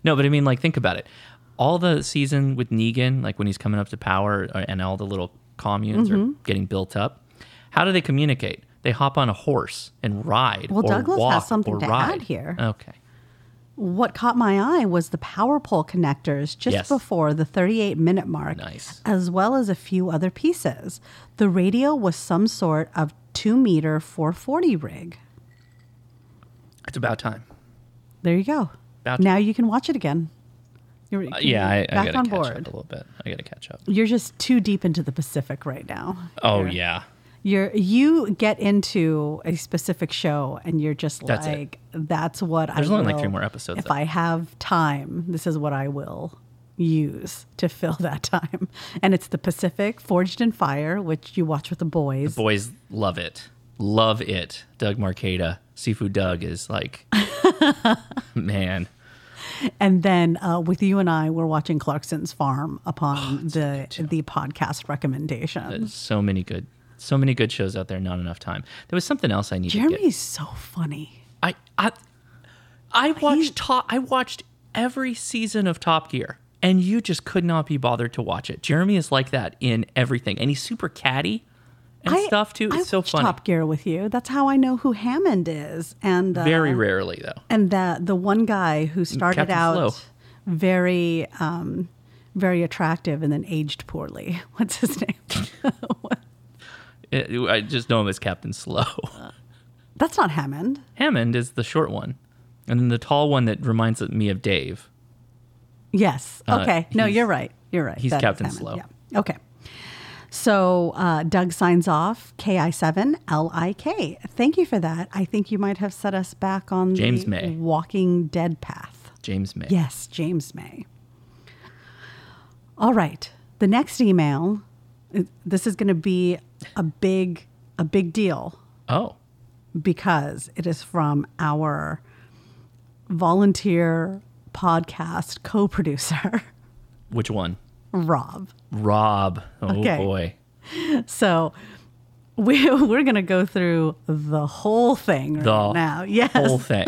No, but I mean, like, think about it. All the season with Negan, like when he's coming up to power uh, and all the little communes are
Mm-hmm.
getting built up, how do they communicate? They hop on a horse and ride.
Well,
or
Douglas has
walk
something
or
to add
ride.
here.
Okay.
what caught my eye was the power pole connectors just
Yes.
before the 38 minute mark,
Nice.
as well as a few other pieces. The radio was some sort of two meter 440 rig.
It's about time.
There you go.
About
now you can watch it again. You're
Uh, yeah, I, I
back
gotta
on
catch up a
board.
little bit. I gotta catch up.
You're just too deep into the Pacific right now.
Oh yeah,
You're you get into a specific show and you're just
That's it.
like, that's what I.
There's only, like,
will-
three more episodes
If
up.
I have time, this is what I will use to fill [LAUGHS] that time. And it's the Pacific, Forged in Fire, which you watch with the boys.
boys love it, love it. Doug Marqueta, Seafood Doug is
[LAUGHS]
like, man.
And then uh, with you and I, we're watching Clarkson's Farm
[SIGHS]
upon the the podcast recommendation.
So many good, so many good shows out there. Not enough time. There was something else I needed. to get.
Jeremy's so funny.
I I I watched top. I watched every season of Top Gear, and you just could not be bothered to watch it. Jeremy is like that in everything, and he's super catty and
I-
stuff too. It's
I
so
watch
funny.
Top Gear with you. That's how I know who Hammond is. And uh,
Very rarely though.
and the the one guy who started
Captain
out
Flo.
very um, very attractive and then aged poorly. [LAUGHS] What's his name?
It- I just know him as Captain Slow. [LAUGHS]
That's not Hammond.
Hammond is the short one, and then the tall one that reminds me of Dave.
Yes.
Uh,
Okay. no,
he's-
you're right. You're right.
he's
That is
Captain
Hammond.
Slow.
Yeah. Okay. So uh, Doug signs off KI7LIK. Thank you for that. I think you might have set us back on
James
the
May.
Walking Dead path.
James May.
Yes, James May. All right. The next email, uh, this is going to be a big a big deal
Oh,
because it is from our volunteer podcast co-producer, [LAUGHS]
which one?
Rob.
Rob. Oh
[LAUGHS] Okay.
boy.
So we, [LAUGHS] we're going to go through the whole thing right
The
now. Yes.
Whole thing.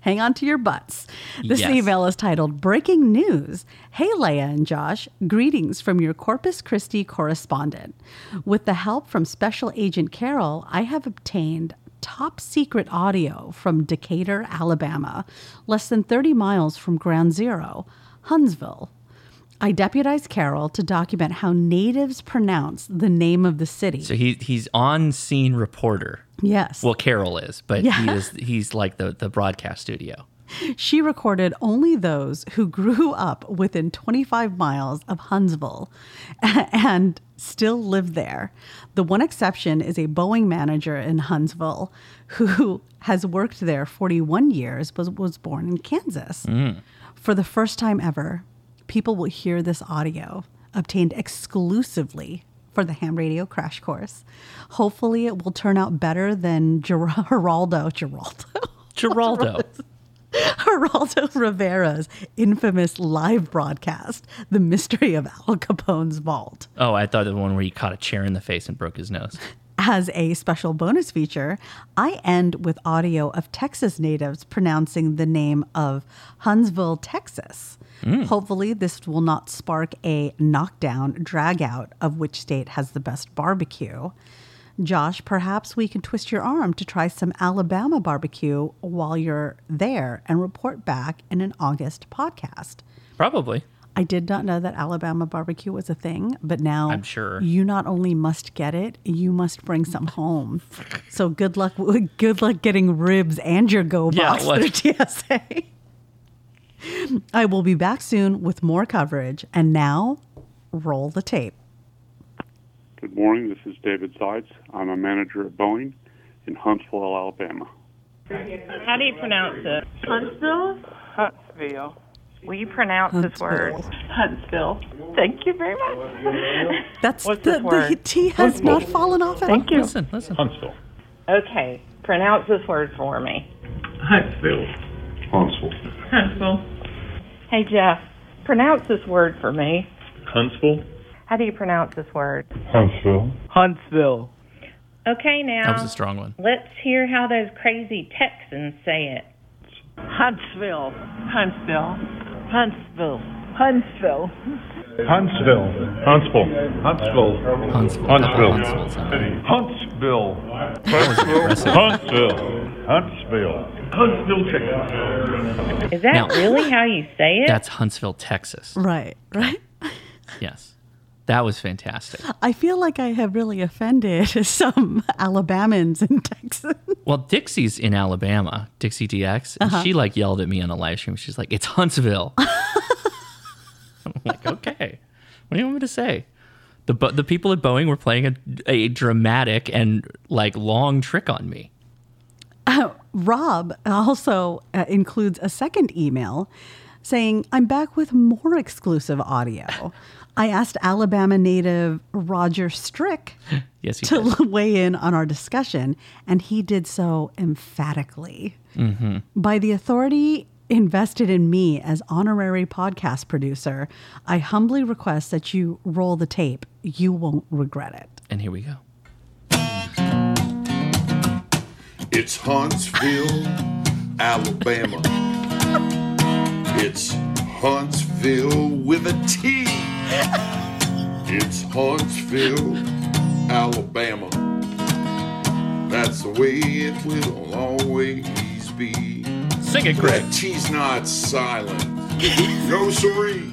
Hang on to your butts. This
Yes.
email is titled Breaking News. Hey, Leah and Josh, greetings from your Corpus Christi correspondent. With the help from Special Agent Carol, I have obtained top secret audio from Decatur, Alabama, less than 30 miles from Ground Zero, Huntsville. I deputized Carol to document how natives pronounce the name of the city.
So he he's on scene reporter.
yes.
Well, Carol is, but he
Yeah.
is he's like the the broadcast studio.
She recorded only those who grew up within 25 miles of Huntsville [LAUGHS] and still live there. The one exception is a Boeing manager in Huntsville who has worked there 41 years but was born in Kansas. For the first time ever, people will hear this audio obtained exclusively for the ham radio crash course. Hopefully, it will turn out better than Ger- Geraldo. [LAUGHS] [LAUGHS] Geraldo.
Geraldo.
[LAUGHS] Geraldo Rivera's infamous live broadcast, The Mystery of Al Capone's Vault.
Oh, I thought the one where he caught a chair in the face and broke his nose.
As a special bonus feature, I end with audio of Texas natives pronouncing the name of Huntsville, Texas. Hopefully, this will not spark a knockdown drag out of which state has the best barbecue. Josh, perhaps we can twist your arm to try some Alabama barbecue while you're there and report back in an August podcast.
Probably.
I did not know that Alabama barbecue was a thing, but now
I'm sure.
you not only must get it, you must bring some home. so good luck, good luck getting ribs and your go
Yeah,
box [LAUGHS]
what-
through TSA. I will be back soon with more coverage, and now roll the tape.
Good morning. This is David Zeitz. I'm a manager at Boeing in Huntsville, Alabama.
How do you pronounce it?
Huntsville?
Huntsville. Will you pronounce this word? Huntsville. Thank you very much.
That's
What's
the,
this word?
the T has not fallen off. at all.
Thank you.
Listen, listen.
Huntsville.
Okay, pronounce this word for me.
Huntsville. Huntsville.
Huntsville. Hey, Jeff, pronounce this word for me.
Huntsville.
How do you pronounce this word?
Huntsville.
Huntsville.
Okay,
That
now
was a strong one.
let's hear how those crazy Texans say it.
Huntsville.
Huntsville.
Huntsville. Huntsville.
Huntsville. Huntsville. Huntsville.
Huntsville.
Huntsville.
Huntsville sounds-
Huntsville. Huntsville. Huntsville. Huntsville chicken.
Is that
Now-
really how you say it?
That's Huntsville, Texas.
Right, right.
Yes. That was fantastic.
I feel like I have really offended [LAUGHS] some Alabamans in Texas.
Well, Dixie's in Alabama, Dixie DX,
Uh-huh.
and she like yelled at me on a live stream. She's like, "It's
[LAUGHS]
Huntsville." I'm like, "Okay, what do you want me to say?" The Bo- the people at Boeing were playing a, a dramatic and like long trick on me.
Rob also uh, includes a second email saying, I'm back with more exclusive audio. I asked Alabama native Roger Strick
Yes, he
to
did.
weigh in on our discussion, and he did so emphatically. By the authority invested in me as honorary podcast producer, I humbly request that you roll the tape. You won't regret it.
and here we go.
It's Huntsville, Alabama. It's Huntsville with a T. It's Huntsville, Alabama. That's the way it will always be.
Sing it,
That
Greg.
T's not silent. No siree.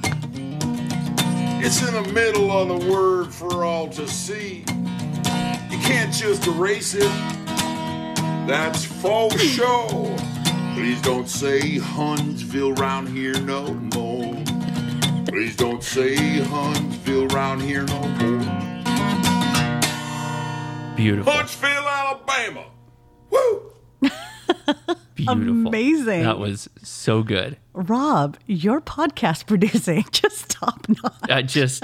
It's in the middle of the word for all to see. You can't just erase it. That's for sure. Please don't say Huntsville round here no more. Please don't say Huntsville round here no more.
Beautiful,
Huntsville, Alabama. Woo!
beautiful,
Amazing.
That was so good.
Rob, your podcast [LAUGHS] producing just top notch.
I
[LAUGHS]
just,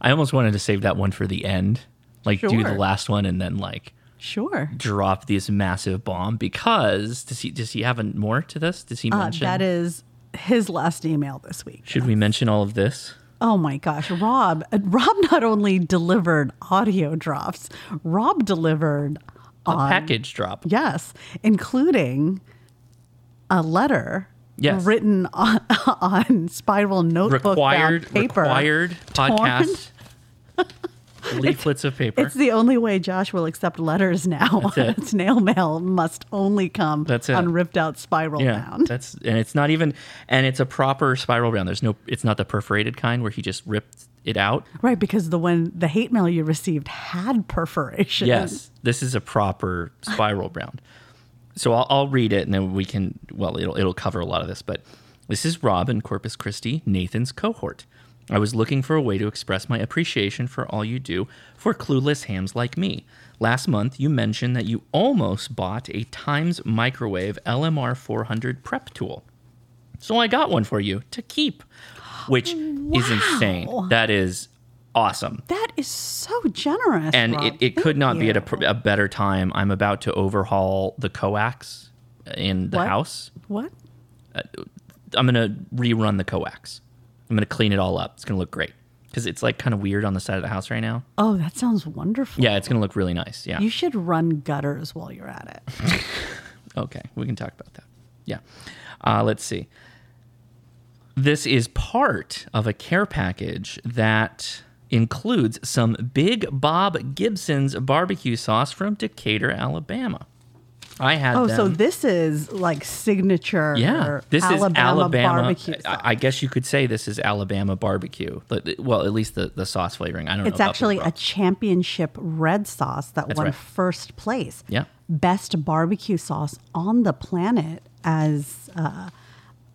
I almost wanted to save that one for the end, like do the
Sure.
last one and then like
Sure.
drop this massive bomb because does he does he have an- more to this? Does he
Uh,
mention
that is his last email this week.
Should we mention all of this?
Oh my gosh, Rob! uh, [LAUGHS] Rob not only delivered audio drops, Rob delivered
A
on-
package drop.
Yes, including a letter.
Yes.
written on, [LAUGHS] on spiral notebook bound
Required,
paper.
required
torn. [LAUGHS]
podcast leaflets of paper.
It's the only way Josh will accept letters now.
That's
[LAUGHS]
it.
Snail mail must only come
That's it.
on ripped out spiral
yeah,
bound.
that's and it's not even and it's a proper spiral bound. There's no, it's not the perforated kind where he just ripped it out.
Right, because the one the hate mail you received had perforation.
Yes, this is a proper spiral round. So I'll, I'll read it, and then we can. Well, it'll it'll cover a lot of this, but this is Rob in Corpus Christi, Nathan's cohort. I was looking for a way to express my appreciation for all you do for clueless hams like me. Last month, you mentioned that you almost bought a Times Microwave LMR 400 prep tool. So I got one for you to keep, which is insane. That is awesome
That is so generous.
and
Rob.
it, it could
Thank
not be at a,
you.
pr- a better time. I'm about to overhaul the coax in the
What?
house.
What?
I'm gonna rerun the coax. I'm gonna clean it all up. It's gonna look great because it's like kind of weird on the side of the house right now.
Oh, that sounds wonderful.
Yeah, it's gonna look really nice. Yeah.
You should run gutters while you're at it.
Okay, we can talk about that. Yeah. Uh, let's see. This is part of a care package that includes some Big Bob Gibson's barbecue sauce from Decatur, Alabama. I had
Oh,
them.
so this is like signature
Yeah, this
Alabama,
is Alabama
barbecue. sauce.
I, I guess you could say this is Alabama barbecue. But- Well, at least the, the sauce flavoring. I don't know.
It's
about the
actually a
broth.
championship red sauce that
That's
won
right.
first place.
Yeah.
Best barbecue sauce on the planet as uh,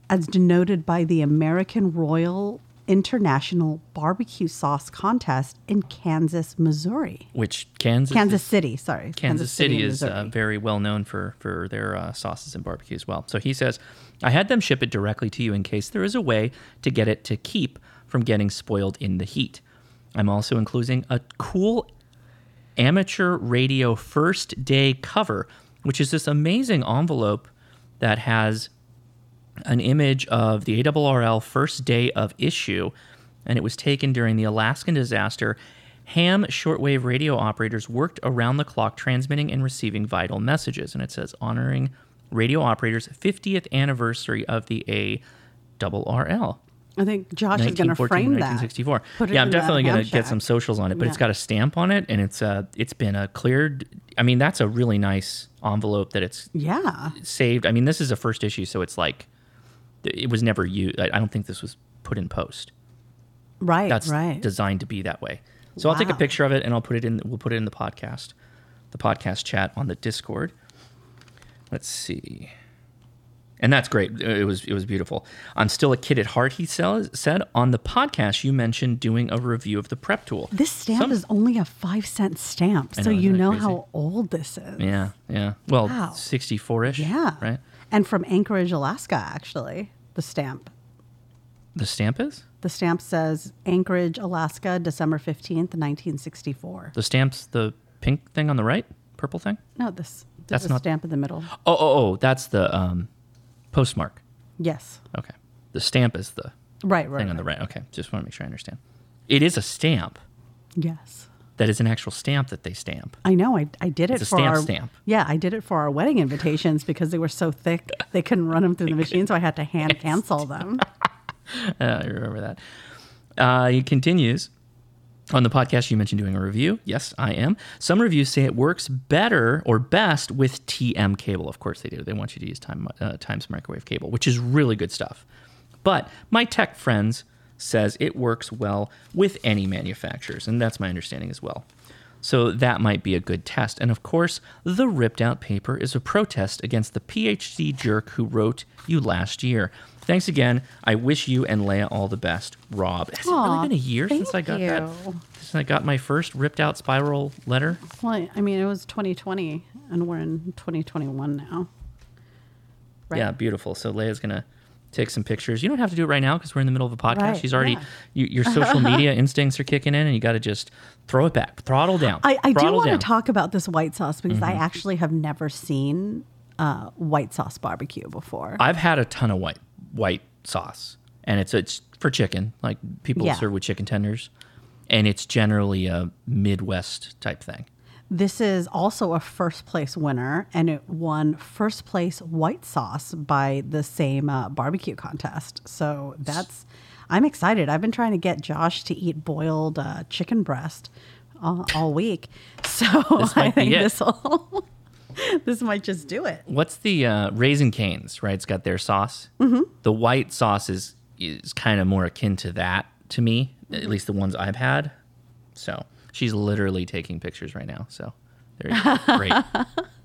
as denoted by the American Royal International Barbecue Sauce Contest in Kansas, Missouri.
which Kansas
Kansas
is-
City, sorry.
Kansas, City,
in
is uh,
Missouri.
very well known for for their uh, sauces and barbecue as well. So he says, I had them ship it directly to you in case there is a way to get it to keep from getting spoiled in the heat. I'm also including a cool amateur radio first day cover, which is this amazing envelope that has an image of the ARRL first day of issue, and it was taken during the Alaskan disaster. Ham shortwave radio operators worked around the clock transmitting and receiving vital messages. And it says honoring radio operators' 50th anniversary of the ARRL.
I think Josh is going to
1914,
frame that.
1964.
Put it
yeah, I'm
in the
definitely gonna
ham shack.
get some socials on it, but it's
Yeah.
got a stamp on it, and it's uh, it's been a cleared. I mean, that's a really nice envelope that it's
Yeah.
saved. I mean, this is a first issue, so it's like it was never used. I I don't think this was put in post.
Right,
That's
right.
designed to be that way. So I'll take a
Wow.
picture of it and I'll put it in. We'll put it in the podcast, the podcast chat on the Discord. Let's see. And that's great. Uh, It was it was beautiful. I'm still a kid at heart. He says, said on the podcast you mentioned doing a review of the prep tool.
This stamp
Some-
is only a five cent stamp,
I
so
know,
you
isn't that
know
crazy?
how old this is.
yeah yeah well
Wow.
64 ish
Yeah.
right
And from Anchorage, Alaska, actually, the stamp.
the stamp is
The stamp says Anchorage, Alaska, December 15th, 1964.
the stamps the pink thing on the right purple thing
No, this there's
That's
a
not-
stamp in the middle.
Oh, oh, oh, that's the um, postmark.
Yes.
Okay. The stamp is the
Right, right.
thing on the right. Okay. Just want to make sure I understand. It is a stamp
Yes.
that is an actual stamp that they stamp.
I know. I, I did it
It's a
for
stamp
our
stamp.
Yeah, I did it for our wedding invitations because they were so thick they couldn't run them through the machine, so I had to hand cancel them.
Uh, I remember that. Uh, he continues on the podcast. You mentioned doing a review. Yes, I am. Some reviews say it works better or best with TM cable. Of course, they do. They want you to use time, uh, Times microwave cable, which is really good stuff. But my tech friends says it works well with any manufacturers, and that's my understanding as well. So that might be a good test. And of course, the ripped out paper is a protest against the PhD jerk who wrote you last year. Thanks again. I wish you and Leia all the best. Rob. Has it
Aw,
really been a year since I
thank
got that?
you.
Since I got my first ripped out spiral letter?
Well, I mean, it was 2020, and we're in 2021 now. Right.
Yeah, beautiful. So Leia's gonna take some pictures. You don't have to do it right now because we're in the middle of a podcast.
Right,
She's already
yeah.
you, your social
[LAUGHS]
media instincts are kicking in, and you got to just throw it back, throttle down.
I, I do
throttle
want to
down. Mm-hmm.
talk about this white sauce because I actually have never seen uh, white sauce barbecue before.
I've had a ton of white white sauce. and it's it's for chicken. Like people
Yeah.
serve with chicken tenders, and it's generally a Midwest type thing.
This is also a first place winner, and it won first place white sauce by the same uh, barbecue contest. So that's, I'm excited. I've been trying to get Josh to eat boiled uh, chicken breast all, all week. [LAUGHS] So
This
I
might be
think
it.
this will, [LAUGHS] this might just do it.
What's the uh, raisin canes? Right, it's got their sauce.
Mhm.
The white sauce is is kind of more akin to that to me, at least the ones I've had. So she's literally taking pictures right now. So there you go.
[LAUGHS]
Great.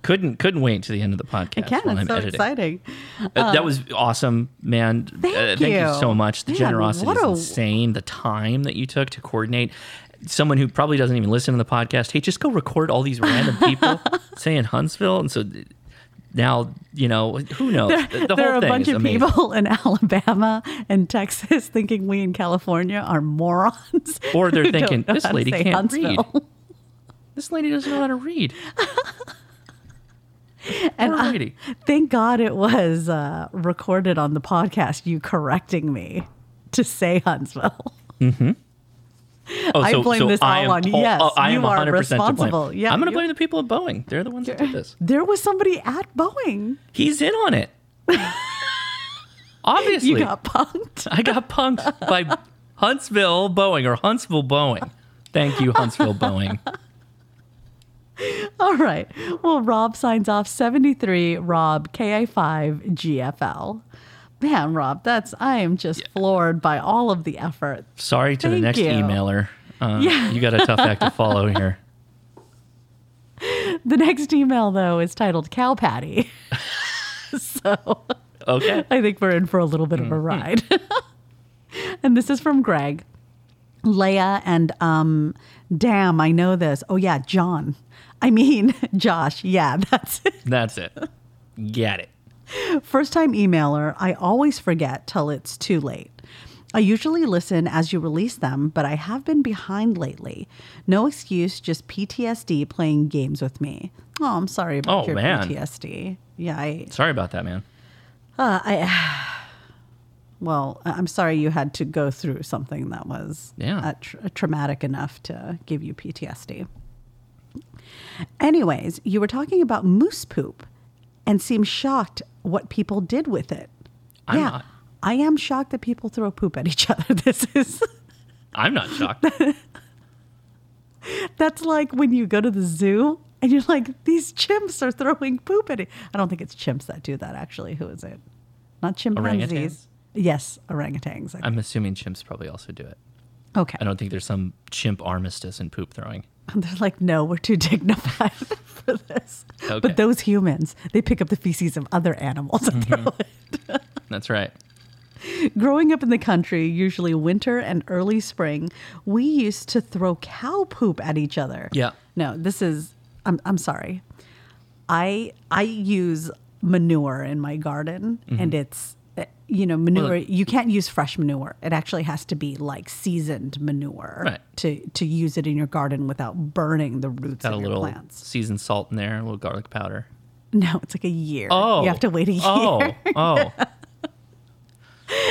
couldn't couldn't wait to the end of the podcast.
Ken,
while
it's
I'm
so
editing.
exciting.
Uh,
Um,
that was awesome, man. Thank, uh, thank you
you.
so much. The
Man,
generosity
what
is
a-
insane. The time that you took to coordinate. Someone who probably doesn't even listen to the podcast. Hey, just go record all these random
[LAUGHS]
people saying Huntsville, and so th- now you know who knows.
There,
the the
there are
whole
a
thing
bunch
is
of
amazing.
people in [LAUGHS] Alabama and Texas thinking we in California are morons.
Or they're
who don't
thinking,
know
"This
how to
lady
say
can't read."
Huntsville.
[LAUGHS] This lady doesn't know how to read.
[LAUGHS] And
Poor
I-
lady.
thank God it was uh, recorded on the podcast. You correcting me to say Huntsville. [LAUGHS]
Mm-hmm. Oh,
I
so,
blame
so
this
I
all
am
on-
whole-
yes,
oh, I
you
am
are
100% to blame.
responsible. Yeah,
I'm going to
you-
blame the people at Boeing. They're the ones that did this.
There was somebody at Boeing.
He's in on
[LAUGHS]
it. Obviously.
you got punked. [LAUGHS]
I got punked by Huntsville Boeing or Huntsville Boeing. Thank you, Huntsville Boeing.
All right. Well, Rob signs off 73 Rob KA5 GFL. Man, Rob, that's I am just floored by all of the effort.
Sorry to the
Thank
next
you.
emailer. Uh,
Yeah.
You got a tough act to follow
[LAUGHS]
here.
The next email though is titled Cow Patty. [LAUGHS] so
Okay.
I think we're in for a little bit of
Mm-hmm.
a ride. [LAUGHS] and this is from Greg. Leia and um damn, I know this. Oh yeah, John. I mean, [LAUGHS] Josh. Yeah, [LAUGHS] that's it.
That's it. Get it.
First time emailer, I always forget till it's too late. I usually listen as you release them, but I have been behind lately. No excuse, just PTSD playing games with me. Oh, I'm sorry about
Oh,
your
man.
PTSD. Yeah, I,
Sorry about that, man.
uh, I, [SIGHS] well, I- I'm sorry you had to go through something that was
Yeah.
uh, tr- traumatic enough to give you PTSD. Anyways, you were talking about moose poop and seemed shocked what people did with it.
I'm
yeah,
not.
I am shocked that people throw poop at each [LAUGHS] other. This is
I'm not shocked.
that's like when you go to the zoo and you're like, these chimps are throwing poop at it. I don't think it's chimps that do that actually. Who is it? Not chimpanzees. Yes, orangutans. I
I'm assuming chimps probably also do it.
Okay.
I don't think there's some chimp armistice in poop throwing.
And they're like, no, we're too dignified [LAUGHS] for this.
Okay.
But those humans, they pick up the feces of other animals [LAUGHS] and
Mm-hmm.
throw it.
That's right.
Growing up in the country, usually winter and early spring, we used to throw cow poop at each other.
Yeah.
No, this is I'm I'm sorry. I I use manure in my garden
Mhm.
Mm-hmm.
and it's uh, you know manure
Well,
you can't use fresh manure. It actually has to be like seasoned manure
Right.
to to use it in your garden without burning the roots
Got a
of your
little
plants.
seasoned salt in there, a little garlic powder.
No, it's like a year.
Oh.
You have to wait a year.
Oh. Oh.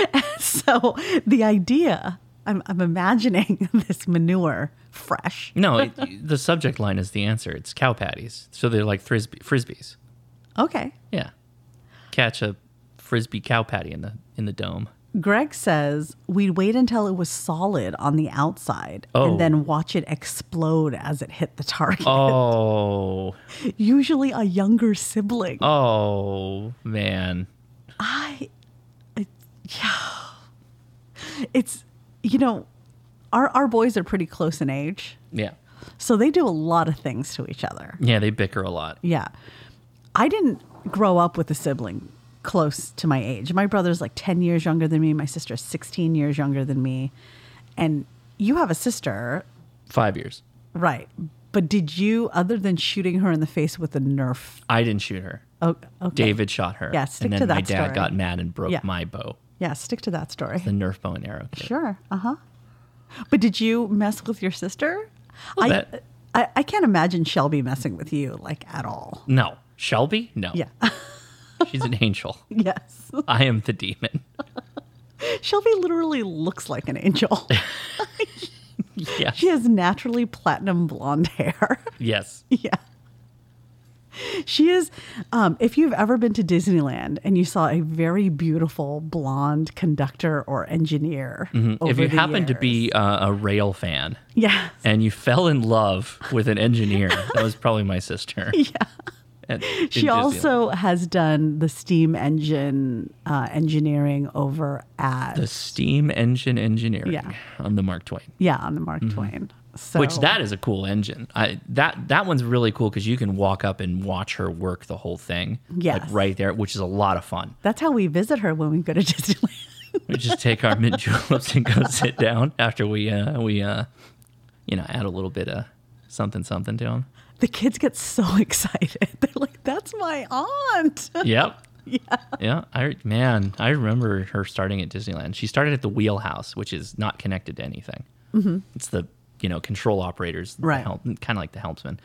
[LAUGHS] so the idea, I'm, I'm imagining [LAUGHS] this manure fresh.
No, it, [LAUGHS] the subject line is the answer. It's cow patties. So they're like frisbee, frisbees.
Okay.
Yeah. Catch a frisbee cow patty in the in the
[LAUGHS]
dome.
Greg says we'd wait until it was solid on the outside
Oh.
and then watch it explode as it hit the target.
Oh.
[LAUGHS] Usually a younger sibling.
Oh man.
I, I yeah. It's, you know, our, our boys are pretty close in age,
Yeah.
so they do a lot of things to each other.
Yeah, they bicker a lot.
Yeah. I didn't grow up with a sibling close to my age. My brother's like 10 years younger than me. My sister's 16 years younger than me. And you have a sister,
Five years.
right? But did you, other than shooting her in the face with a Nerf?
I didn't shoot her.
Oh, okay.
David shot her.
Yeah, stick
and then
to that
my dad
story.
got mad and broke
Yeah.
my bow.
Yeah, stick to that story.
The Nerf bow and arrow. kit.
Sure. Uh huh. But did you mess with your sister? I,
Little bit.
I I can't imagine Shelby messing with you like at all.
No. [LAUGHS] Shelby? No.
Yeah. [LAUGHS]
She's an angel.
yes.
I am the demon.
Shelby literally looks like an angel.
[LAUGHS]
[LAUGHS]
Yeah.
She has naturally platinum blonde [LAUGHS] hair.
Yes.
yeah. She is, um, if you've ever been to Disneyland and you saw a very beautiful blonde conductor or engineer,
Mhm. If
over
you
the
happen
year-
to be uh, a rail fan
yeah,
and you fell in love with an engineer, that was probably my sister.
[LAUGHS] Yeah.
At- in
she
Disneyland.
also has done the steam engine uh, engineering over at
the steam engine engineering
Yeah.
on the Mark Twain.
yeah on the Mark
Mhm.
Twain. So
Which that is a cool engine. I that that one's really cool because you can walk up and watch her work the whole thing.
Yes.
Like right there, which is a lot of fun.
that's how we visit her when we go to [LAUGHS] Disneyland.
We just take our [LAUGHS] mint juleps and go sit down after we uh we uh you know add a little bit of something something to them.
The kids get so [LAUGHS] excited. They're like, "That's my aunt." [LAUGHS]
Yep. yeah. Yeah. I man, I remember her starting at Disneyland. She started at the wheelhouse, which is not connected to anything.
Mhm.
It's the you know control operators,
Right.
Kind of like the helmsman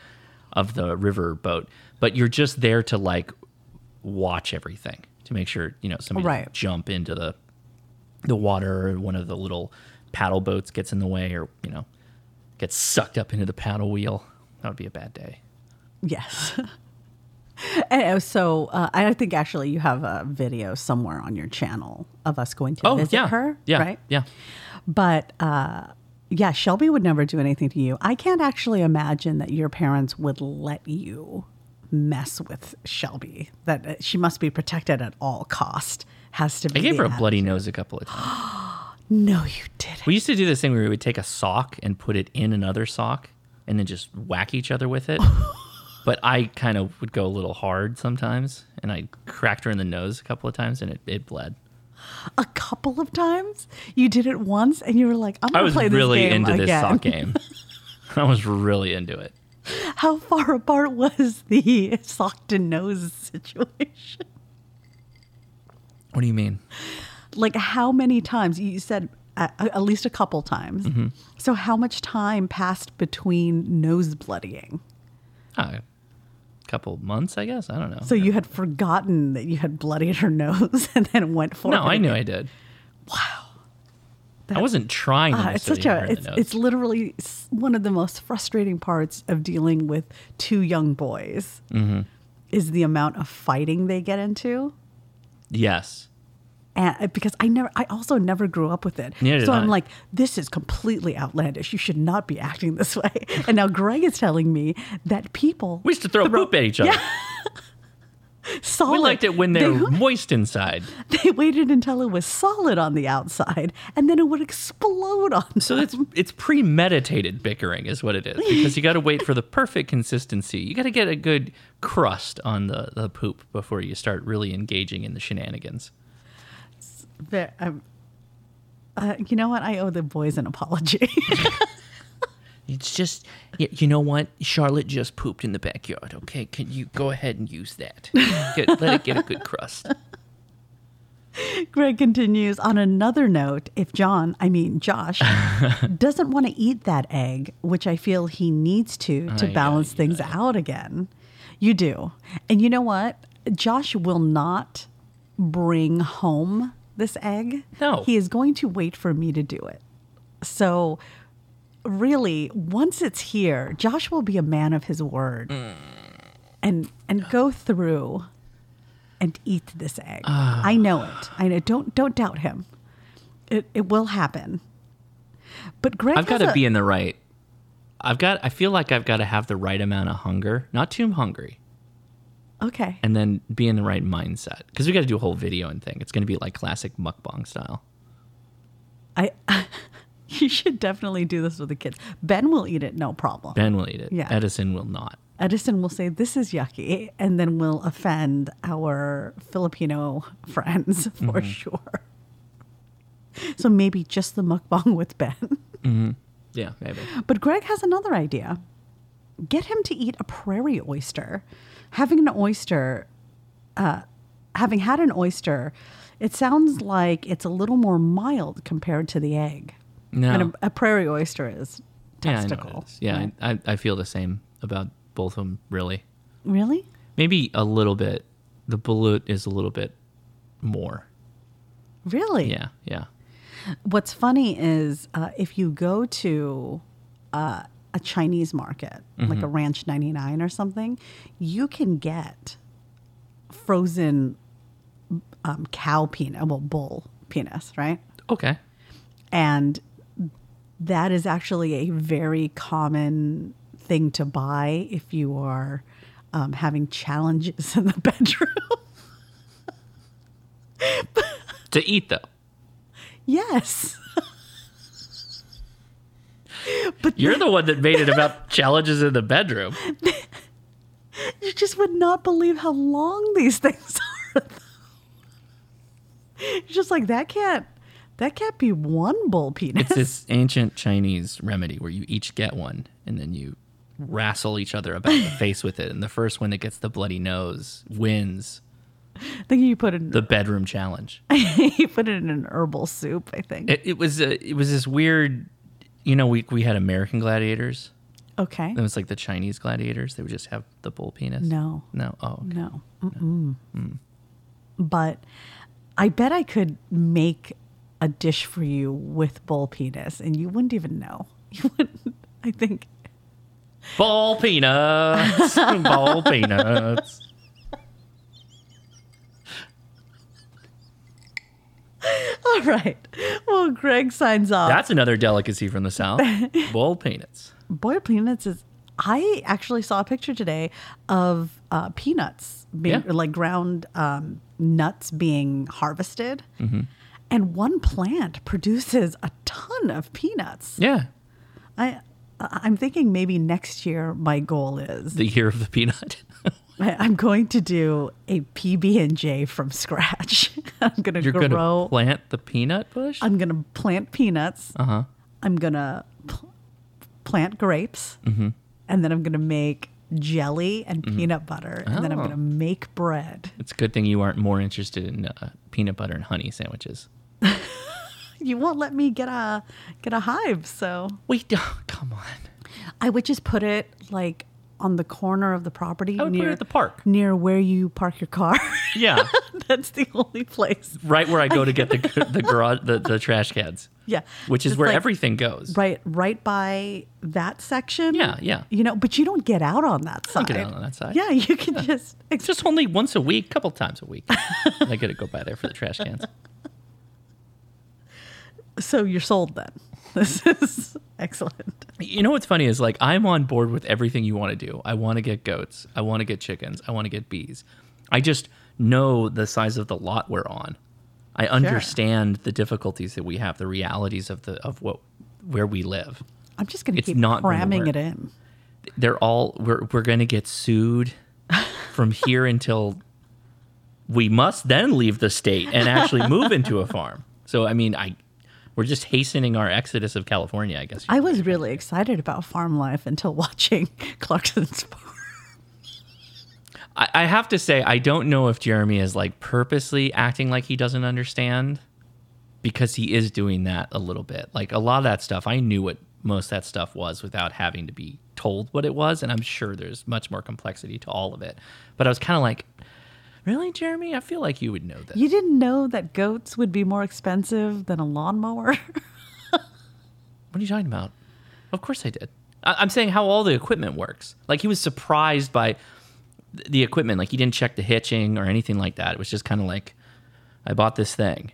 of the river boat, but you're just there to like watch everything to make sure you know somebody doesn't
Right.
jump into the the water or one of the little paddle boats gets in the way or you know gets sucked up into the paddle wheel. That would be a bad day.
Yes. And it was so uh, I think actually you have a video somewhere on your channel of us going to
Oh,
visit
yeah.
her,
Yeah.
right?
Yeah.
But uh, yeah, Shelby would never do anything to you. I can't actually imagine that your parents would let you mess with Shelby. That uh, she must be protected at all cost. Has to be.
I gave
the
her a
ad-
bloody nose a couple of times.
No, you
We used to do this thing where we would take a sock and put it in another sock and then just whack each other with
[LAUGHS]
it. but I kind of would go a little hard sometimes and I cracked her in the nose a couple of times and it, it bled.
a couple of times. You did it once, and you were like, "I'm
I
gonna
was
play this
really
game
into
again."
this sock game. [LAUGHS] I was really into it.
How far [LAUGHS] apart was the sock to nose situation?
What do you mean?
Like, how many times? You said at, at least a couple times.
Mhm.
So, how much time passed between nose bloodying?
Ah, a couple months, I guess. I don't know.
So, you had forgotten that you had bloodied her [LAUGHS] nose and then went for
no,
it.
I knew I did. Wow. I wasn't trying to
Ah, it's
necessarily
such
hit her
a
in
it's,
the nose.
it's literally s- one of the most frustrating parts of dealing with two young boys
Mhm.
is the amount of fighting they get into
Yes.
and uh, because I never, I also never grew up with it.
Neither did
so
I.
I'm like, this is completely outlandish. You should not be acting this [LAUGHS] way. And now Greg is telling me that people
We used to throw, poop at each other.
solid.
We liked it when they
They,
were moist inside.
[LAUGHS] they waited until it was solid on the outside, and then it would explode on. [LAUGHS]
So it's it's premeditated bickering is what it is because you got to wait for the perfect consistency. You got to get a good crust on the, the poop before you start really engaging in the shenanigans.
There, um, uh, you know what? I owe the boys an apology. [LAUGHS]
It's just y- you know what Charlotte just pooped in the backyard. Okay, can you go ahead and use that? Get, let it get a good crust.
[LAUGHS] Greg continues on another note if John, I mean Josh, doesn't want to eat that egg, which I feel he needs to to
Aye,
balance things out again, you do. And you know what? Josh will not bring home this egg.
No.
He is going to wait for me to do it. So, really, once it's here, Josh will be a man of his word and and go through and eat this egg.
Ah.
I know it. I know. Don't don't doubt him. It it will happen. But Greg,
I've got to
has a-
be in the right. I've got. I feel like I've got to have the right amount of hunger, not too hungry,
okay.
and then be in the right mindset because we got to do a whole video and thing. It's going to be like classic mukbang style.
I [LAUGHS] you should definitely do this with the kids. Ben will eat it, no problem.
Ben will eat it.
Yeah.
Edison will not.
Edison will say this is yucky, and then will offend our Filipino friends [LAUGHS] for
Mhm.
sure. So maybe just the mukbang with Ben.
Mm-hmm. Yeah, maybe.
But Greg has another idea. Get him to eat a prairie oyster. Having an oyster, uh, having had an oyster, it sounds like it's a little more mild compared to the egg.
No.
And a, a prairie oyster is
Yeah, I, know
testicle.
it is. yeah
right?
I, I, I feel the same about both of them, really.
Really?
Maybe a little bit. The bullet is a little bit more.
Really?
Yeah, yeah.
What's funny is uh, if you go to uh, a Chinese market, like a
Mhm.
Ranch 99 or something, you can get frozen um, cow peanut, well, bull penis, right?
Okay.
And that is actually a very common thing to buy if you are um, having challenges [LAUGHS] in the bedroom.
To eat though.
yes. [LAUGHS]
You're the one that made it
[LAUGHS]
about challenges in the bedroom.
You just would not believe how long these things [LAUGHS] are. You're just like that can't that can't be one bull penis.
It's this ancient Chinese remedy where you each get one and then you wrestle each other about
[LAUGHS]
the face with it. And the first one that gets the bloody nose wins
[LAUGHS] I think you put it in
the bedroom challenge.
[LAUGHS] you put it in an herbal soup, I think.
It, it was a, it was this weird, you know, we we had American gladiators.
okay.
It was like the Chinese gladiators. They would just have the bull penis.
No.
No. Oh. okay.
No. Mm-mm.
Mm.
But I bet I could make a dish for you with bull penis and you wouldn't even know. [LAUGHS] You wouldn't I think
Ball
[LAUGHS]
peanuts. Ball peanuts.
All right. Well, Greg signs off.
That's another delicacy from the
[LAUGHS]
South. Ball peanuts.
Boy, peanuts is. I actually saw a picture today of uh, peanuts being
Yeah.
like ground um, nuts being harvested,
Mm-hmm.
and one plant produces a ton of peanuts.
Yeah.
I I- I'm thinking maybe next year my goal is [LAUGHS]
The year of the peanut. [LAUGHS]
I- I'm going to do a PB and J from scratch. [LAUGHS] I'm gonna
You're
grow.
going to plant the peanut bush?
I'm gonna plant peanuts.
Uh huh.
I'm gonna pl- plant grapes.
Mm-hmm.
and then I'm gonna make jelly and peanut butter, and then I'm
Oh.
gonna make bread.
It's a good thing you aren't more interested in uh, peanut butter and honey sandwiches.
You won't let me get a get a hive, so
we don't. [LAUGHS] Come on,
I would just put it like on the corner of the property
I would put
near
it at the park.
near where you park your car. [LAUGHS]
Yeah,
That's the only place.
right where I go to get
[LAUGHS]
the the garage the, the trash cans.
Yeah,
which is
It's
where
like
everything goes.
Right, right by that section.
Yeah, yeah.
You know, but you don't get out on that
I
side.
get out on that side.
Yeah, you can just
It's just only once a week, couple times a
[LAUGHS]
week. I gotta go by there for the trash cans.
so you're sold then. [LAUGHS] This is excellent.
You know what's funny is like I'm on board with everything you want to do. I want to get goats. I want to get chickens. I want to get bees. I just know the size of the lot we're on. I understand the difficulties that we have, the realities of the of what where we live.
I'm just gonna
It's
keep
not gonna
cramming
work.
it in.
They're all we're we're gonna get sued from here until we must then leave the state and actually move into a farm. So I mean, I we're just hastening our exodus of California. I guess
I was really excited about farm life until [LAUGHS] watching Clarkson's farm.
I, I have to say, I don't know if Jeremy is like purposely acting like he doesn't understand because he is doing that a little bit. Like a lot of that stuff, I knew what most of that stuff was without having to be told what it was. And I'm sure there's much more complexity to all of it. But I was kind of like, really, Jeremy? I feel like you would know this.
You didn't know that goats would be more expensive than a lawnmower?
What are you talking about? Of course I did. I- I'm saying how all the equipment works. Like he was surprised by th- the equipment. Like he didn't check the hitching or anything like that. It was just kind of like, I bought this thing.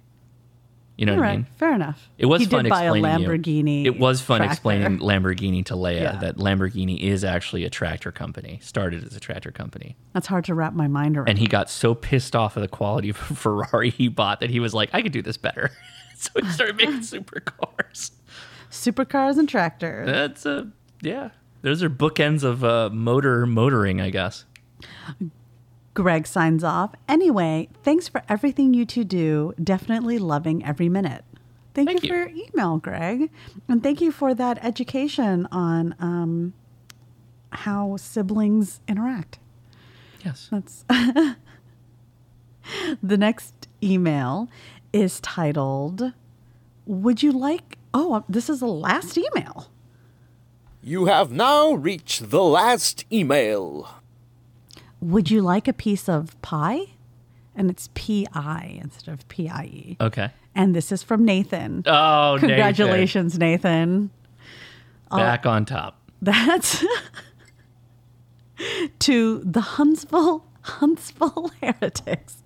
You know
All
what [LAUGHS]
right,
I mean?
fair enough.
It was
He
fun
did buy a
explaining you-
Lamborghini.
It was fun
tractor. [LAUGHS]
explaining Lamborghini to Leia
Yeah.
that Lamborghini is actually a tractor company. Started as a tractor company.
That's hard to wrap my mind around.
And he got so pissed off at the quality of a [LAUGHS] Ferrari he bought that he was like, I could do this better. [LAUGHS] so he started
[LAUGHS]
making supercars.
Supercars and tractors.
That's a yeah. Those are bookends of uh, motor motoring, I guess.
Greg signs off. Anyway, thanks for everything you two do. Definitely loving every minute. Thank, you, for your email, Greg. And thank you for that education on um, how siblings interact.
Yes.
That's [LAUGHS] the next email is titled Would you like Oh, this is the last email.
You have now reached the last email.
Would you like a piece of pie? and it's P I instead of P I E.
Okay.
And this is from Nathan.
Oh, Nathan.
congratulations, Nathan! I'll-
Back on top.
That's [LAUGHS] to the Huntsville Huntsville [LAUGHS] heretics.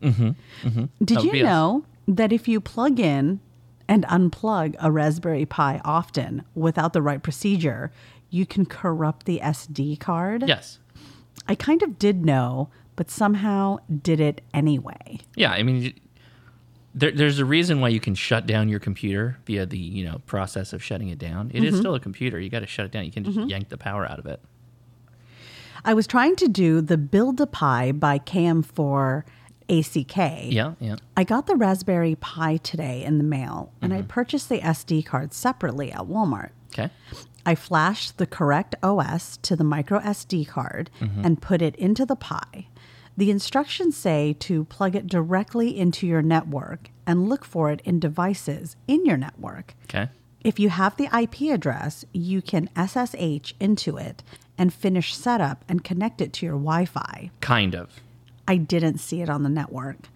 Mm-hmm. mm-hmm.
Did you know that if you plug in and unplug a Raspberry Pi often without the right procedure, you can corrupt the SD card?
Yes.
I kind of did know, but somehow did it anyway.
Yeah, I mean, you- there, there's a reason why you can shut down your computer via the you know process of shutting it down. It is
Mhm.
still a computer. You got to shut it down. You can just
Mhm.
yank the power out of it.
I was trying to do the Build a Pi by KM4 ACK.
Yeah, yeah.
I got the Raspberry Pi today in the mail, and I purchased the SD card separately at Walmart.
Okay.
I flashed the correct OS to the micro SD card
Mhm.
and put it into the Pi. The instructions say to plug it directly into your network and look for it in devices in your network.
Okay.
If you have the IP address, you can SSH into it and finish setup and connect it to your Wi Fi.
Kind of.
I didn't see it on the network.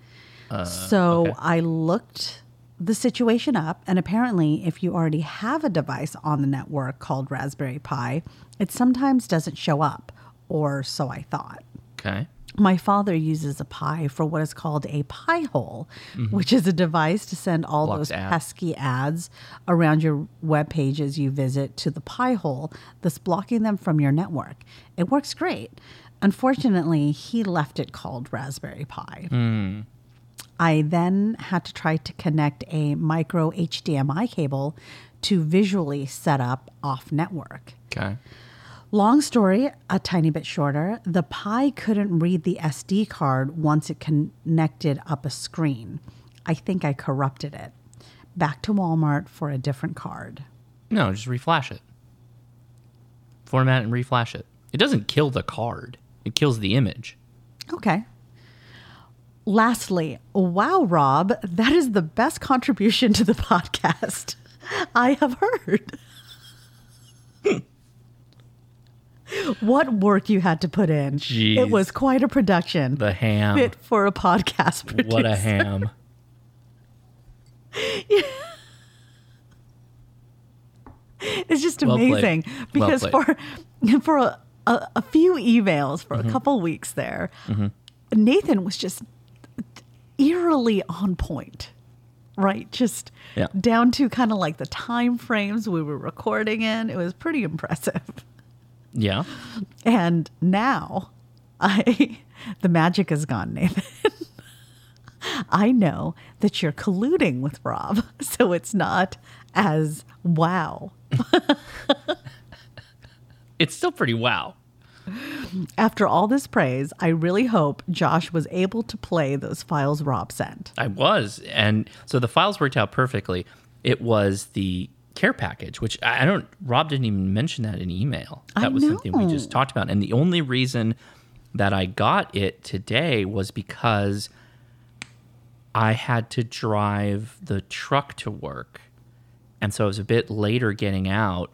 Uh,
so
okay.
I looked the situation up, and apparently, if you already have a device on the network called Raspberry Pi, it sometimes doesn't show up, or so I thought.
Okay.
My father uses a Pi for what is called a Pi hole,
Mhm.
which is a device to send all
Blocks
those
ads.
pesky ads around your web pages you visit to the Pi hole, thus blocking them from your network. It works great. Unfortunately, he left it called Raspberry Pi.
Mm.
I then had to try to connect a micro HDMI cable to visually set up off network.
Okay.
Long story, a tiny bit shorter. The Pi couldn't read the SD card once it connected up a screen. I think I corrupted it. Back to Walmart for a different card.
No, just reflash it. Format and reflash it. It doesn't kill the card. It kills the image.
Okay. Lastly, wow, Rob, that is the best contribution to the podcast [LAUGHS] I have heard. [LAUGHS] what work you had to put in. It
Jeez.
was quite a production.
The ham.
Fit for a podcast producer.
What a ham.
It's just
Well played.
amazing
Well
because
played.
for [LAUGHS] for a, a, a few emails for a
Mhm.
couple weeks there,
Mhm.
Nathan was just eerily on point, right? Just
Yeah.
down to kind of like the time frames we were recording in. It was pretty impressive. [LAUGHS]
Yeah.
And now, I [LAUGHS] the magic is gone, Nathan. [LAUGHS] I know that you're colluding with Rob, [LAUGHS] so it's not as wow
It's still pretty wow.
After all this praise, I really hope Josh was able to play those files Rob sent.
I was. And so the files worked out perfectly. It was the care package, which I I don't, Rob didn't even mention that in email.
I
That was something we
know.
just talked about. And the only reason that I got it today was because I had to drive the truck to work. And so I was a bit later getting out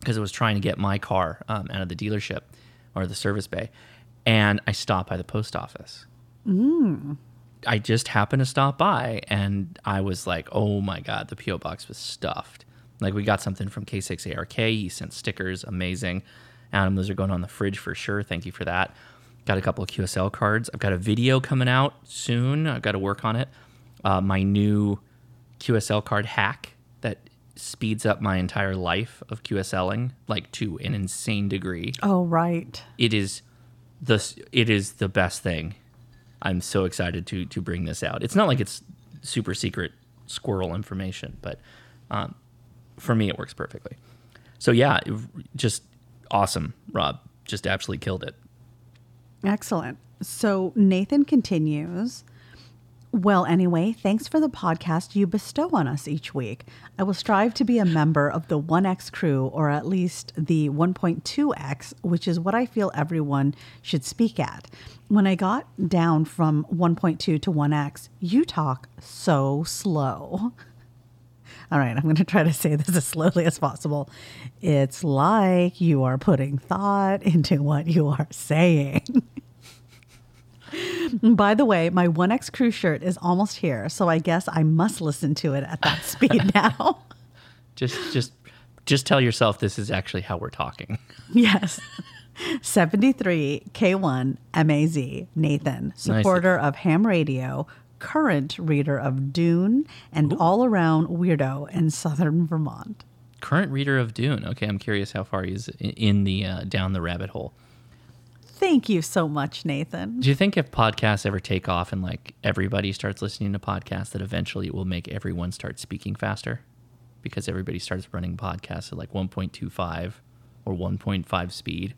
because I was trying to get my car um, out of the dealership or the service bay. And I stopped by the post office.
Mm.
I just happened to stop by and I was like, oh my God, the P.O. box was stuffed. Like, we got something from K6ARK. He sent stickers. Amazing. Adam, those are going on the fridge for sure. Thank you for that. Got a couple of QSL cards. I've got a video coming out soon. I've got to work on it. Uh, my new QSL card hack that speeds up my entire life of QSLing, like to an insane degree
Oh, right.
it is the it is the best thing. I'm so excited to to bring this out. It's not like it's super secret squirrel information, but um, for me it works perfectly. So yeah, it- just awesome, Rob. Just absolutely killed it.
Excellent. So Nathan continues. Well, anyway, thanks for the podcast you bestow on us each week. I will strive to be a member of the 1X crew, or at least the 1.2X, which is what I feel everyone should speak at. When I got down from 1.2 to 1X, you talk so slow. All right, I'm going to try to say this as slowly as possible. It's like you are putting thought into what you are saying. By the way, my 1X crew shirt is almost here, so I guess I must listen to it at
[LAUGHS]
that speed now.
Just just just tell yourself this is actually how we're talking.
[LAUGHS] yes. 73 K1 MAZ Nathan, supporter of ham radio, current reader of Dune, and all around weirdo in southern Vermont.
Current reader of Dune. Okay, I'm curious how far he is in, in the uh, down the rabbit hole.
Thank you so much, Nathan.
Do you think if podcasts ever take off and like everybody starts listening to podcasts, that eventually it will make everyone start speaking faster because everybody starts running podcasts at like 1.25 or 1.5 speed?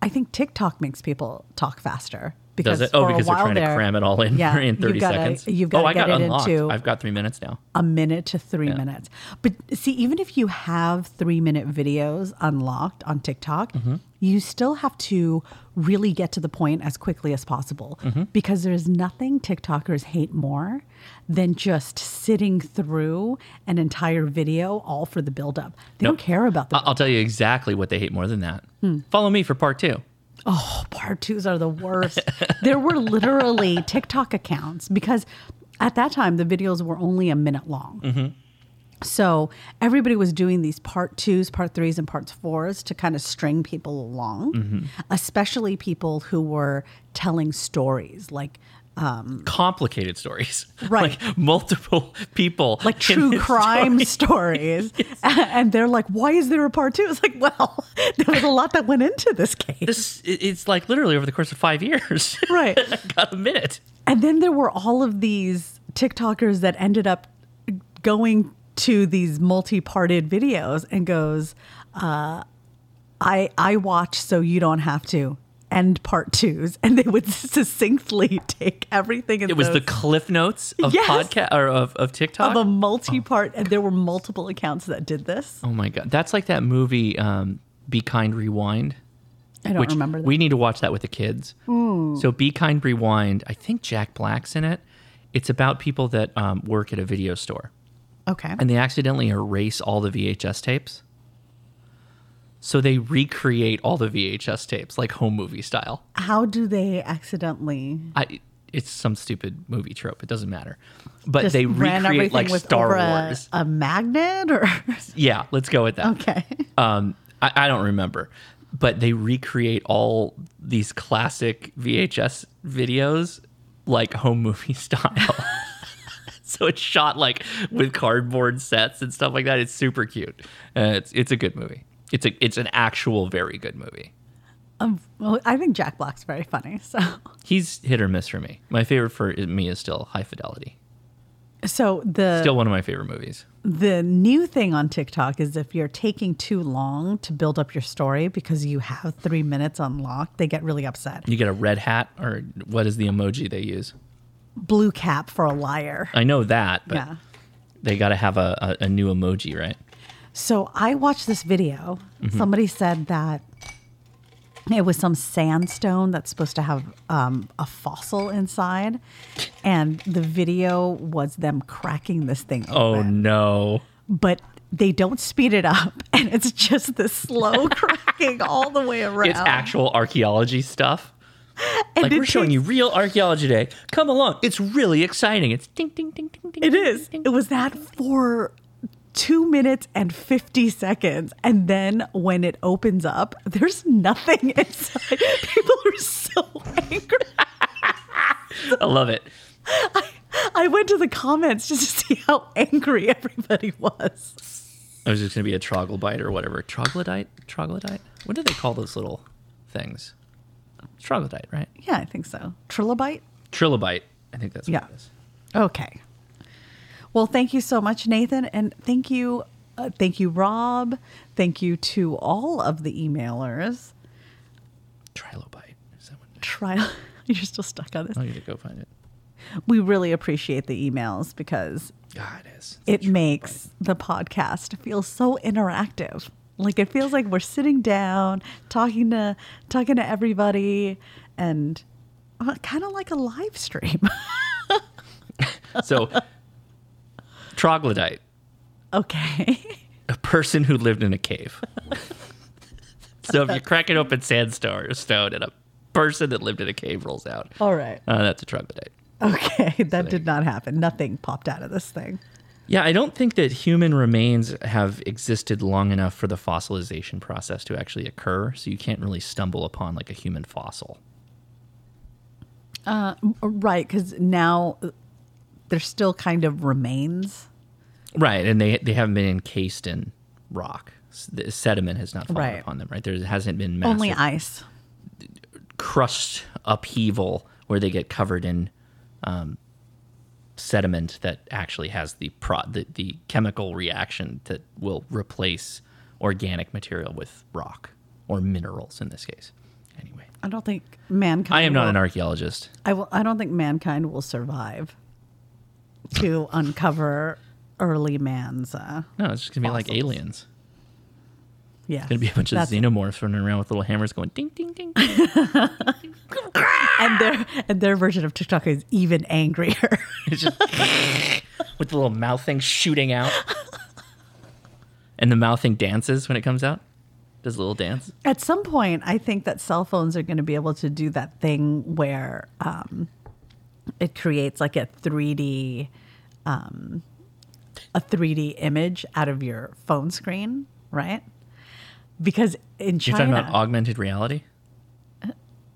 I think TikTok makes people talk faster. Because
Does it? Oh,
for a
because they're
while
trying to
there-
cram it all in [LAUGHS]
yeah,
in 30
you've gotta-
seconds.
You've got
oh,
to
I
get
got
it
unlocked.
into
I've got three minutes now.
a minute to three
Yeah.
minutes. But see, even if you have three minute videos unlocked on TikTok,
Mhm.
you still have to really get to the point as quickly as possible
Mhm.
because there's nothing TikTokers hate more than just sitting through an entire video all for the buildup. They don't care about
I- I'll tell you exactly what they hate more than that. Hmm. Follow me for part two.
Oh, part twos are the worst. there were [LAUGHS] literally TikTok accounts because at that time the videos were only a minute long. So everybody was doing these part twos, part threes, and parts fours to kind of string people along,
Mhm.
especially people who were telling stories [LAUGHS] like um,
Complicated stories. [LAUGHS]
Right.
like multiple people. Like
true crime [LAUGHS] stories. And they're like, why is there a part two? It's like, well, [LAUGHS] there was a lot that went into this case.
This it- it's like literally over the course of five years.
[LAUGHS] Right.
[LAUGHS] I got a minute.
And then there were all of these TikTokers that ended up going to these multi-parted videos and goes, uh, "I I watch so you don't have to." End part twos, [LAUGHS] and they would succinctly take everything. In
It was
those-
the cliff notes of
Yes.
podcast or of, of TikTok.
of a multi-part, and there were multiple accounts that did this.
oh my god. That's like that movie um, Be Kind Rewind.
I don't
which
remember that.
We need to watch that with the kids.
Mm.
So Be Kind Rewind, I think Jack Black's in it. It's about people that um, work at a video store.
Okay.
and they accidentally erase all the VHS tapes. So they recreate all the VHS tapes like home movie style.
How do they accidentally?
I it's some stupid movie trope. It doesn't matter. But
just
they
ran
recreate
everything
like
with
Star
over a-
Wars.
a magnet or [LAUGHS]
Yeah, let's go with that.
okay.
Um, I, I don't remember, but they recreate all these classic VHS videos like home movie [LAUGHS] style. so it's shot like with cardboard sets and stuff like that. It's super cute. Uh, it's it's a good movie. It's a it's an actual very good movie.
Um, well, I think Jack Black's very funny. So,
He's hit or miss for me. My favorite for me is still High Fidelity.
so the
Still one of my favorite movies.
the new thing on TikTok is if you're taking too long to build up your story because you have three minutes unlocked, they get really upset.
You get a red hat or what is the emoji they use?
Blue cap for a liar.
I know that, but
Yeah.
they got to have a, a, a new emoji, right?
So I watched this video.
Mhm.
Somebody said that it was some sandstone that's supposed to have um, a fossil inside, and the video was them cracking this thing
Oh no.
but they don't speed it up [LAUGHS] and it's just
[LAUGHS]
this slow cracking all the way around.
It's actual archaeology stuff.
Oh. And
like
it
we're showing you real archaeology today. Come along. It's really exciting. It's ding ding ding ding ding.
it is. It was that for 2 minutes and 50 seconds and then when it opens up there's nothing [LAUGHS] inside. People are so [LAUGHS] angry.
I love it.
I went to the comments just to see how angry everybody was.
I was just gonna be a troglobite or whatever. Troglodyte? Troglodyte? What do they call those little things? Troglodyte, right?
Yeah, I think so. Trilobite?
Trilobite. I think that's what
Yeah.
it is.
Okay. Well, thank you so much, Nathan, and thank you, uh, thank you, Rob. Thank you to all of the emailers.
Trilobite. Is that what
Trial. [LAUGHS] You're still stuck on this.
I'm gonna go find it.
We really appreciate the emails because
God, it is.
It makes the podcast feel so interactive. Like it feels like we're sitting down, talking to talking to everybody, and uh, kind of like a live stream. [LAUGHS]
So [LAUGHS] Troglodyte.
okay.
a person who [LAUGHS] lived in a cave. so if you crack it open sandstone or stone and a person that lived in a cave rolls out.
All right.
Uh, that's a troglodyte.
Okay, that did not happen. Nothing popped out of this thing.
Yeah, I don't think that human remains have existed long enough for the fossilization process to actually occur. So you can't really stumble upon like a human fossil.
Uh, right, because now there's still kind of remains.
Right, and they they haven't been encased in rock. S- The sediment has not fallen
Right.
upon them. Right, there hasn't been massive
Only ice.
crust upheaval where they get covered in um, sediment that actually has the, pro- the the chemical reaction that will replace organic material with rock or minerals in this case.
I don't think mankind.
I am not
will-
an archaeologist.
I will. I don't think mankind will survive to uncover early man's. Uh,
No, it's just gonna be like aliens.
yeah,
It's gonna be a bunch of xenomorphs running around with little hammers going ding ding ding. [LAUGHS]
and their and their version of TikTok is even angrier. [LAUGHS]
It's just with the little mouth thing shooting out. And the mouth thing dances when it comes out. Does a little dance.
At some point, I think that cell phones are going to be able to do that thing where um, it creates like a 3D, um, a 3D image out of your phone screen, right? Because in
You're talking about
China,
augmented reality?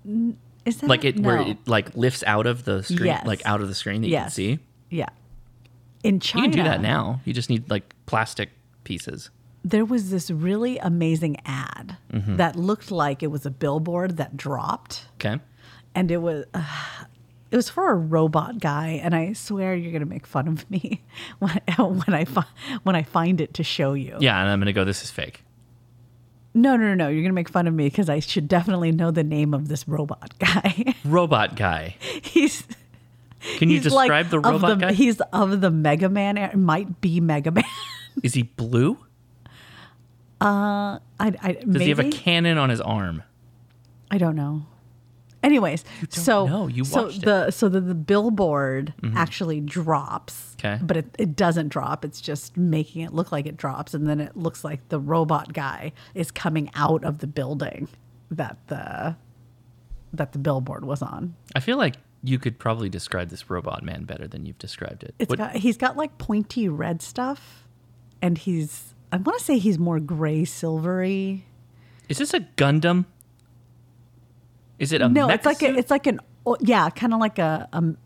N- is that
like it where
no.
it like lifts out of the screen
Yes.
like out of the screen that
Yes.
you can see.
yeah, in China,
You can do that now. You just need like plastic pieces.
There was this really amazing ad
Mhm.
that looked like it was a billboard that dropped.
Okay.
and it was uh, it was for a robot guy and i swear you're gonna make fun of me [LAUGHS] when, when i fi- when i find it to show you
Yeah, and I'm gonna go, this is fake.
no no no no you're gonna make fun of me because i should definitely know the name of this robot [LAUGHS] guy
Robot guy.
he's
Can you
he's like
describe the
of
robot guy?
he's of the mega man era- might be mega man [LAUGHS]
Is he blue?
uh i, I
Does
maybe
he have a cannon on his arm?
I don't know. Anyways, so no,
you
so
watched it.
the so the, the billboard
Mhm.
actually drops,
'Kay.
but it, it doesn't drop. It's just making it look like it drops, and then it looks like the robot guy is coming out of the building that the that the billboard was on.
I feel like you could probably describe this robot man better than you've described it.
It's
What-
got he's got like pointy red stuff, and he's I want to say he's more gray silvery.
Is this a Gundam? Is it a
no,
mech
it's like
suit?
a, it's like an oh, yeah, kind of like a um,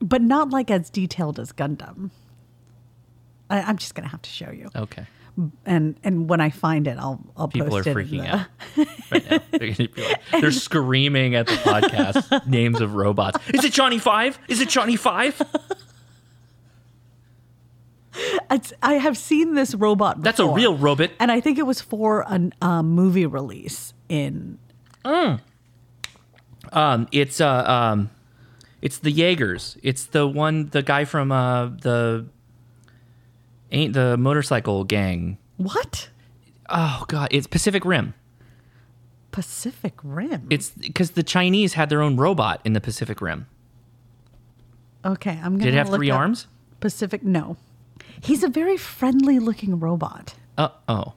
but not like as detailed as Gundam. I, I'm just gonna have to show you.
Okay.
And and when I find it, I'll I'll
People are
post it. in
freaking
the-
out right now. They're, gonna be like- they're screaming at the
[LAUGHS]
podcast names of robots. Is it Johnny Five? Is it Johnny Five?
[LAUGHS] It's, I have seen this robot.
That's a
before.
real robot.
And I think it was for an a movie release in.
Um, it's uh, um, it's the Jaegers. It's the one, the guy from uh, the ain't the motorcycle gang.
What?
Oh God! It's Pacific Rim.
Pacific Rim.
It's because the Chinese had their own robot in the Pacific Rim.
Okay, I'm gonna.
Did it have
look
three
up
arms?
Pacific. No, he's a very friendly looking robot. [LAUGHS]
Uh oh.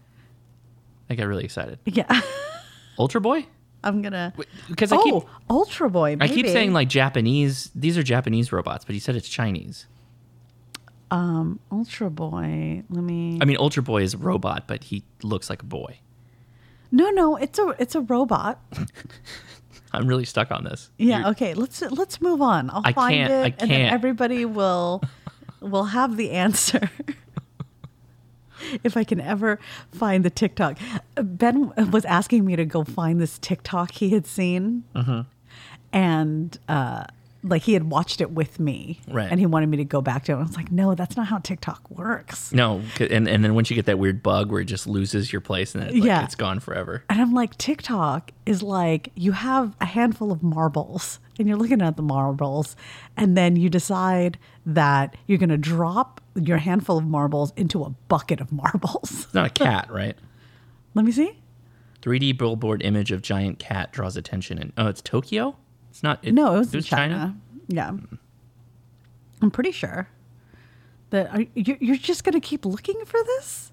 I got really excited.
Yeah,
Ultra Boy?
I'm gonna.
'cause I
oh,
keep-
Ultra Boy.
I keep
maybe.
saying like Japanese. These are Japanese robots, but you said it's Chinese.
Um, Ultra Boy. Let me.
I mean, Ultra Boy is a robot, but he looks like a boy.
no, no, it's a it's a robot.
I'm really stuck on this.
Yeah. okay. Let's let's move on. I'll
I
find
can't-
it,
I
and then
can't. [LAUGHS]
everybody will will have the answer. if I can ever find the TikTok, Ben was asking me to go find this TikTok he had seen,
Mm-hmm.
Uh-huh.
and uh, like he had watched it with me,
Right.
And he wanted me to go back to it. I was like, no, that's not how TikTok works.
No, c- and and then once you get that weird bug where it just loses your place and then it's, like,
Yeah.
it's gone forever.
And I'm like, TikTok is like you have a handful of marbles and you're looking at the marbles, and then you decide that you're going to drop your handful of marbles into a bucket of [LAUGHS] marbles.
It's not a cat,
[LAUGHS]
right?
Let me see.
3D billboard image of giant cat draws attention. And oh, it's Tokyo. It's not. It,
No, it was in
China.
Yeah. I'm pretty sure that are, you- you're just going to keep looking for this.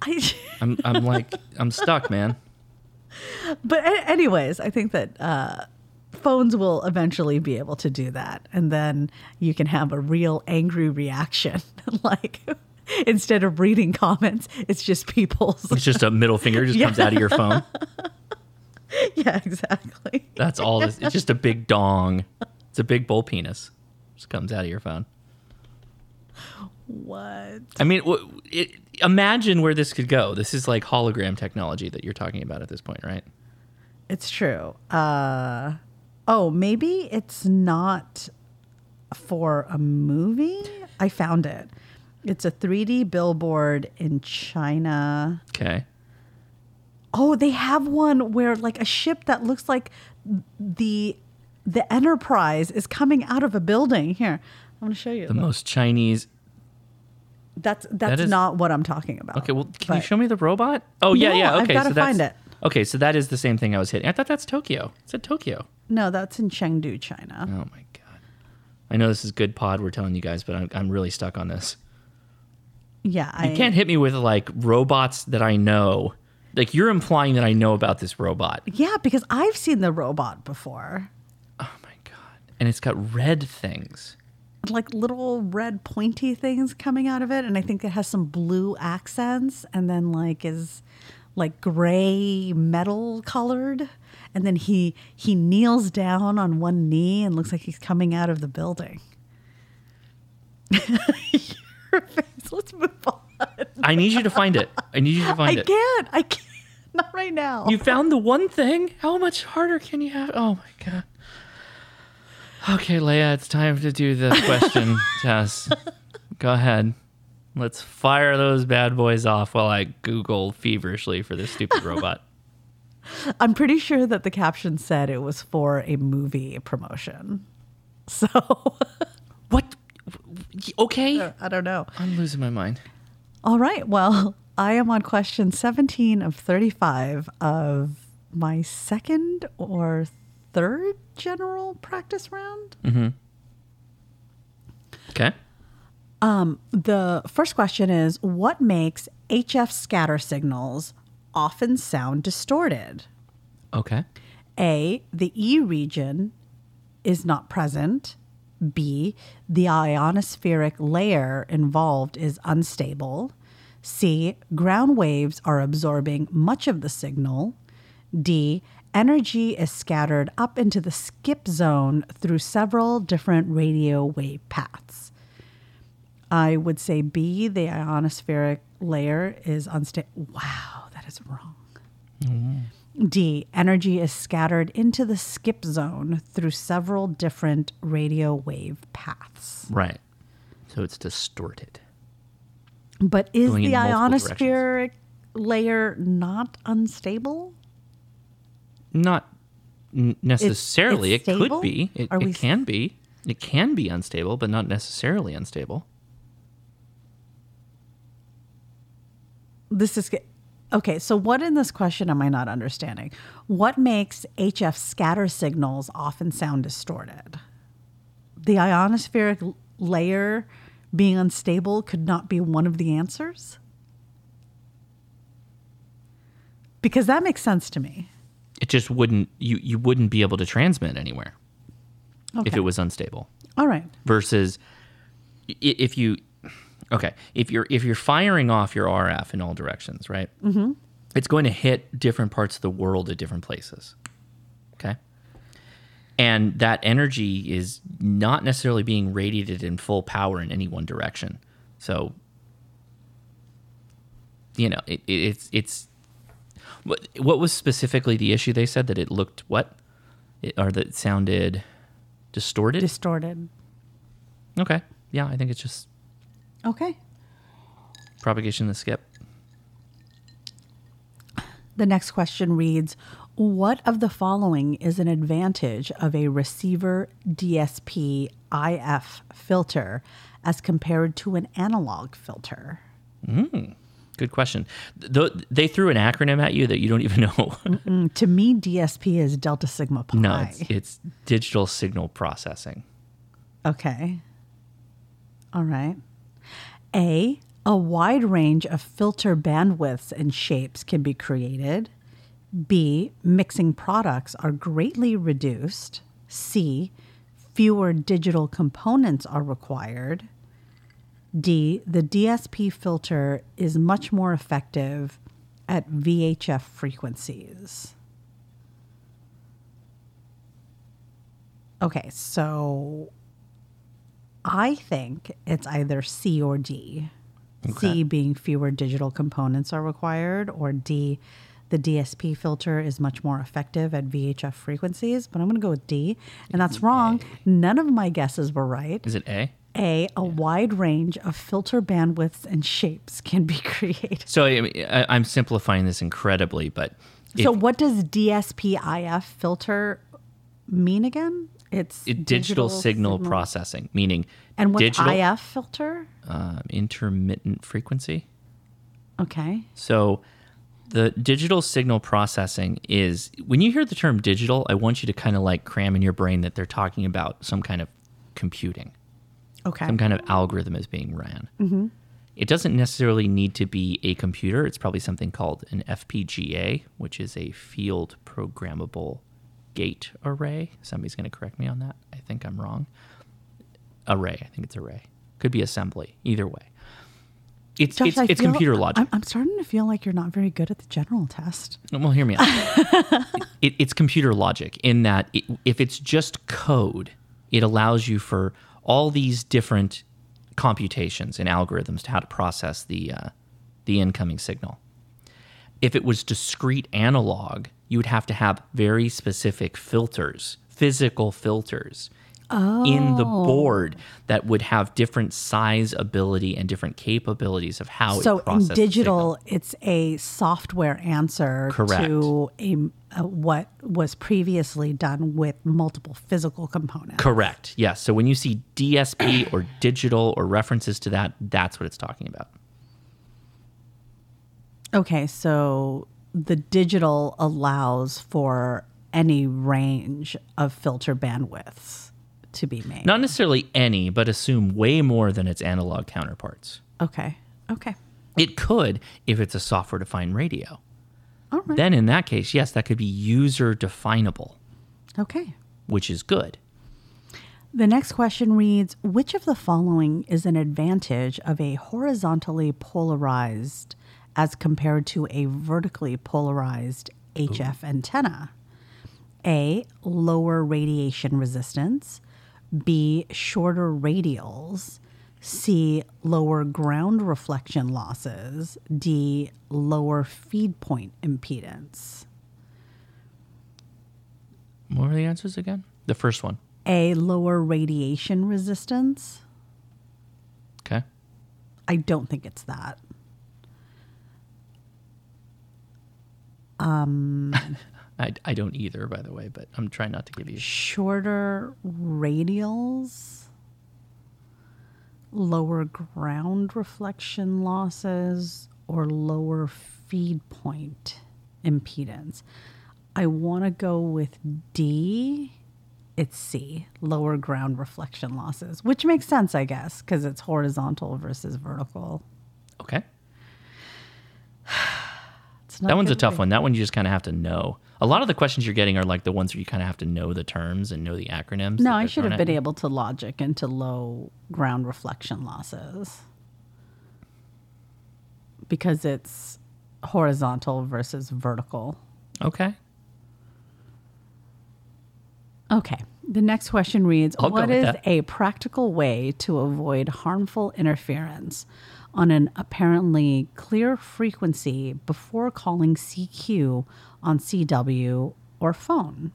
I. [LAUGHS]
I'm I'm like I'm stuck, man.
But a- anyways, I think that uh, phones will eventually be able to do that, and then you can have a real angry reaction, [LAUGHS] like. Instead of reading comments, it's just people's. [LAUGHS]
It's just a middle finger just comes out of your phone.
Yeah, exactly.
That's all. This, it's just a big dong. It's a big bull penis. Just comes out of your phone.
What?
I mean, w- it, imagine where this could go. This is like hologram technology that you're talking about at this point, right?
It's true. Uh, oh, maybe it's not for a movie. I found it. It's a 3D billboard in China.
Okay.
Oh, they have one where like a ship that looks like the the Enterprise is coming out of a building. Here, I'm going to show you.
The most Chinese.
that's that's
that is-
not what I'm talking about.
Okay, well, can you
But-
show me the robot? Oh, yeah,
No,
yeah.
I've
Okay,
gotta
so that's,
find it.
Okay, so that is the same thing I was hitting. I thought that's Tokyo. It's at Tokyo.
No, that's in Chengdu, China.
Oh my god. I know this is good pod we're telling you guys, but I'm, I'm really stuck on this.
Yeah, I
You can't hit me with like robots that I know. Like you're implying that I know about this robot,
Yeah, because I've seen the robot before.
and it's got red things.
like little red pointy things coming out of it and i think it has some blue accents and then like is like gray metal colored and then he he kneels down on one knee and looks like he's coming out of the building [LAUGHS] Your face. let's move on
I need you to find it. I need you to find
i
it.
can't i can't not right now
You found the one thing. How much harder can you have? Oh my god. Okay, Leia, it's time to do the
[LAUGHS]
question test. Go ahead. Let's fire those bad boys off while I Google feverishly for this stupid
[LAUGHS]
robot.
i'm pretty sure that the caption said it was for a movie promotion [LAUGHS] so
Okay.
i don't know
I'm losing my mind.
All right. Well, [LAUGHS] I am on question 17 of 35 of my second or third general practice round.
Mm-hmm. Okay.
Um, the first question is What makes HF scatter signals often sound distorted?
Okay.
A, the E region is not present. B, the ionospheric layer involved is unstable. C, ground waves are absorbing much of the signal. D, energy is scattered up into the skip zone through several different radio wave paths. I would say B, the ionospheric layer is unstable. Wow, that is wrong. D. Energy is scattered into the skip zone through several different radio wave paths.
Right. So it's distorted.
But is
Going in
the
multiple
ionospheric layer not unstable?
Not n- necessarily.
it's
it could
stable?
be. It,
Are
it
we s-
can be. It can be unstable, but not necessarily unstable.
This is okay. So, what in this question am I not understanding? What makes HF scatter signals often sound distorted? The ionospheric l- layer being unstable could not be one of the answers? Because that makes sense to me.
It just wouldn't. You you wouldn't be able to transmit anywhere if
Okay.
it was unstable.
All right.
versus i- if you okay if you're if you're firing off your RF in all directions, right?
Mm-hmm.
It's going to hit different parts of the world at different places. Okay. And that energy is not necessarily being radiated in full power in any one direction. So, you know, it, it, it's it's what what was specifically the issue? They said that it looked what, it, or that it sounded distorted.
Distorted.
Okay. Yeah, I think it's just
Okay.
propagation of the skip.
The next question reads What of the following is an advantage of a receiver DSP IF filter as compared to an analog filter?
Mm, good question. Th- th- they threw an acronym at you that you don't [LAUGHS] even know.
Mm-mm. to me, DSP is Delta Sigma Pi.
no, it's, it's digital signal processing.
Okay. All right. A. A wide range of filter bandwidths and shapes can be created. B, mixing products are greatly reduced. C, fewer digital components are required. D, the DSP filter is much more effective at VHF frequencies. Okay, so I think it's either C or D. C
Okay.
being fewer digital components are required, or D, the DSP filter is much more effective at VHF frequencies. But I'm going to go with D, and that's wrong. None of my guesses were right.
Is it A?
A, a wide range of filter bandwidths and shapes can be [LAUGHS] created.
So I mean, I, I'm simplifying this incredibly, but if
so, what does DSPIF filter mean again? It's
it- digital, signal, processing, meaning
And what's
digital
IF filter?
um, intermittent frequency.
Okay.
So the digital signal processing is when you hear the term digital, I want you to kind of like cram in your brain that they're talking about some kind of computing,
Okay.
some kind of algorithm is being ran.
hmm
It doesn't necessarily need to be a computer. It's probably something called an FPGA, which is a field programmable gate array. Somebody's going to correct me on that. I think I'm wrong. Array. I think it's array. Could be assembly. Either way, it's
Josh,
it's,
I
it's
feel-
computer logic.
I'm, I'm starting to feel like you're not very good at the general test.
Well, hear
[LAUGHS]
me out. it, it's computer logic in that it, if it's just code, it allows you for all these different computations and algorithms to how to process the uh, the incoming signal. If it was discrete analog, you would have to have very specific filters, physical filters in the
Oh.
board that would have different size ability and different capabilities of how
so
Oh, it
in
processes the
digital, it's a software answer
Correct.
to a, uh what was previously done with multiple physical components.
Correct. Yes. So when you see DSP or digital or references to that, that's what it's talking about.
Okay, so the digital allows for any range of filter bandwidths to be made.
Not necessarily any, but assume way more than its analog counterparts.
Okay. Okay.
It could if it's a software defined radio. Then in that case, yes, that could be user definable,
Okay.
which is good.
The next question reads Which of the following is an advantage of a horizontally polarized as compared to a vertically polarized HF antenna? A. Lower radiation resistance. B. Shorter radials. C. Lower ground reflection losses. D. Lower feed point impedance.
What were the answers again? The first one.
A. Lower radiation resistance.
Okay.
I don't think it's that. Um,
I, I don't either, by the way, but I'm trying not to give you.
shorter radials, lower ground reflection losses, or lower feed point impedance. I want to go with D. It's C, lower ground reflection losses, which makes sense, I guess, because it's horizontal versus vertical.
Okay.
It's not
That one's a
good
tough
reading.
one. That one you just kind of have to know. A lot of the questions you're getting are like the ones where you kind of have to know the terms and know the acronyms. that
No, I
they're
should
thrown
have
at
been
you.
able to logic into low ground reflection losses because it's horizontal versus vertical.
Okay.
Okay. The next question reads
I'll go
What
with
is
that.
a practical way to avoid harmful interference on an apparently clear frequency before calling CQ on CW or phone?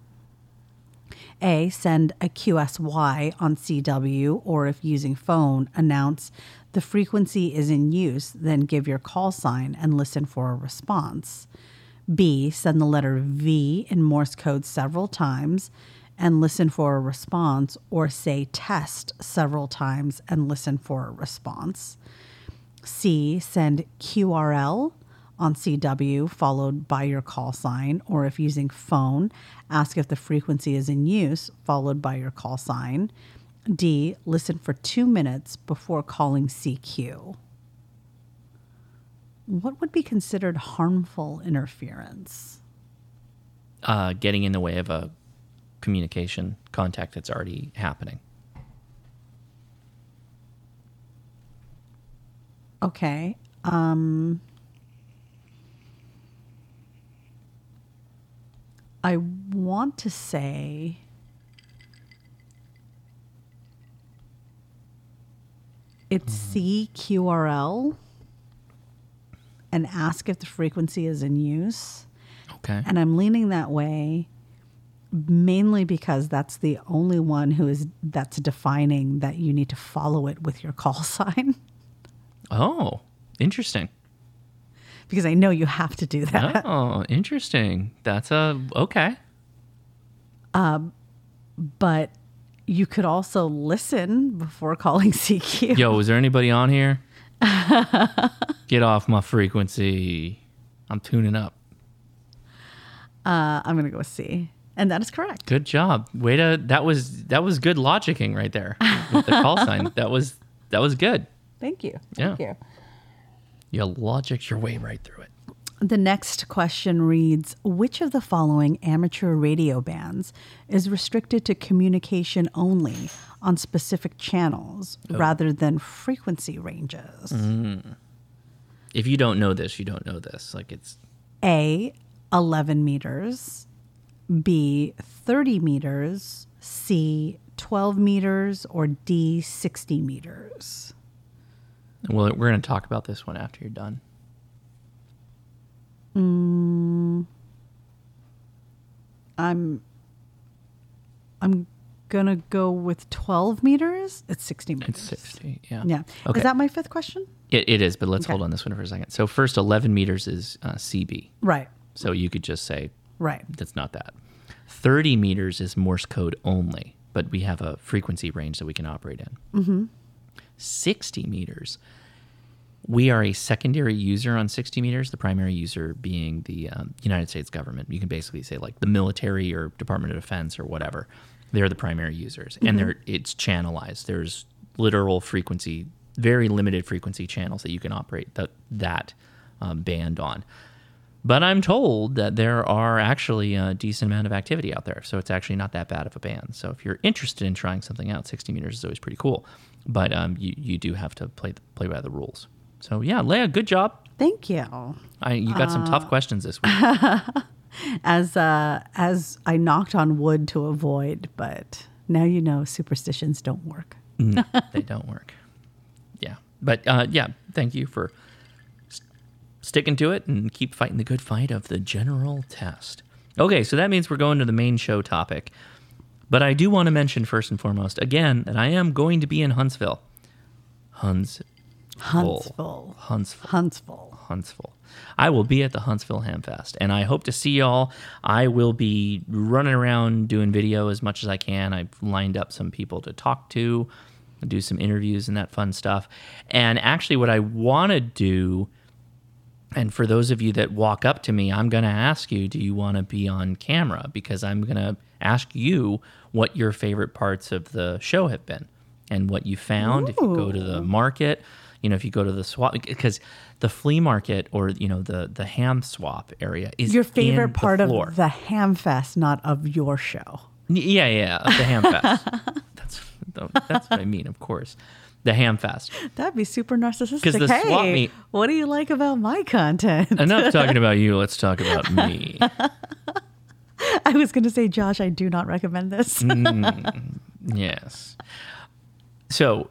A, send a QSY on CW, or if using phone, announce the frequency is in use, then give your call sign and listen for a response. B, send the letter V in Morse code several times and listen for a response, or say test several times and listen for a response. C, send QRL on CW followed by your call sign, or if using phone, ask if the frequency is in use followed by your call sign. D, listen for two minutes before calling CQ. What would be considered harmful interference?
uh, getting in the way of a communication contact that's already happening.
Okay. Um, I want to say. It's CQRL and ask if the frequency is in use.
Okay.
And I'm leaning that way mainly because that's the only one who is that's defining that you need to follow it with your call [LAUGHS] sign
Oh,
[LAUGHS]
interesting.
because I know you have to do that.
Oh, interesting. That's a okay.
Um, [LAUGHS] but you could also listen before calling [LAUGHS] CQ.
Yo, is there anybody on
[LAUGHS]
here? Get off my frequency. I'm tuning up.
Uh, I'm gonna go with C, and that is correct.
Good job. Way to that was that was good logicking right there. With the call
[LAUGHS]
sign. That was that was good.
Thank you.
Yeah.
Thank you.
You logic your way right through it.
The next question reads Which of the following amateur radio bands is restricted to communication only on specific channels
Oh.
rather than frequency ranges?
Mm. If you don't know this, you don't know this. Like it's
A, 11 meters, B, 30 meters, C, 12 meters, or D, 60 meters?
well, we're going to talk about this one after you're done.
Mm, I'm I'm gonna go with 12 meters. It's 60 meters. It's
60. Yeah.
Yeah.
Okay.
Is that my fifth question?
It, it is, but let's
Okay.
hold on this one for a second. So first, 11 meters is uh, CB.
Right.
So you could just say
Right.
That's not that. 30 meters is Morse code only, but we have a frequency range that we can operate in.
Mm-hmm.
60 meters. We are a secondary user on 60 meters, the primary user being the um, United States government. You can basically say, like, the military or Department of Defense or whatever. They're the primary users,
Mhm.
and they're, it's channelized. There's literal frequency, very limited frequency channels that you can operate that, that um, band on. But I'm told that there are actually a decent amount of activity out there, so it's actually not that bad of a band. So if you're interested in trying something out, 60 meters is always pretty cool. But um, you you do have to play play by the rules. So yeah, Leia, good job.
Thank you.
I, you got some
Uh,
tough questions this week.
as uh, as I knocked on wood to avoid, but now you know superstitions don't work.
No, they don't work. Yeah, but uh, yeah, thank you for s- sticking to it and keep fighting the good fight of the general test. Okay, so that means we're going to the main show topic. But I do want to mention first and foremost again that I am going to be in Huntsville. Huns.
Huntsville.
Huntsville.
Huntsville.
Huntsville. I will be at the Huntsville Hamfest, and I hope to see y'all. I will be running around doing video as much as I can. I've lined up some people to talk to, do some interviews and that fun stuff. And actually, what I want to do, and for those of you that walk up to me, I'm going to ask you, do you want to be on camera? Because I'm going to ask you what your favorite parts of the show have been and what you found. If you go to the market, you know, if you go to the swap, because the flea market or, you know, the, the ham swap area is
Your
in
favorite
the
part
floor.
of the ham fest, not of your show.
N- Yeah, yeah, of the ham fest. [LAUGHS] that's, that's what I mean, of course. The ham fest.
That'd be super narcissistic.
'Cause the
hey,
swap meet-
what do you like about my content?
[LAUGHS] Enough talking about you. Let's talk about me.
I was going to say, Josh, I do not recommend this.
Mm, yes. So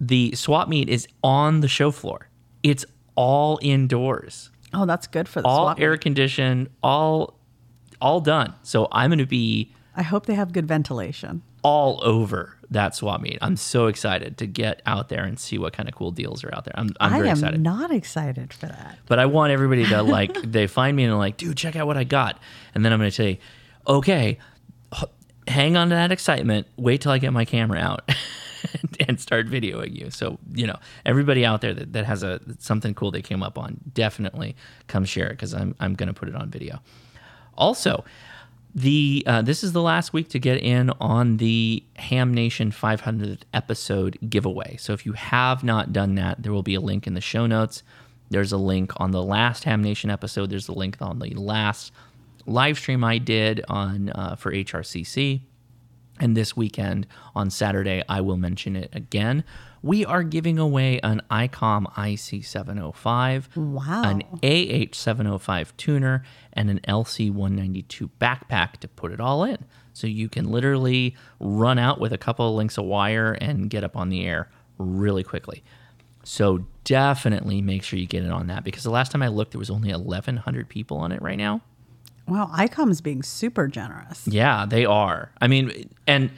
the swap meet is on the show floor. It's all indoors.
oh, that's good for the
all
swap.
air
meet.
conditioned, all all done. So I'm going to be
I hope they have good ventilation.
all over that swap meet. I'm so excited to get out there and see what kind of cool deals are out there. I'm I'm
I
very
am
excited.
not excited for that.
But I want everybody to like they find me and they're like, dude, check out what I got. And then I'm gonna say, okay, h- hang on to that excitement. Wait till I get my camera out [LAUGHS] and start videoing you. So you know, everybody out there that, that has a something cool they came up on, definitely come share it because I'm I'm gonna put it on video. Also. The uh, this is the last week to get in on the Ham Nation 500th episode giveaway. So if you have not done that, there will be a link in the show notes. There's a link on the last Ham Nation episode. There's a link on the last live stream I did on uh, for HRCC, and this weekend on Saturday I will mention it again. We are giving away an ICOM IC705,
wow,
an AH705 tuner, and an LC192 backpack to put it all in. So you can literally run out with a couple of links of wire and get up on the air really quickly. So definitely make sure you get in on that because the last time I looked, there was only 1,100 people on it right now.
Wow, ICOM's being super generous.
Yeah, they are. I mean, and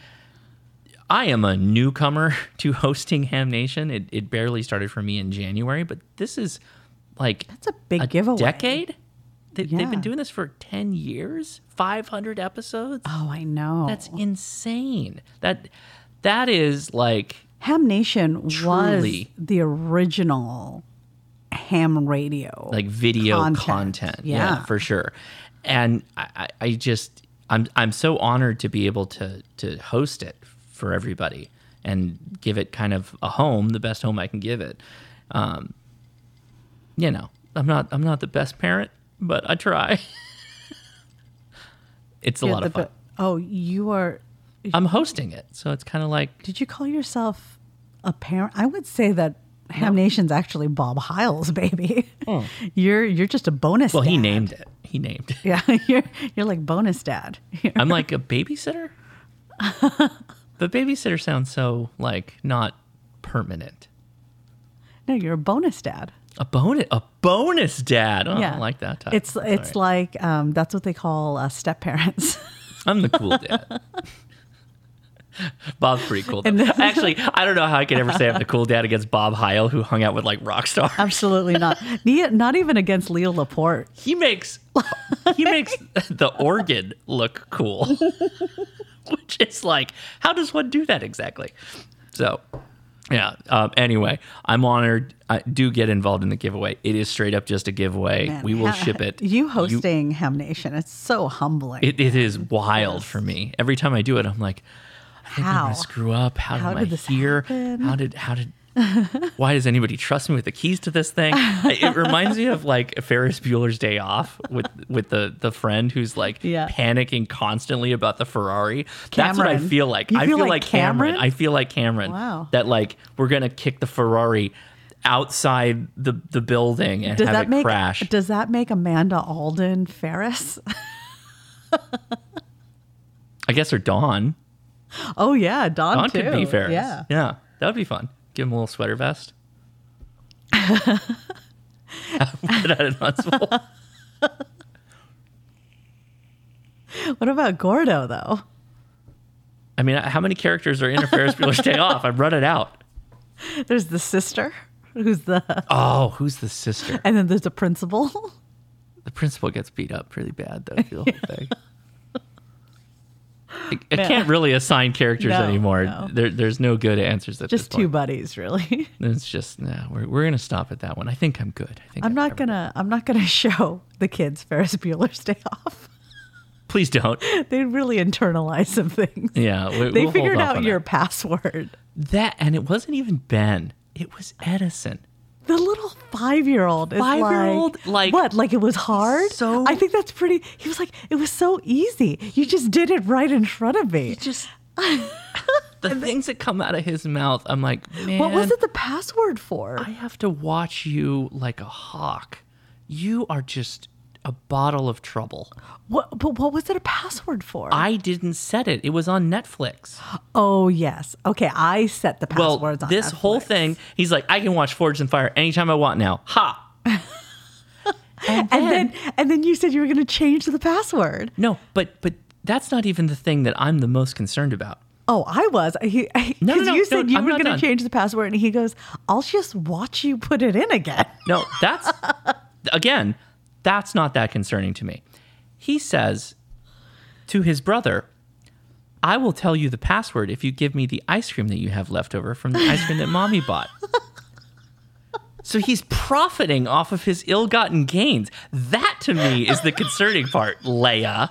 I am a newcomer [LAUGHS] to hosting Ham Nation. It, it barely started for me in January, but this is like that's
a big giveaway.
Decade. They, They've
Yeah.
been doing this for ten years, five hundred episodes.
Oh, I know.
That's insane. That that is like
Ham Nation was
Truly.
the original ham radio.
like video
content.
content,
Yeah.
for sure and I, I- I just i'm i'm so honored to be able to to host it for everybody and give it kind of a home the best home i can give it um you know i'm not i'm not the best parent but i try [LAUGHS] it's a
You're
lot
the
of fun
be- oh, you are.
i'm hosting it so it's kind of like
Did you call yourself a parent? I would say that Ham Nation's actually Bob Hiles, [LAUGHS] baby. You're you're just a bonus.
Hmm. well
dad.
he named it he named it
[LAUGHS] Yeah, you're you're like bonus dad. [LAUGHS]
i'm like a babysitter but babysitter sounds so like not permanent
No, you're a bonus dad.
A bonus, a bonus dad. Oh, [LAUGHS] I
yeah,
don't like that. Title.
It's it's
Sorry.
like um, that's what they call uh, step parents. [LAUGHS]
I'm the cool dad. Bob's pretty cool. though.
And then-
Actually, I don't know how I could ever say I'm the cool dad against Bob Heil, who hung out with like rock stars.
Absolutely [LAUGHS] not. Ne- not even against Leo Laporte.
He makes he
[LAUGHS]
makes the organ look cool, [LAUGHS] which is like, how does one do that exactly? So, yeah. Um, anyway, I'm honored. I do get involved in the giveaway. It is straight up just a giveaway.
Man,
we will
ha-
ship it.
You hosting Ham Nation, it's so humbling.
It, it is wild for me. Every time I do it, I'm like, I think I'm
How?
gonna screw up. How,
How
did
did
I
this
hear?
happen?
How did how did? [LAUGHS] why does anybody trust me with the keys to this thing? I-
[LAUGHS]
It reminds me of like Ferris Bueller's Day Off with with the the friend who's like
Yeah.
panicking constantly about the Ferrari. That's what I
Cameron.
feel like.
You
I
feel
feel,
like
like, Cameron.
Cameron?
I feel like Cameron.
Wow.
That like we're gonna kick the Ferrari outside the the building and
does
have
that
it
make
crash.
does that make Amanda Alden Ferris? [LAUGHS]
I guess or Dawn.
Oh yeah, Don,
Don
too.
could be Ferris.
Yeah.
that would be fun. Give him a little sweater
[LAUGHS]
vest. Put out in Huntsville.
What about Gordo though?
I mean, how many characters are in a Ferris Bueller's Day Off? I've run it out.
There's the sister who's the [LAUGHS]
Oh, who's the sister?
and then there's the principal. [LAUGHS]
The principal gets beat up pretty bad though through the whole thing. I, I
Man.
can't really assign characters
No,
anymore.
no.
There, there's no good answers at
Just
this
two
point.
buddies, really.
It's just nah. We're, we're gonna stop at that one. I think I'm good. I think
I'm
I've
not
covered
gonna I'm not gonna [LAUGHS] show the kids Ferris Bueller's Day [LAUGHS] Off.
it. Please don't.
They'd really internalize some things.
Yeah, we,
They
we'll hold
figured
off
out
on
your
that.
password.
that, and it wasn't even Ben. It was Edison.
The little five year old is like,
Five-year-old, like-
what? Like it was hard.
So-
I think that's pretty. He was like, it was so easy. You just did it right in front of me.
just the things that come out of his mouth. I'm like, man,
what was it the password for?
I have to watch you like a hawk. You are just a bottle of trouble.
what, but what was it a password for?
I didn't set it. It was on
[GASPS]
Netflix.
oh yes. Okay, I set the
well,
passwords on
this whole
Netflix.
thing, he's like, I can watch Forge and Fire anytime I want now. Ha! and,
[LAUGHS] And then and then you said you were going to change the password.
no, but but that's not even the thing that I'm the most concerned about.
Oh, I was. Because
No, no, no,
you said
no,
you
I'm
were
not
going
done.
to change the password, and he goes, "I'll just watch you put it in again." [LAUGHS]
No, that's again, that's not that concerning to me. He says to his brother, I will tell you the password if you give me the ice cream that you have left over from the ice cream that mommy bought. So he's profiting off of his ill gotten gains. That to me is the concerning part, Leia.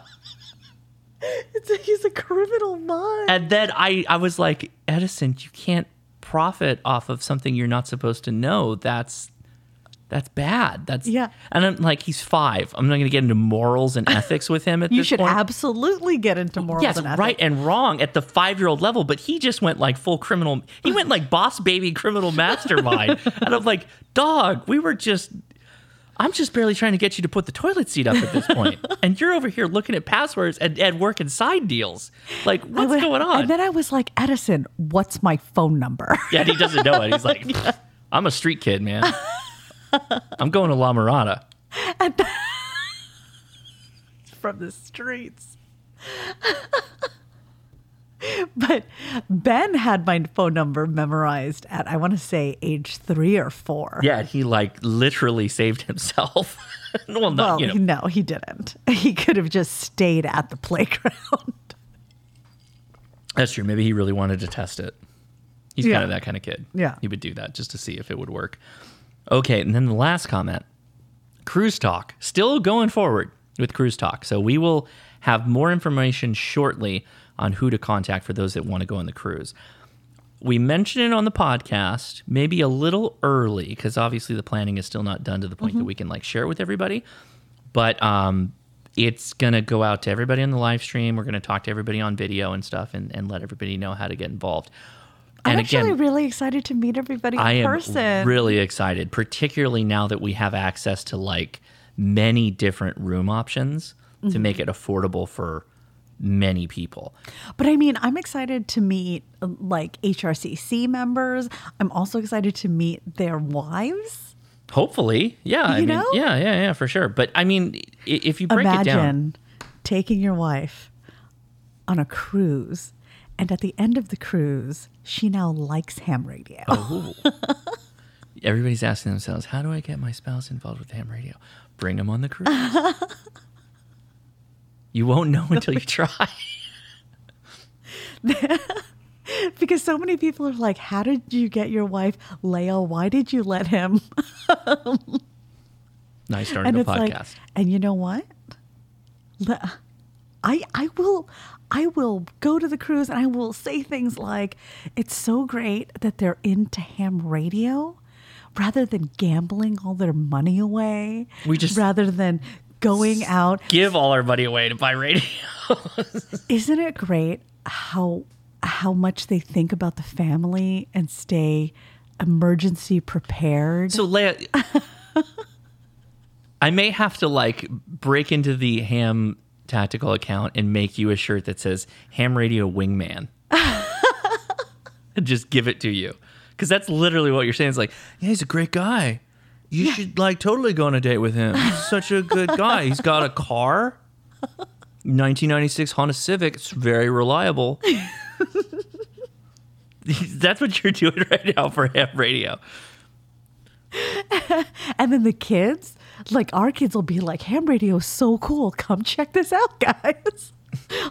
It's a, he's a criminal mind.
And then I, I was like, Edison, you can't profit off of something you're not supposed to know. That's That's bad. That's
Yeah.
And I'm like, he's five. I'm not going to get into morals
[LAUGHS]
and ethics with him at
You
this
should
point.
absolutely get into morals
yes,
and ethics.
right and wrong at the five year old level, but he just went like full criminal. He went like boss baby
[LAUGHS]
criminal mastermind. and I'm like, dog, we were just. I'm just barely trying to get you to put the toilet seat up at this
[LAUGHS]
point, and you're over here looking at passwords and, and working side deals. Like,
I
what's
would-
going on?
And then I was like, Edison, what's my phone number? [LAUGHS]
yeah, and he doesn't know it. He's like, I'm a street kid, man. I'm going to La Mirada.
From the streets. [LAUGHS] but Ben had my phone number memorized at, I want to say, age three or four.
Yeah, and he like literally saved himself. [LAUGHS] well, not
well,
you know.
no, he didn't. He could have just stayed at the playground.
That's true. Maybe he really wanted to test it. He's
Yeah.
kind of that kind of kid.
Yeah.
He would do that just to see if it would work. Okay. And then the last comment Cruise Talk, still going forward with Cruise Talk. So we will have more information shortly on who to contact for those that want to go on the cruise. We mentioned it on the podcast, maybe a little early, because obviously the planning is still not done to the point
Mm-hmm.
that
Mhm.
we can like share it with everybody. But um, it's gonna go out to everybody on the live stream. We're gonna talk to everybody on video and stuff, and, and let everybody know how to get involved.
I'm
and
actually
again,
really excited to meet everybody in
I am
person.
really excited, particularly now that we have access to like many different room options to
Mhm.
make it affordable for many people.
But I mean, I'm excited to meet uh, like HRCC members. I'm also excited to meet their wives.
Hopefully, yeah, I
You
mean,
know?
yeah, yeah, yeah, for sure. But I mean, i- if you break it down,
Imagine taking your wife on a cruise, and at the end of the cruise, she now likes ham radio.
Oh. Everybody's asking themselves, how do I get my spouse involved with ham radio? Bring them on the
[LAUGHS]
cruise. you won't know until you
[LAUGHS]
try.
[LAUGHS] because so many people are like, How did you get your wife? Leo, why did you let him?
And I started a podcast.
Like, and you know what? Le- I I will I will go to the cruise and I will say things like, "It's so great that they're into ham radio, rather than gambling all their money away.
We just-
rather than going out.
Give all our money away to buy radio.
Isn't it great how how much they think about the family and stay emergency prepared?
So Leah, I may have to like break into the ham tactical account and make you a shirt that says ham radio wingman. and just give it to you. Because that's literally what you're saying. It's like, yeah, he's a great guy. You should like totally go on a date with him. He's such a good guy. He's got a car. 1996 Honda Civic. It's very reliable. That's what you're doing right now for ham radio.
And then the kids, like our kids will be like, ham radio is so cool. Come check this out, [LAUGHS] guys.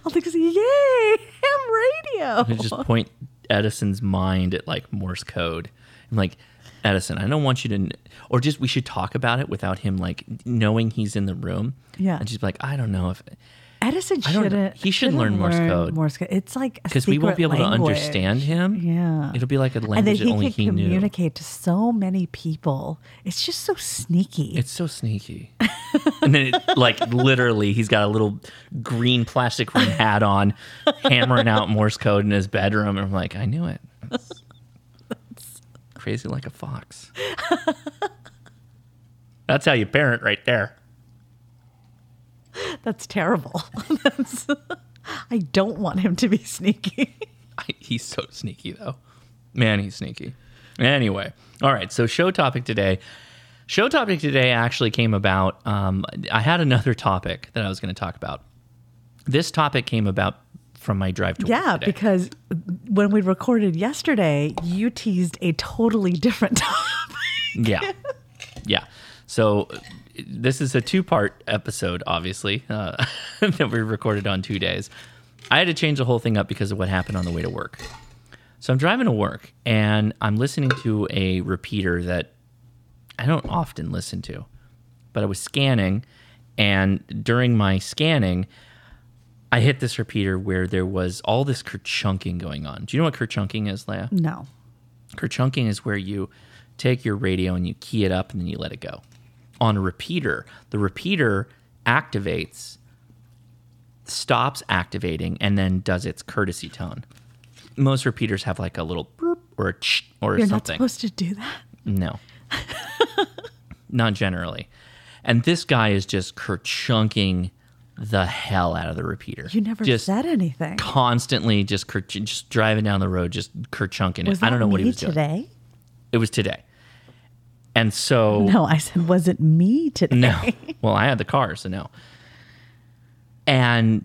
I'll think, yay, ham
I
radio. [LAUGHS]
just point Edison's mind at like Morse code. I'm like, Edison, I don't want you to, kn-" or just we should talk about it without him like knowing he's in the room.
Yeah.
and just be like, I don't know if
Edison
I don't-
shouldn't.
he should learn Morse code.
Morse code. It's like
because we won't be able to understand him.
Yeah,
it'll be like a
and then
language that
he
only
can
he knew.
communicate to so many people. It's just so sneaky.
It's so sneaky. [LAUGHS] and then, it, like literally, he's got a little green plastic rim hat on, hammering out Morse code in his bedroom. And I'm like, I knew it. Crazy like a fox. [LAUGHS] That's how you parent, right there.
That's terrible. [LAUGHS] That's, I don't want him to
[LAUGHS]
be sneaky.
He's so sneaky, though. Man, he's sneaky. Anyway, all right. So, show topic today. Show topic today actually came about. Um, I had another topic that I was going to talk about. This topic came about from my drive to
Yeah,
work today.
because when we recorded yesterday, you teased a totally different [LAUGHS] topic.
Yeah. yeah. So uh, this is a two part episode, obviously, uh, [LAUGHS] that we recorded on two days. I had to change the whole thing up because of what happened on the way to work. So I'm driving to work and I'm listening to a repeater that I don't often listen to, but I was scanning. And during my scanning, I hit this repeater where there was all this kerchunking going on. Do you know what kerchunking is, Leah?
No.
Kerchunking is where you take your radio and you key it up and then you let it go on a repeater. The repeater activates, stops activating, and then does its courtesy tone. Most repeaters have like a little burp or a ch or
You're not
something.
supposed to do that.
No. [LAUGHS] Not generally. And this guy is just kerchunking the hell out of the repeater.
You never
just
said anything.
Constantly just ker- just driving down the road, just kerchunking it.
Was
I don't
that
know what he
me
was doing.
today?
It was today. And
[LAUGHS]
so
No, I said, was it me today?
no. Well, I had the car, so no. And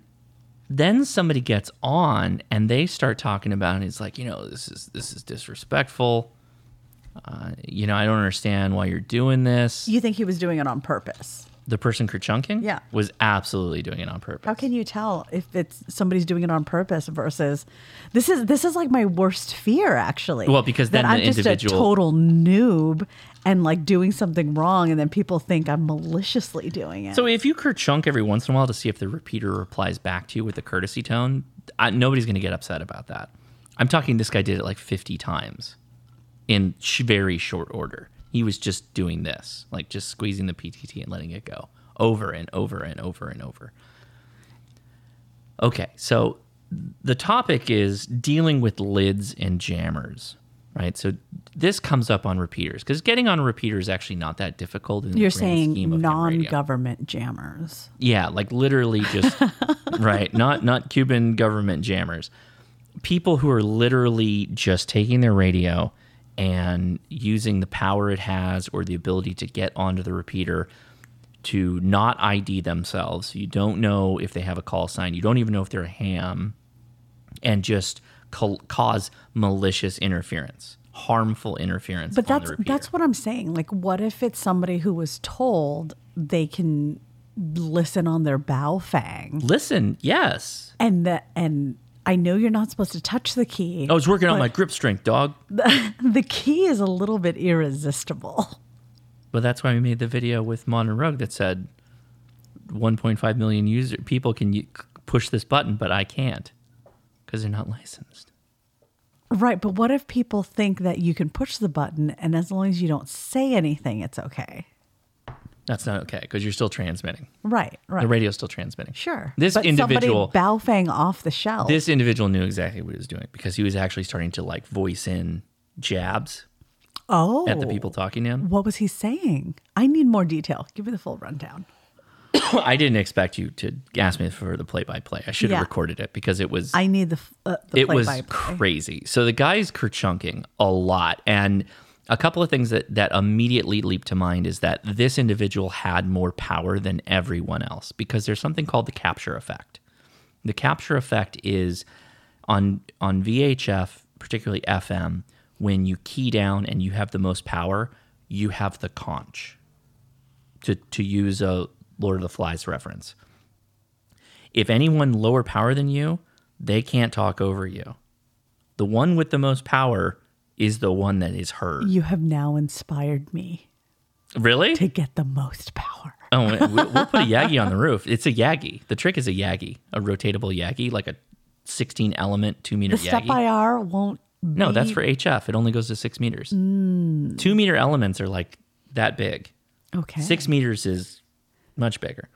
then somebody gets on and they start talking about it. And it's like, you know, this is this is disrespectful. Uh, you know, I don't understand why you're doing this.
You think he was doing it on purpose?
The person kerchunking
Yeah.
was absolutely doing it on purpose.
How can you tell if it's somebody's doing it on purpose versus this is this is like my worst fear actually.
Well, because
that
then
I'm
the
just
individual-
a total noob and like doing something wrong, and then people think I'm maliciously doing it.
So if you kerchunk every once in a while to see if the repeater replies back to you with a courtesy tone, I, nobody's going to get upset about that. I'm talking this guy did it like 50 times in sh- very short order. He was just doing this, like just squeezing the PTT and letting it go over and over and over and over. Okay, so the topic is dealing with lids and jammers, right? So this comes up on repeaters because getting on a repeater is actually not that difficult. In the
You're
grand scheme
saying
of ham radio.
non-government jammers.
Yeah, like literally
[LAUGHS]
just right, not not Cuban government jammers. People who are literally just taking their radio and using the power it has or the ability to get onto the repeater to not ID themselves. You don't know if they have a call sign. You don't even know if they're a ham and just col- cause malicious interference, harmful interference
But
on
that's
the repeater.
that's what I'm saying. Like, what if it's somebody who was told they can listen on their bow fang?
Listen, yes.
and the and I know you're not supposed to touch the key.
I was working on
but
my grip strength, dog.
The, the key is a little bit irresistible. [LAUGHS]
But that's why we made the video with Modern Rug that said 1.5 million user people can u- c- push this button, but I can't because they're not licensed.
Right, but what if people think that you can push the button and as long as you don't say anything, it's okay?
That's not okay because you're still transmitting.
Right, right.
The radio's still transmitting.
Sure.
This
but
individual.
somebody baofeng off the shelf.
This individual knew exactly what he was doing because he was actually starting to like voice in jabs
oh,
at the people talking to him.
What was he saying? I need more detail. Give me the full rundown.
I didn't expect you to ask me for the play-by-play. I should have
Yeah.
recorded it because it was
I need the f- uh, the
it was
play-by-play.
crazy. So the guy's kerchunking a lot, and a couple of things that that immediately leap to mind is that this individual had more power than everyone else because there's something called the capture effect. The capture effect is on on VHF, particularly FM, when you key down and you have the most power, you have the conch. To to use a Lord of the Flies reference if anyone lower power than you, they can't talk over you. The one with the most power is the one that is heard.
You have now inspired me
Really?
to get the most power.
Oh, we- we'll,
[LAUGHS]
put a Yagi on the roof. It's a Yagi. The trick is a Yagi, a rotatable Yagi, like a 16 element, two meter
The
Yagi.
step IR won't.
no, that's
be-
for HF. It only goes to six meters.
Mm,
Two meter elements are like that big.
okay.
Six meters is much bigger.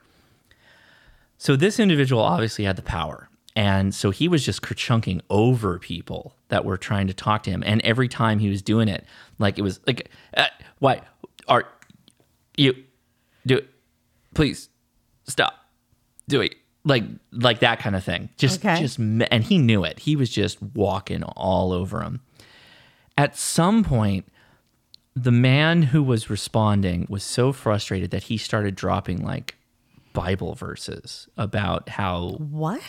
So this individual obviously had the power. And so he was just kerchunking over people that were trying to talk to him. And every time he was doing it, like it was like, uh, why are you do it? Please stop doing it. Like, like that kind of thing. Just,
Okay.
just, me- and he knew it. He was just walking all over him. At some point, the man who was responding was so frustrated that he started dropping like Bible verses about how
What?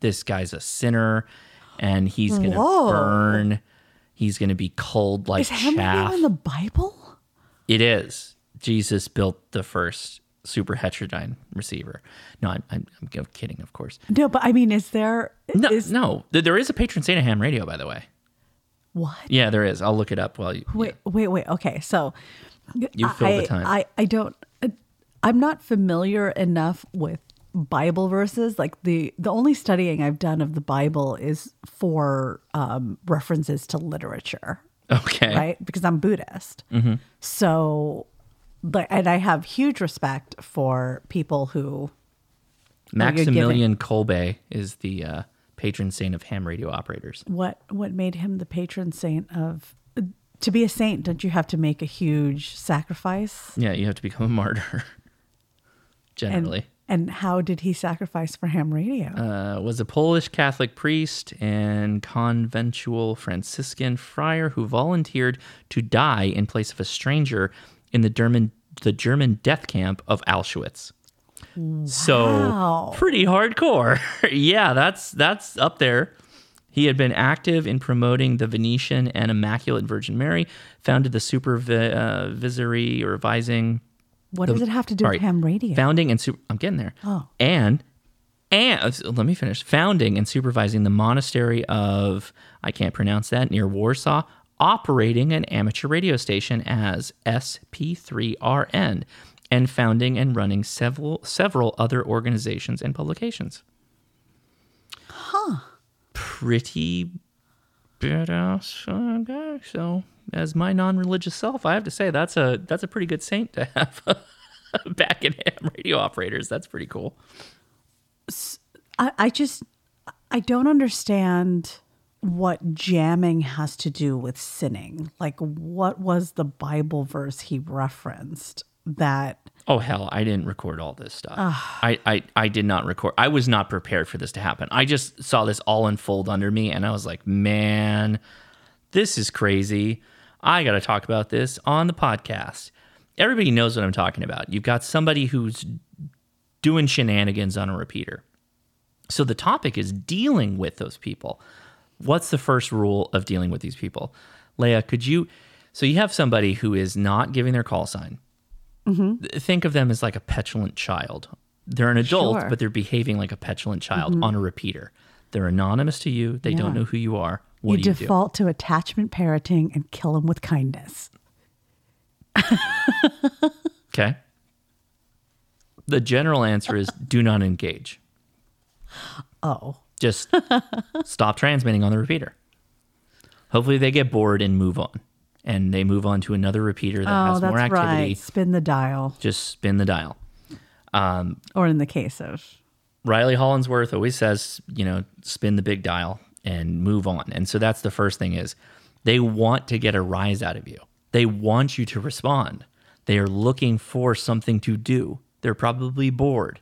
this guy's a sinner and he's gonna
Whoa.
burn, he's gonna be cold like
Is ham radio
chaff.
in the Bible?
it is. Jesus built the first super heterodyne receiver. No, I'm, I'm, I'm kidding, of course.
No, but I mean, is there?
No, no, Th- there is a patron saint of ham radio, by the way.
What?
Yeah, there is. I'll look it up while you. [LAUGHS]
Wait, wait, wait. Okay, so
You fill the
I-
time.
I, I don't. I'm not familiar enough with Bible verses. Like the the only studying I've done of the Bible is for um, references to literature.
Eh?
Okay.
Right? Because I'm Buddhist.
Mm-hmm.
Mhm.
So, but, and I have huge respect for people who. who you're giving-
Maximilian Kolbe is the uh, patron saint of ham radio operators.
What, what made him the patron saint of. To be a saint, don't you have to make a huge sacrifice?
Yeah, you have to become a martyr. [LAUGHS] Generally,
And, and how did he sacrifice for ham radio?
uh, was a Polish Catholic priest and conventual Franciscan friar who volunteered to die in place of a stranger in the German the German death camp of Auschwitz. So
Wow.
pretty hardcore. [LAUGHS] yeah, that's that's up there. He had been active in promoting the Venetian and Immaculate Virgin Mary, founded the uh, Supervisory or Vising.
What
the-
does it have to do with
sorry,
ham radio?
Founding and super, I'm getting there.
Oh.
And and uh, so let me finish. Founding and supervising the monastery of I can't pronounce that near Warsaw, operating an amateur radio station as SP3RN, and founding and running several several other organizations and publications.
Huh.
Pretty badass uh, guy. So, as my non-religious self, I have to say that's a that's a pretty good saint to have [LAUGHS] back in ham radio operators. That's pretty cool.
I, I just I don't understand what jamming has to do with sinning. Like what was the Bible verse he referenced that
Oh hell, I didn't record all this stuff.
Ugh.
I, I I did not record. I was not prepared for this to happen. I just saw this all unfold under me and I was like, "Man, this is crazy. I got to talk about this on the podcast." Everybody knows what I'm talking about. You've got somebody who's doing shenanigans on a repeater. So the topic is dealing with those people. What's the first rule of dealing with these people? Leia, could you so you have somebody who is not giving their call sign
Mhm.
th- think of them as like a petulant child. They're an adult,
Sure.
but they're behaving like a petulant child
Mhm.
on a repeater. They're anonymous to you. They don't
Yeah.
know who you are. What
you
do you
default to attachment parenting and kill him with kindness.
do? Okay. The general answer is do not engage.
Oh.
Just stop transmitting on the repeater. Hopefully they get bored and move on. And they move on to another repeater that
oh,
has
that's
more activity.
right. Spin the dial.
Just spin the dial. Um,
Or in the case of
Riley Hollinsworth always says, you know, spin the big dial and move on. And so that's the first thing is they want to get a rise out of you. They want you to respond. They are looking for something to do. They're probably bored.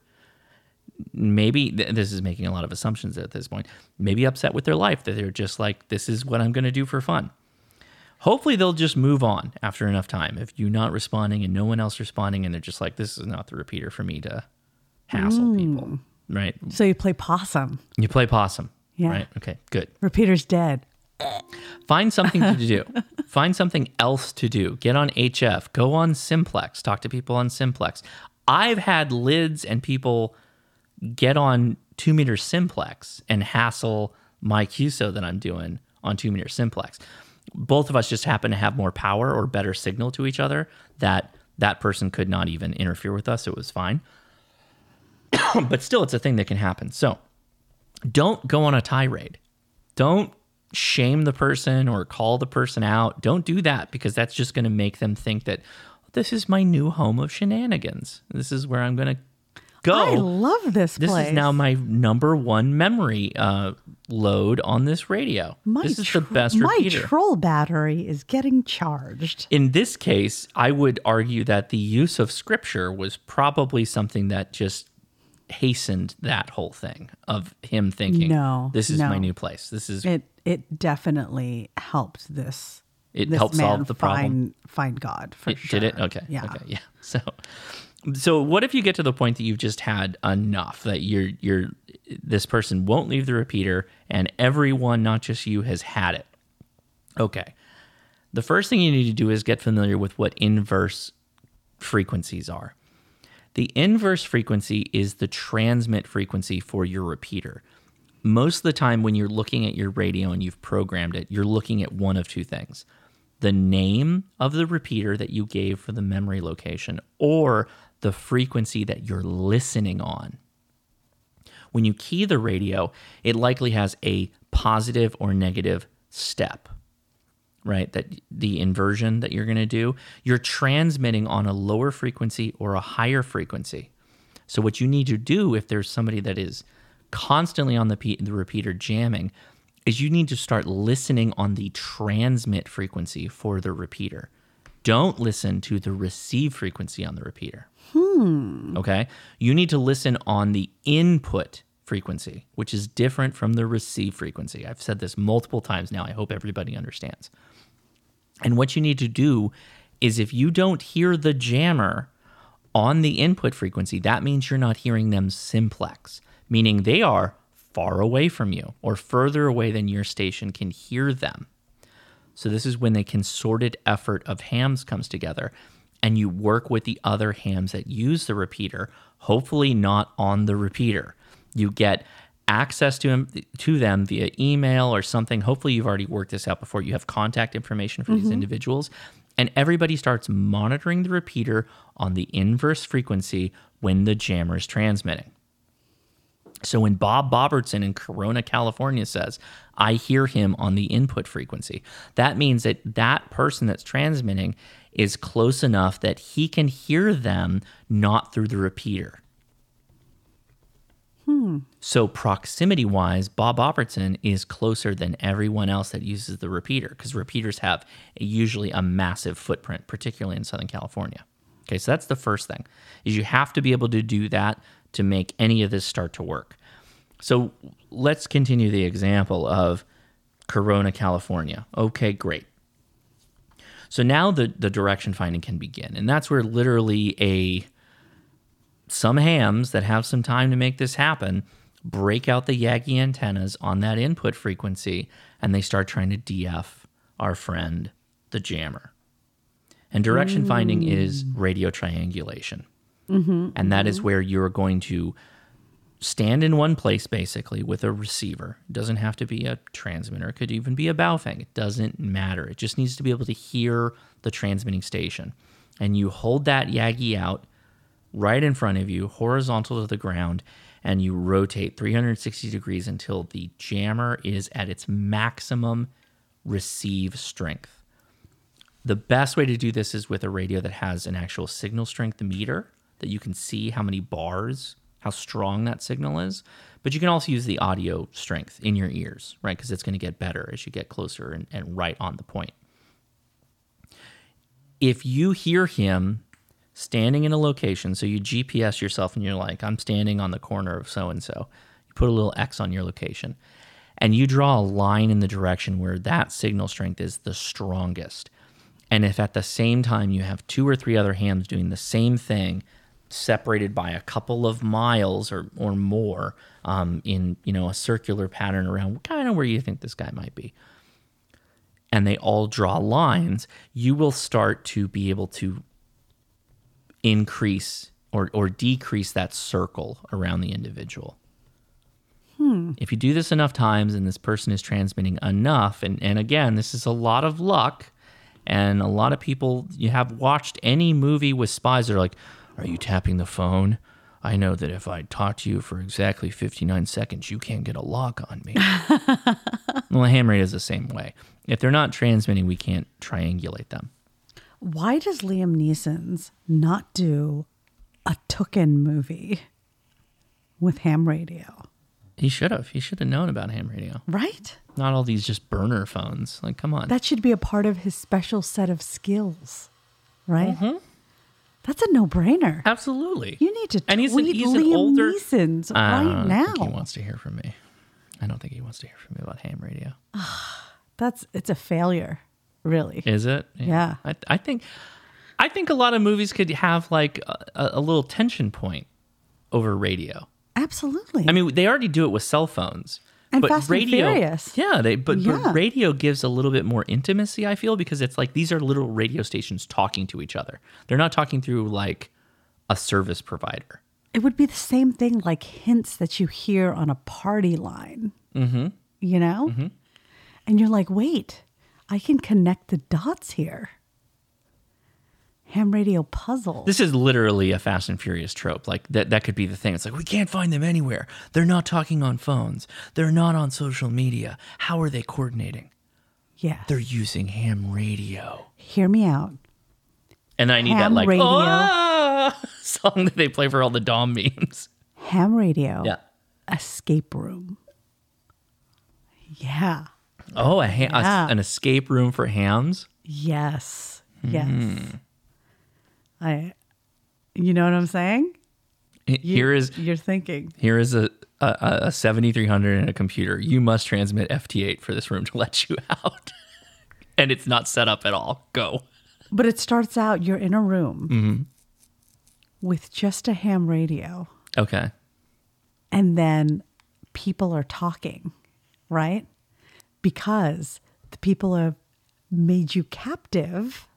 Maybe th- this is making a lot of assumptions at this point. Maybe upset with their life that they're just like this is what I'm going to do for fun. Hopefully they'll just move on after enough time. If you're not responding and no one else responding and they're just like this is not the repeater for me to hassle people, right?
So you play possum.
You play possum.
Yeah.
Right. Okay. Good.
Repeater's dead.
Find something to do. Find something else to do. Get on HF. Go on Simplex. Talk to people on Simplex. I've had lids and people get on two meter Simplex and hassle my QSO that I'm doing on two meter Simplex. Both of us just happen to have more power or better signal to each other that that person could not even interfere with us. It was fine. [COUGHS] but still, it's a thing that can happen. So don't go on a tirade. Don't shame the person or call the person out. Don't do that because that's just going to make them think that this is my new home of shenanigans. This is where I'm going to go.
I love this
Oh, This
place.
is now my number one memory uh, load on this radio.
My
this is the
tro-
best
My
repeater.
troll battery is getting charged.
In this case, I would argue that the use of scripture was probably something that just hastened that whole thing of him thinking,
No,
this is my
no.
new place. This is
It it definitely helped this.
It
this
helped solve
man
the problem?
Find, find God for
It-
sure.
Did it? Okay.
Yeah.
Okay. Yeah. [LAUGHS] So, so what if you get to the point that you've just had enough that you're you're this person won't leave the repeater and everyone, not just you, has had it. Okay. The first thing you need to do is get familiar with what inverse frequencies are. The inverse frequency is the transmit frequency for your repeater. Most of the time, when you're looking at your radio and you've programmed it, you're looking at one of two things the name of the repeater that you gave for the memory location or the frequency that you're listening on. When you key the radio, it likely has a positive or negative step right? That the inversion that you're going to do, you're transmitting on a lower frequency or a higher frequency. So what you need to do if there's somebody that is constantly on the pe- the repeater jamming is you need to start listening on the transmit frequency for the repeater. Don't listen to the receive frequency on the repeater.
Hmm.
Okay. You need to listen on the input frequency, which is different from the receive frequency. I've said this multiple times now. I hope everybody understands. And what you need to do is if you don't hear the jammer on the input frequency, that means you're not hearing them simplex, meaning they are far away from you or further away than your station can hear them. So this is when the consorted effort of hams comes together and you work with the other hams that use the repeater, hopefully not on the repeater. You get access to them, to them via email or something. Hopefully you've already worked this out before. You have contact information for these
Mhm.
individuals and everybody starts monitoring the repeater on the inverse frequency when the jammer is transmitting. So when Bob Bobbertson in Corona, California says, I hear him on the input frequency, that means that that person that's transmitting is close enough that he can hear them not through the repeater.
Hmm.
So proximity wise, Bob Opperton is closer than everyone else that uses the repeater because repeaters have a, usually a massive footprint, particularly in Southern California. Okay, so that's the first thing is you have to be able to do that to make any of this start to work. So let's continue the example of Corona, California. Okay, great. So now the, the direction finding can begin. And that's where literally a some hams that have some time to make this happen break out the Yagi antennas on that input frequency and they start trying to DF our friend, the jammer. And direction finding is radio triangulation.
Mm. Mm-hmm.
And that is where you're going to stand in one place basically with a receiver. It doesn't have to be a transmitter, it could even be a baofeng. It doesn't matter. It just needs to be able to hear the transmitting station. And you hold that Yagi out right in front of you, horizontal to the ground, and you rotate 360 degrees until the jammer is at its maximum receive strength. The best way to do this is with a radio that has an actual signal strength meter that you can see how many bars, how strong that signal is. But you can also use the audio strength in your ears, right? Because it's going to get better as you get closer and, and right on the point. If you hear him standing in a location, so you GPS yourself and you're like, I'm standing on the corner of so and so, you put a little X on your location and you draw a line in the direction where that signal strength is the strongest. And if at the same time you have two or three other hams doing the same thing, separated by a couple of miles or, or more um, in you know a circular pattern around kind of where you think this guy might be, and they all draw lines, you will start to be able to increase or, or decrease that circle around the individual.
Hmm.
If you do this enough times and this person is transmitting enough, and, and again, this is a lot of luck. And a lot of people, you have watched any movie with spies that are like, Are you tapping the phone? I know that if I talk to you for exactly 59 seconds, you can't get a lock on me. well, the ham radio is the same way. If they're not transmitting, we can't triangulate them.
Why does Liam Neeson's not do a Tooken movie with ham radio?
He should have. He should have known about ham radio.
Right?
Not all these just burner phones. Like, come on.
That should be a part of his special set of skills, right?
Mhm.
That's a no-brainer.
Absolutely.
You need to
And he's an-
tweet
he's an
Liam
older- Ah,
Neeson's
I
right
don't
now.
think he wants to hear from me. I don't think he wants to hear from me about ham radio.
That's it's a failure, really.
Is it?
Yeah.
I, I think, I think a lot of movies could have like a, a little tension point over radio.
Absolutely.
I mean, they already do it with cell phones.
And
but
Fast and
radio,
Furious.
Yeah, they but,
Yeah.
but radio gives a little bit more intimacy, I feel, because it's like these are little radio stations talking to each other. They're not talking through like a service provider.
It would be the same thing like hints that you hear on a party line,
Mm-hmm.
you know?
Mhm.
And you're like, wait, I can connect the dots here. Ham radio puzzle.
This is literally a Fast and Furious trope. Like that that could be the thing. It's like we can't find them anywhere. They're not talking on phones. They're not on social media. How are they coordinating?
Yes.
They're using ham radio.
Hear me out.
And I need that
Ham
like
radio.
"Ah!" [LAUGHS] song that they play for all the Dom memes.
Ham radio.
Yeah.
Escape room. Yeah.
Oh, a ha- a-
Yeah.
an escape room for hams.
Yes. Yes.
Hmm.
I. You know what I'm saying?
H- Here is
You're thinking.
here is a a, a- a 7300 and a computer. You must transmit FT8 for this room to let you [LAUGHS] out. and it's not set up at all. Go.
But it starts out you're in a room
hmm Mm-hmm.
with just a ham radio,
Okay.
and then people are talking, right? Because the people have made you captive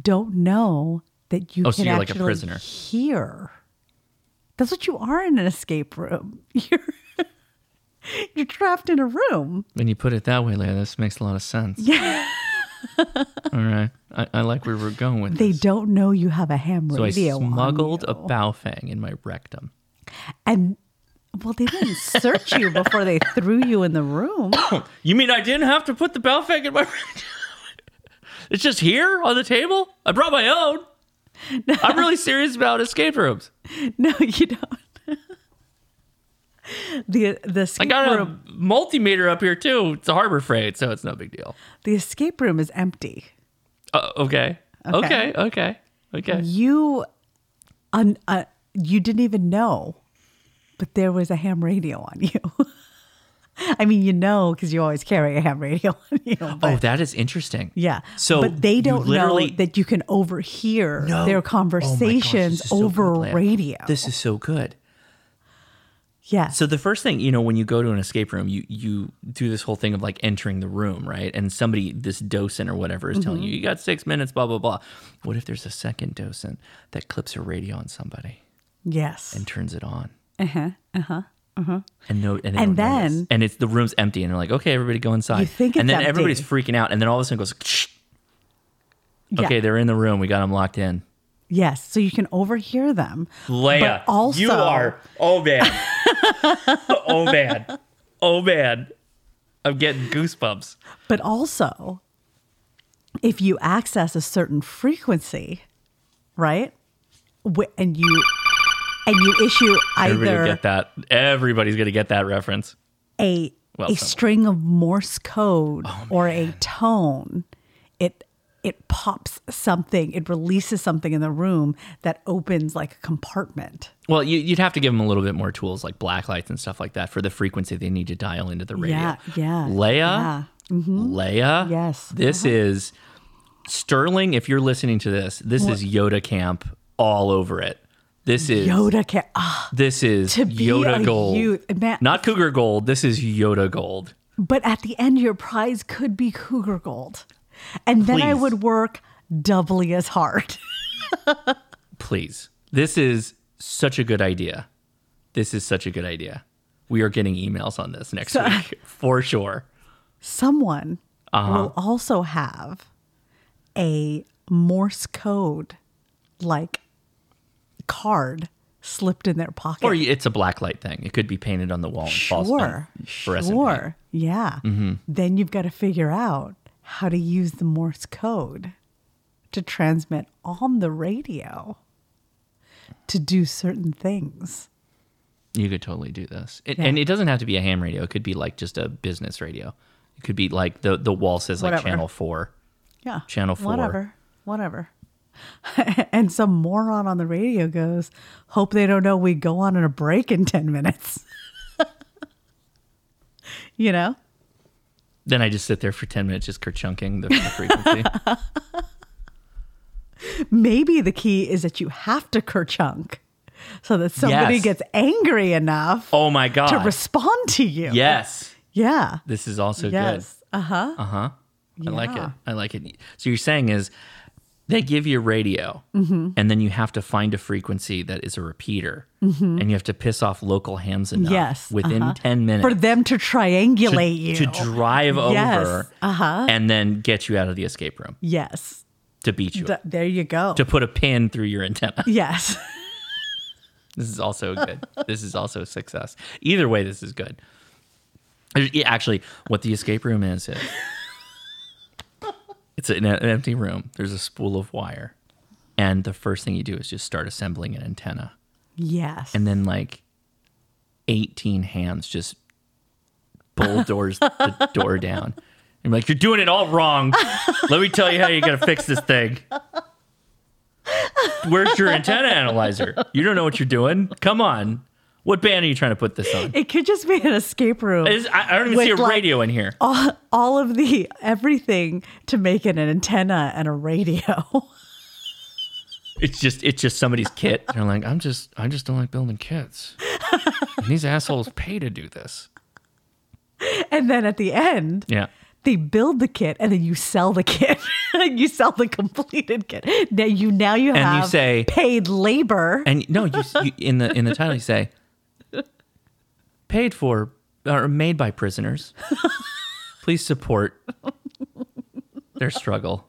don't know that you
Oh, so
can
you're like a
actually
prisoner.
hear. That's what you are in an escape room. [LAUGHS] You're you're trapped in a room.
When you put it that way, Leah, this makes a lot of sense.
Yeah.
[LAUGHS] All right. I, I like where we're going with
They
this.
don't know you have a ham
So I
radio on
smuggled
you.
a Baofeng in my rectum.
And well, they didn't search you before they threw you in the room.
You mean I didn't have to put the Baofeng in my [LAUGHS] rectum? it's just here on the table? I brought my own. I'm really serious about escape rooms.
[LAUGHS] No, you don't. the the
I
escape
got a
room
multimeter up here too. It's a harbor freight, so it's no big deal.
the escape room is empty.
Uh, okay.
Okay.
Okay. Okay. Okay.
You un, uh, you didn't even know, but there was a ham radio on you. [LAUGHS] I mean, you know, because you always carry a ham radio [LAUGHS] on you.
Oh,
but-
that is interesting.
Yeah.
So
but they
you
don't know
literally-
that you can overhear
No. Oh my
their
gosh,
conversations
this is so good,
over
Leah.
radio.
This is so good.
yeah.
So the first thing, you know, when you go to an escape room, you you do this whole thing of like entering the room, right? And somebody, this docent or whatever, is
Mm-hmm.
telling you, you got six minutes, blah blah blah. What if there's a second docent that clips a radio on somebody
Yes.
and turns it on,
Uh huh. Uh huh. Uh huh.
and no, and, they
And
don't notice?
then-
and it's the room's empty, and they're like, okay, everybody go inside.
You think it's
and then
empty.
everybody's freaking out, and then all of a sudden it goes,
Yeah.
okay, they're in the room, we got them locked in.
Yes. So you can overhear them.
Leia,
But also-
you are. Oh
[LAUGHS]
man. oh man. Oh man. I'm getting goosebumps.
But also, if you access a certain frequency, right? Wh- And you and you issue
Everybody will
either
get that. Everybody's gonna get that reference.
a
Well, Oh,
a
some-
string of Morse code or a tone, it it pops something, it releases something in the room that opens like a compartment.
Well, you, you'd have to give them a little bit more tools like blacklights and stuff like that for the frequency they need to dial into the radio.
Yeah, yeah.
Leia,
Yeah. Mhm.
Leia.
Yes. Uh-huh.
This is Sterling. If you're listening to this, this is Yoda camp all over it. This is
Yoda can ah,
This is
To be
Yoda
a
gold.
youth- man-
Not cougar gold. This is Yoda gold.
but at the end your prize could be cougar gold. And then I
Please.
would work doubly as hard.
Please. This is such a good idea. This is such a good idea. We are getting emails on this next
So-
week [LAUGHS] for sure.
Someone
Uh-huh.
will also have a Morse code like card slipped in their pocket.
Or it's a blacklight thing. It could be painted on the wall and falls down
Sure.
for us.
Sure. Yeah.
Mhm.
Then you've got to figure out how to use the Morse code to transmit on the radio to do certain things.
You could totally do this. It,
Yeah.
And it doesn't have to be a ham radio. It could be like just a business radio. It could be like the, the wall says like
Whatever.
channel four.
Yeah.
Channel four.
Whatever. Whatever. [LAUGHS] and some moron on the radio goes, Hope they don't know we go on in a break in 10 minutes. [LAUGHS] you know?
Then I just sit there for 10 minutes just kerchunking the, the
[LAUGHS]
frequency.
Maybe the key is that you have to kerchunk so that somebody
Yes.
gets angry enough
oh my God.
to respond to you.
Yes.
Yeah.
This is also
yes. Uh huh.
good. Uh huh. I like it.
Yeah.
I like it. So you're saying is they give you a radio
Mhm.
and then you have to find a frequency that is a repeater
Mhm.
and you have to piss off local hams enough
Yes.
within
uh-huh.
10 minutes
For them to
to,
triangulate you.
to drive
Yes.
over
Uh-huh.
and then get you out of the escape room
yes.
to beat you,
D-
up,
there you go.
to put a pin through your antenna. [LAUGHS]
yes.
This is also good. this is also a success. Either way, this is good. Yeah, Actually, what the escape room is is it's an, an empty room. There's a spool of wire, and the first thing you do is just start assembling an antenna,
Yes.
and then like eighteen hands just bulldoze the door down. And you're like, you're doing it all wrong. Let me tell you how you gotta fix this thing. Where's your antenna analyzer? You don't know what you're doing. Come on. What band are you trying to put this on?
It could just be an escape room.
Is- I, I don't even see a
with, like,
radio in here.
all, all of the [LAUGHS] everything to make it an antenna and a radio. [LAUGHS]
It's just it's just somebody's kit. They're like, I'm just I just don't like building kits. and these assholes pay to do this.
and then at the end,
Yeah.
they build the kit and then you sell the kit. [LAUGHS] you sell the completed kit. Now you now you
And you
have
say-
paid labor.
And no, you, you in the in the title you say paid for or made by prisoners. Please support their struggle.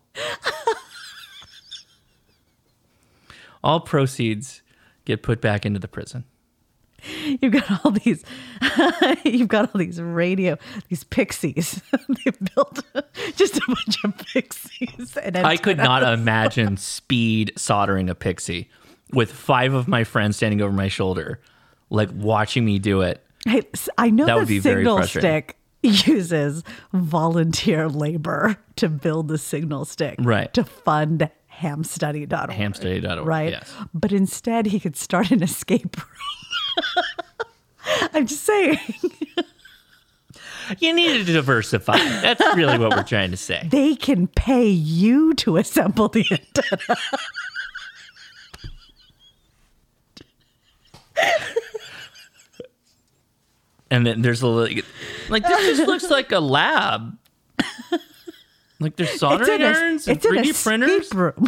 All proceeds get put back into the prison.
[LAUGHS] You've got all these [LAUGHS] you've got all these radio these pixies. [LAUGHS] they built [LAUGHS] just a bunch of pixies and
I could not
antennas.
imagine speed soldering a pixie with five of my friends standing over my shoulder, like watching me do it.
Hey, s- I know
That
that
would be very
signal
frustrating.
stick uses volunteer labor to build the signal stick
Right.
to fund hamstudy.org.
Hamstudy.org,
Right.
yes.
But instead, he could start an escape room. [LAUGHS] I'm just saying,
You need to diversify. That's really what we're trying to say.
they can pay you to assemble the antenna.
And then there's a little, like this just looks like a lab. Like there's soldering
an es-
irons and
it's an
3D
escape
printers.
room.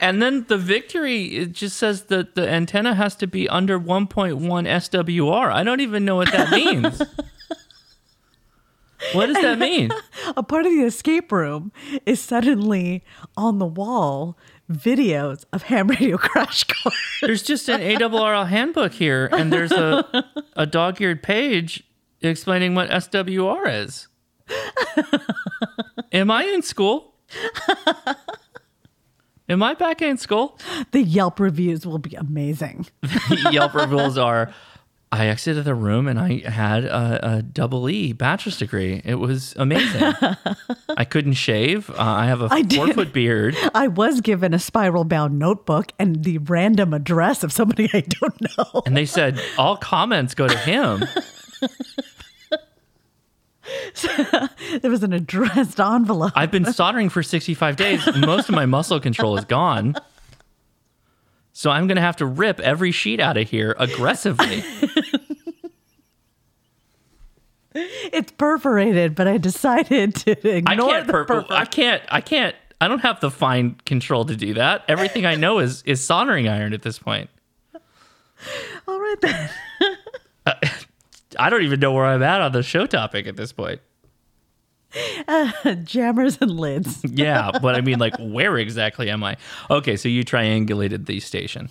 And then the victory, it just says that the antenna has to be under 1.1 SWR. I don't even know what that means. what does that mean?
A part of the escape room is suddenly on the wall videos of ham radio [LAUGHS] crash course.
There's just an ARRL handbook here, and there's a, a dog eared page explaining what SWR is. Am I in school? Am I back in school? [LAUGHS]
The Yelp reviews will be amazing.
Yelp rules are I exited the room and I had a, a double E bachelor's degree. It was amazing. I couldn't shave. Uh, I have a
I did.
four foot beard.
I was given a spiral bound notebook and the random address of somebody I don't know.
And they said, all comments go to him.
There was an addressed envelope.
I've been soldering for 65 days. Most of my muscle control is gone. So I'm going to have to rip every sheet out of here aggressively.
It's perforated, but I decided to
I
ignore
can't
the
pur-
perfor-
I can't I can't I don't have the fine control to do that. Everything I know is is soldering iron at this point.
All right then. [LAUGHS]
I don't even know where I'm at on the show topic at this point.
Uh, jammers
[LAUGHS]
and lids.
Yeah, but I mean like where exactly am I? Okay, so you triangulated the station.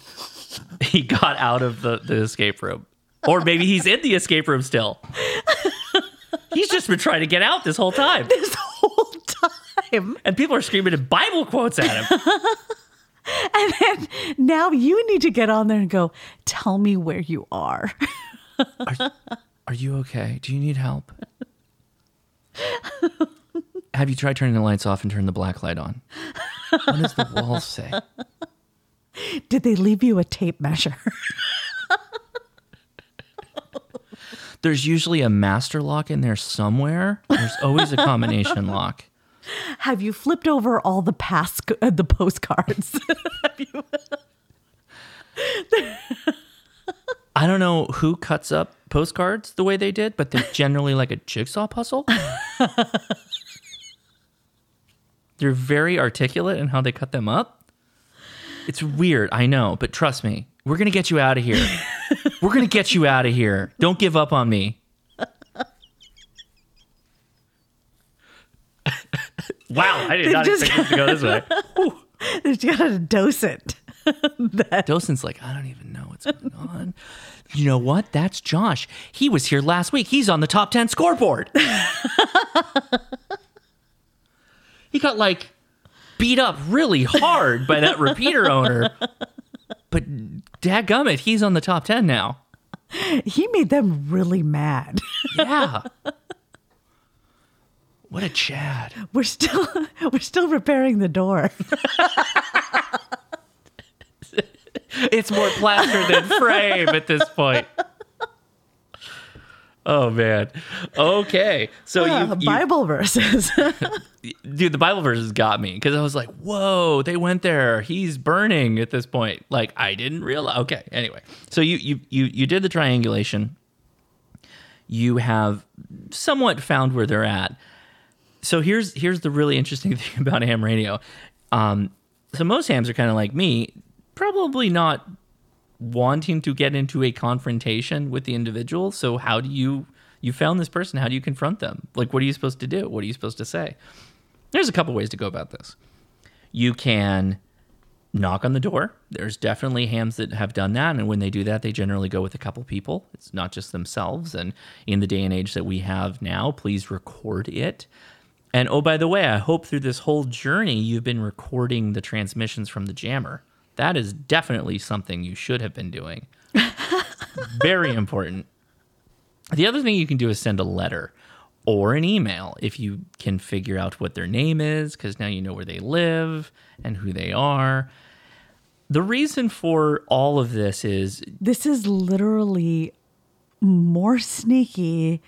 He got out of the, the escape room. Or maybe he's in the escape room still. He's just been trying to get out this whole time.
This whole time.
And people are screaming Bible quotes at him.
And then now you need to get on there and go, tell me where you are. [LAUGHS]
Are you okay? Do you need help? Have you tried turning the lights off and turn the black light on? What does the wall say?
Did they leave you a tape measure? [LAUGHS]
There's usually a master lock in there somewhere. There's always a combination lock.
Have you flipped over all the pass uh, the postcards? [LAUGHS]
I don't know who cuts up postcards the way they did, but they're generally like a jigsaw puzzle. [LAUGHS] they're very articulate in how they cut them up. It's weird, I know, but trust me, we're going to get you out of [LAUGHS] here. we're going to get you out of here. Don't give up on me. wow, I did
They've
not
just-
expect it to go this way.
you got to dose it.
Dosen's like, I don't even know what what's going on? You know what? That's Josh. He was here last week. He's on the top 10 scoreboard. [LAUGHS] he got like beat up really hard by that repeater owner. But dadgummit, he's on the top 10 now.
He made them really
[LAUGHS]
mad.
Yeah. What a Chad.
We're still [LAUGHS] we're still repairing the door.
It's more plaster than frame at this point. Oh man. Okay. So
Uh,
Ah,
you,
[LAUGHS]
you
Bible verses. [LAUGHS]
dude, the Bible verses got me because I was like, whoa, they went there. He's burning at this point. Like I didn't realize. Okay, anyway, so you you you you did the triangulation. You have somewhat found where they're at. So here's here's the really interesting [LAUGHS] thing about ham radio. Um, so most hams are kind of like me, probably not wanting to get into a confrontation with the individual. So how do you you found this person? How do you confront them? Like what are you supposed to do? What are you supposed to say? There's a couple ways to go about this. You can knock on the door. There's definitely hams that have done that. And when they do that, they generally go with a couple people. It's not just themselves. And in the day and age that we have now, please record it. And oh, by the way, I hope through this whole journey you've been recording the transmissions from the jammer. That is definitely something you should have been doing. Very important. The other thing you can do is send a letter or an email if you can figure out what their name is, because now you know where they live and who they are. The reason for all of this is
this is literally more sneaky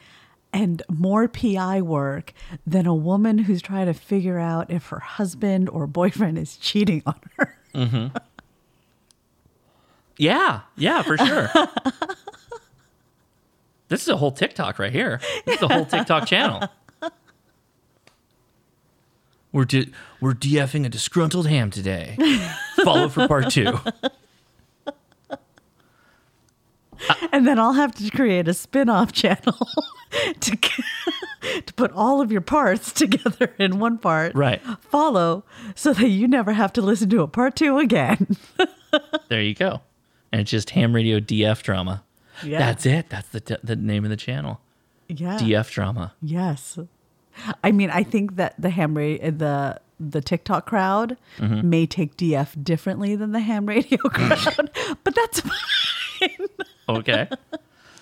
and more PI work than a woman who's trying to figure out if her husband or boyfriend is cheating on her. [LAUGHS]
Mm-hmm. Yeah, yeah, for sure. [LAUGHS] this is a whole TikTok right here. This is a whole TikTok channel. We're di- we're DFing a disgruntled ham today. Follow for part two.
and then I'll have to create a spin-off channel [LAUGHS] to c- [LAUGHS] to put all of your parts [LAUGHS] together in one part.
Right.
Follow so that you never have to listen to a part 2 again. [LAUGHS]
There you go. And it's just ham radio DF drama.
Yeah.
That's it. That's the, t- the name of the channel.
Yeah.
DF drama.
Yes. I mean, I think that the ham ra- uh, the the TikTok crowd
Mhm.
may take DF differently than the ham radio [LAUGHS]
Mm.
crowd, but that's fine.
Okay. [LAUGHS]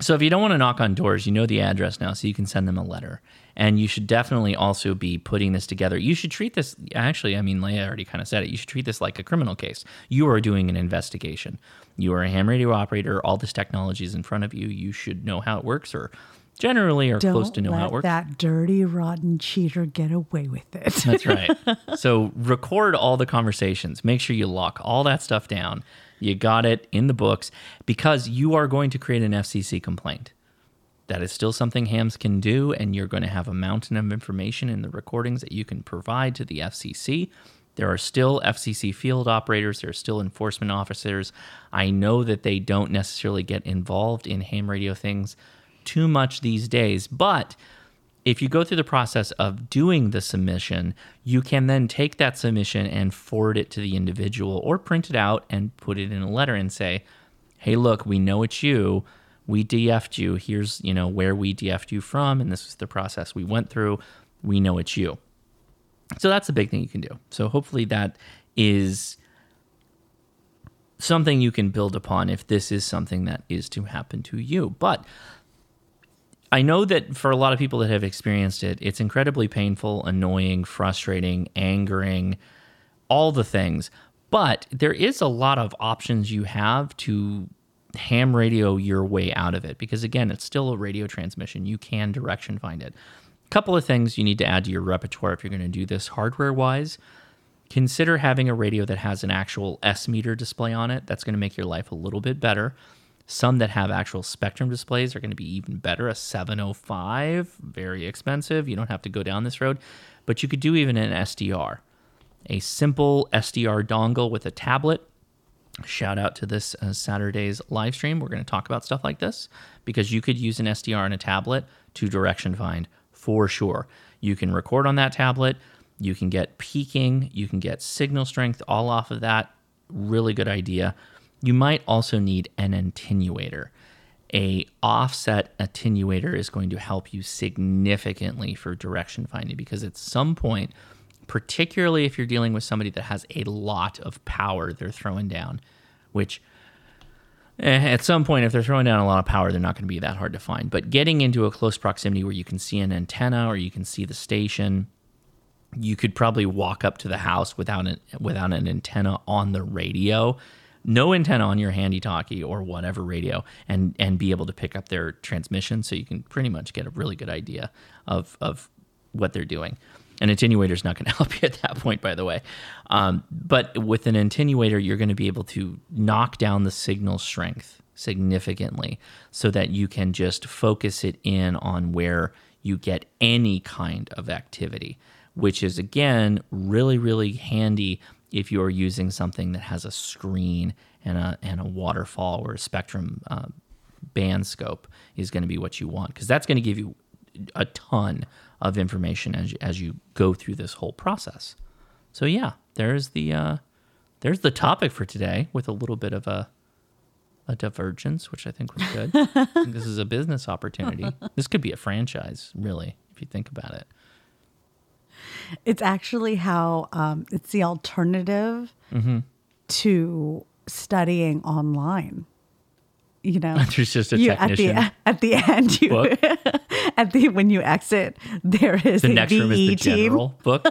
so if you don't want to knock on doors, you know the address now, so you can send them a letter. And you should definitely also be putting this together. You should treat this, actually, I mean, Leia already kind of said it. You should treat this like a criminal case. You are doing an investigation. You are a ham radio operator. All this technology is in front of you. You should know how it works, or generally, are
Don't
close to know
let
how it works.
that dirty, rotten cheater get away with it. [LAUGHS]
That's right. so record all the conversations. Make sure you lock all that stuff down. You got it in the books because you are going to create an FCC complaint. That is still something hams can do, and you're going to have a mountain of information in the recordings that you can provide to the FCC. There are still FCC field operators, there are still enforcement officers. I know that they don't necessarily get involved in ham radio things too much these days, but if you go through the process of doing the submission, you can then take that submission and forward it to the individual or print it out and put it in a letter and say, hey, look, we know it's you. We DF'd you. Here's, you know, where we DF'd you from, and this is the process we went through. We know it's you. So that's a big thing you can do. So hopefully that is something you can build upon if this is something that is to happen to you. But I know that for a lot of people that have experienced it, it's incredibly painful, annoying, frustrating, angering, all the things. But there is a lot of options you have to ham radio your way out of it because, again, it's still a radio transmission. You can direction find it. A couple of things you need to add to your repertoire if you're going to do this hardware wise. Consider having a radio that has an actual S meter display on it. That's going to make your life a little bit better. Some that have actual spectrum displays are going to be even better. A 705, very expensive. You don't have to go down this road, but you could do even an SDR, a simple SDR dongle with a tablet. Shout out to this uh, Saturday's live stream. We're going to talk about stuff like this because you could use an SDR and a tablet to direction find for sure. You can record on that tablet. You can get peaking. You can get signal strength all off of that. Really good idea You might also need an attenuator. A offset attenuator is going to help you significantly for direction finding because at some point, particularly if you're dealing with somebody that has a lot of power they're throwing down, which eh, at some point, if they're throwing down a lot of power, they're not going to be that hard to find. But getting into a close proximity where you can see an antenna or you can see the station, you could probably walk up to the house without an without an antenna on the radio no antenna on your handy talkie or whatever radio and and be able to pick up their transmission so you can pretty much get a really good idea of of what they're doing an attenuator is not going to [LAUGHS] help you at that point by the way um, but with an attenuator you're going to be able to knock down the signal strength significantly so that you can just focus it in on where you get any kind of activity which is again really really handy if you're using something that has a screen and a and a waterfall or a spectrum uh, band scope is going to be what you want because that's going to give you a ton of information as you, as you go through this whole process. So yeah, there's the uh, there's the topic for today with a little bit of a a divergence, which I think was good. I think this is a business opportunity. This could be a franchise, really, if you think about it.
It's actually how um, it's the alternative
Mhm.
to studying online.
[LAUGHS]
You know,
There's just a
you-
e,
technician
At the, at the end, you,
book.
[LAUGHS]
at the when you exit, there is
The
a
next
VE
room is
E
the
E team.
general
[LAUGHS]
book.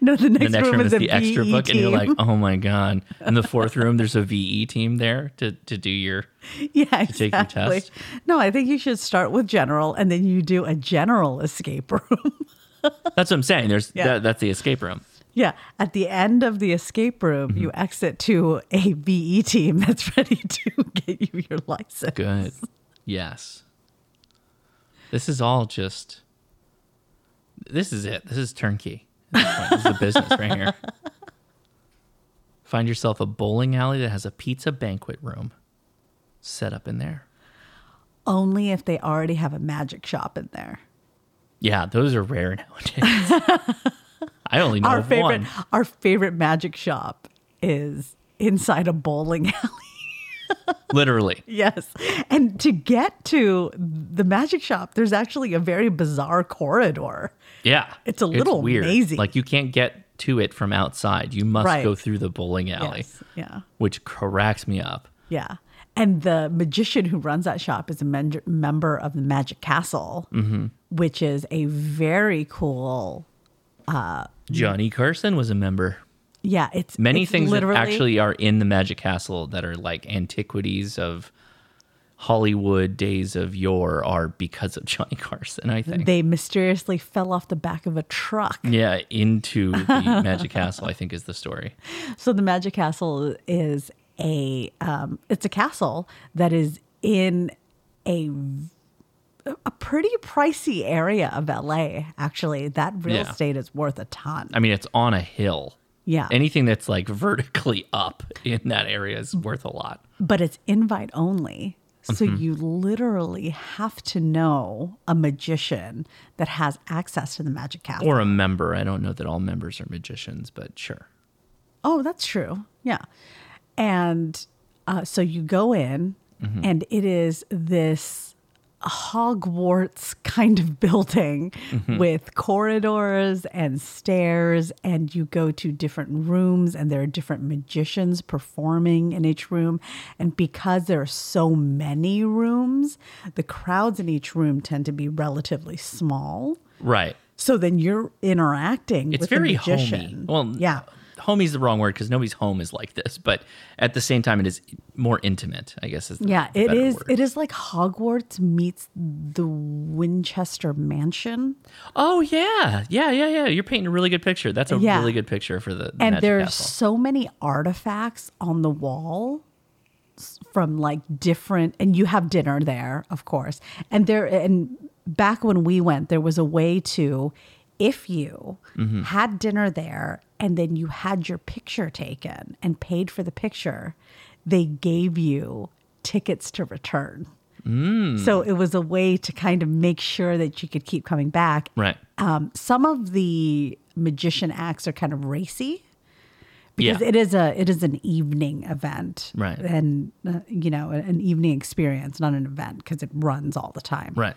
No, the next,
the next room, is
a E
the extra
VE
book, and you're
[LAUGHS]
like,
team.
oh my god. And the
[LAUGHS]
fourth room, there's a VE team there to to do your
yeah,
to take your
exactly.
test.
No, I think you should start with general, and then you do a general escape room. [LAUGHS]
That's what I'm saying. There's
Yeah.
that, that's the escape room.
yeah, at the end of the escape room, you
Mm-hmm.
exit to a VE team that's [LAUGHS] ready to get you your license.
Good. Yes. This is all just. This is it. This is turnkey. At this point, This is the business right here. Find yourself a bowling alley that has a pizza banquet room set up in there.
Only if they already have a magic shop in there.
Yeah, those are rare nowadays.
[LAUGHS]
I only know
our
of
favorite,
one.
our favorite magic shop is inside a bowling [LAUGHS] alley.
Literally.
Yes. And to get to the magic shop, there's actually a very bizarre corridor.
Yeah.
It's a little mazy.
Like you can't get to it from outside. You must
Right.
go through the bowling alley.
Yes. Yeah.
Which cracks me up.
Yeah. And the magician who runs that shop is a men- member of the Magic Castle,
Mm-hmm.
which is a very cool. Uh,
Johnny Carson was a member.
yeah, it's
Many
it's
things that
literally,
actually are in the Magic Castle that are like antiquities of Hollywood days of yore are because of [LAUGHS] Johnny Carson, I think.
they mysteriously fell off the back of a truck.
yeah, into
[LAUGHS]
the Magic Castle, I think is the story.
So the Magic Castle is a um, it's a castle that is in a a pretty pricey area of LA. Actually, that real
Yeah.
estate is worth a ton.
I mean, it's on a hill.
Yeah.
Anything that's like vertically up in that area is worth a lot.
but it's invite only. So
Mhm.
you literally have to know a magician that has access to the Magic Castle.
Or a member. I don't know that all members are magicians, but sure.
Oh, that's true. Yeah. And uh, so you go in,
Mhm.
and it is this Hogwarts kind of building
Mm-hmm.
Mhm.
with corridors and stairs. And you go to different rooms, and there are different magicians performing in each room. And because there are so many rooms, the crowds in each room tend to be relatively small.
Right.
So then you're interacting
It's
with
very
a
homey.
magician.
Well,
yeah.
homey's the wrong word because nobody's home is like this, but at the same time, it is more intimate, I guess. Is the
Yeah, it
better
is.
word.
It is like Hogwarts meets the Winchester Mansion,
Oh, yeah. Yeah, yeah, yeah. You're painting a really good picture. That's a
Yeah.
really good picture for the, the
and
Magic
there's
Castle.
so many artifacts on the wall s- from like different. And you have dinner there, of course. And there, and back when we went, there was a way to, if you
Mm-hmm.
Mhm.
had dinner there and then you had your picture taken and paid for the picture, they gave you tickets to return.
Mm.
So it was a way to kind of make sure that you could keep coming back.
Right.
Um, some of the magician acts are kind of racy because
Yeah.
it is a it is an evening event,
Right.
And uh, you know, an evening experience, not an event, because it runs all the time.
Right.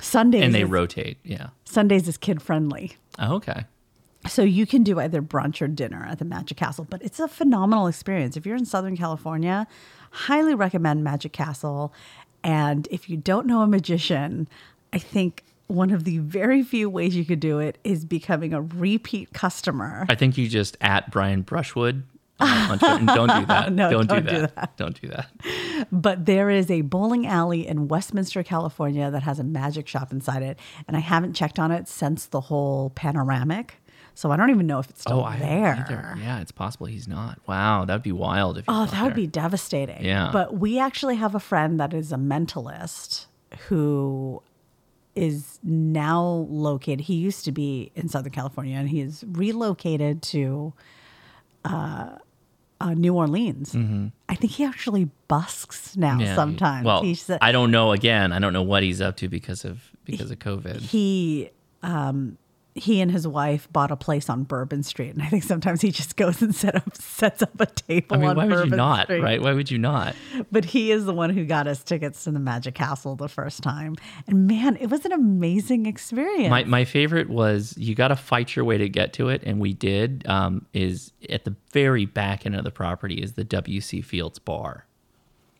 Sundays
and they
is-
rotate. Yeah.
Sundays is kid friendly.
Oh, okay.
So you can do either brunch or dinner at the Magic Castle, but it's a phenomenal experience. If you're in Southern California, highly recommend Magic Castle. And if you don't know a magician, I think one of the very few ways you could do it is becoming a repeat customer.
I think you just at Brian Brushwood. on Twitter. And don't
[LAUGHS]
do that.
No,
don't,
don't
do,
do
that.
that.
Don't do that.
But there is a bowling alley in Westminster, California that has a magic shop inside it. And I haven't checked on it since the whole panoramic. So I don't even know if it's still
oh, I
there.
haven't either. Yeah, it's possible he's not. Wow, that'd be wild if. He's
Oh,
not
that would
there.
be devastating.
Yeah.
But we actually have a friend that is a mentalist who is now located. He used to be in Southern California and he is relocated to uh, uh, New Orleans.
Mhm.
I think he actually busks now
Yeah, he-
sometimes.
Well,
He's a-
I don't know. Again, I don't know what he's up to because of because of COVID.
he um he and his wife bought a place on Bourbon Street, and I think sometimes he just goes and set up sets up a table.
I mean,
on
why would
Bourbon
you not?
Street.
Right? Why would you not?
But he is the one who got us tickets to the Magic Castle the first time, and man, it was an amazing experience.
My, my favorite was you got to fight your way to get to it, and we did. Um, is at the very back end of the property is the W.C. Fields bar.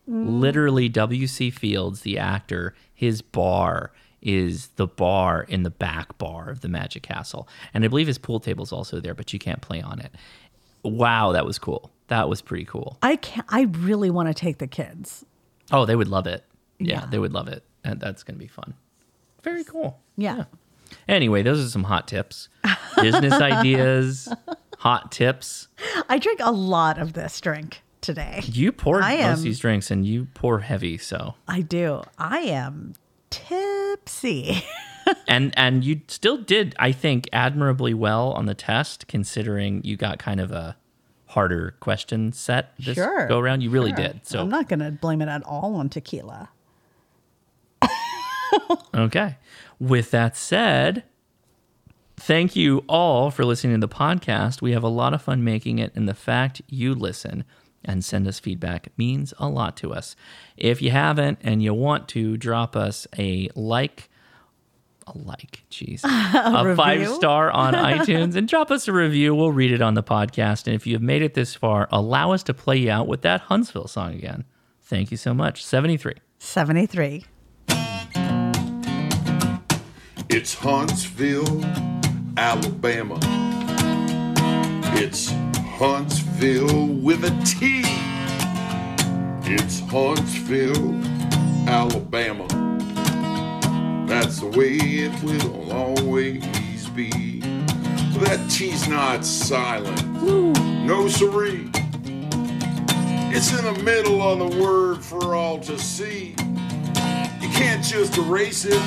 Mm.
Literally, W.C. Fields, the actor, his bar is the bar in the back bar of the Magic Castle, and I believe his pool table's also there, but you can't play on it. Wow, that was cool. That was pretty cool.
I can I really want to take the kids.
Oh, they would love it. Yeah, they would love it, and that's gonna be fun. Very cool.
Yeah.
Anyway, those are some hot
[LAUGHS]
tips, business ideas, hot tips.
I drink a lot of this drink today.
You pour
I
most
am-
of these drinks, and you pour heavy. So,
I do. I am tipsy.
and and you still did, I think, admirably well on the test, considering you got kind of a harder question set this
sure.
go around. You really
sure.
did. So
I'm not going to blame it at all on tequila.
Okay. With that said, thank you all for listening to the podcast. We have a lot of fun making it, and the fact you listen and send us feedback means a lot to us. If you haven't and you want to, drop us a like, a like, jeez,
A
a, five
review?
star on iTunes, and drop us a review. We'll read it on the podcast. And if you have made it this far, allow us to play you out with that Huntsville song again. Thank you so much. 73.
73.
It's Huntsville, Alabama. It's Huntsville with a T. It's Huntsville, Alabama. That's the way it will always be. That T's not silent. No siree. It's in the middle of the word for all to see. You can't just erase it.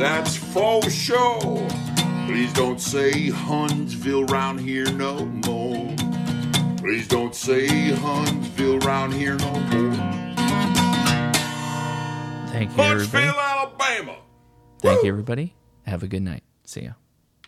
That's for sure. Please don't say Huntsville round here no more. Please don't say Huntsville round here no more.
Thank you,
Huntsville,
everybody.
Alabama.
Thank you, everybody. Have a good night. See ya.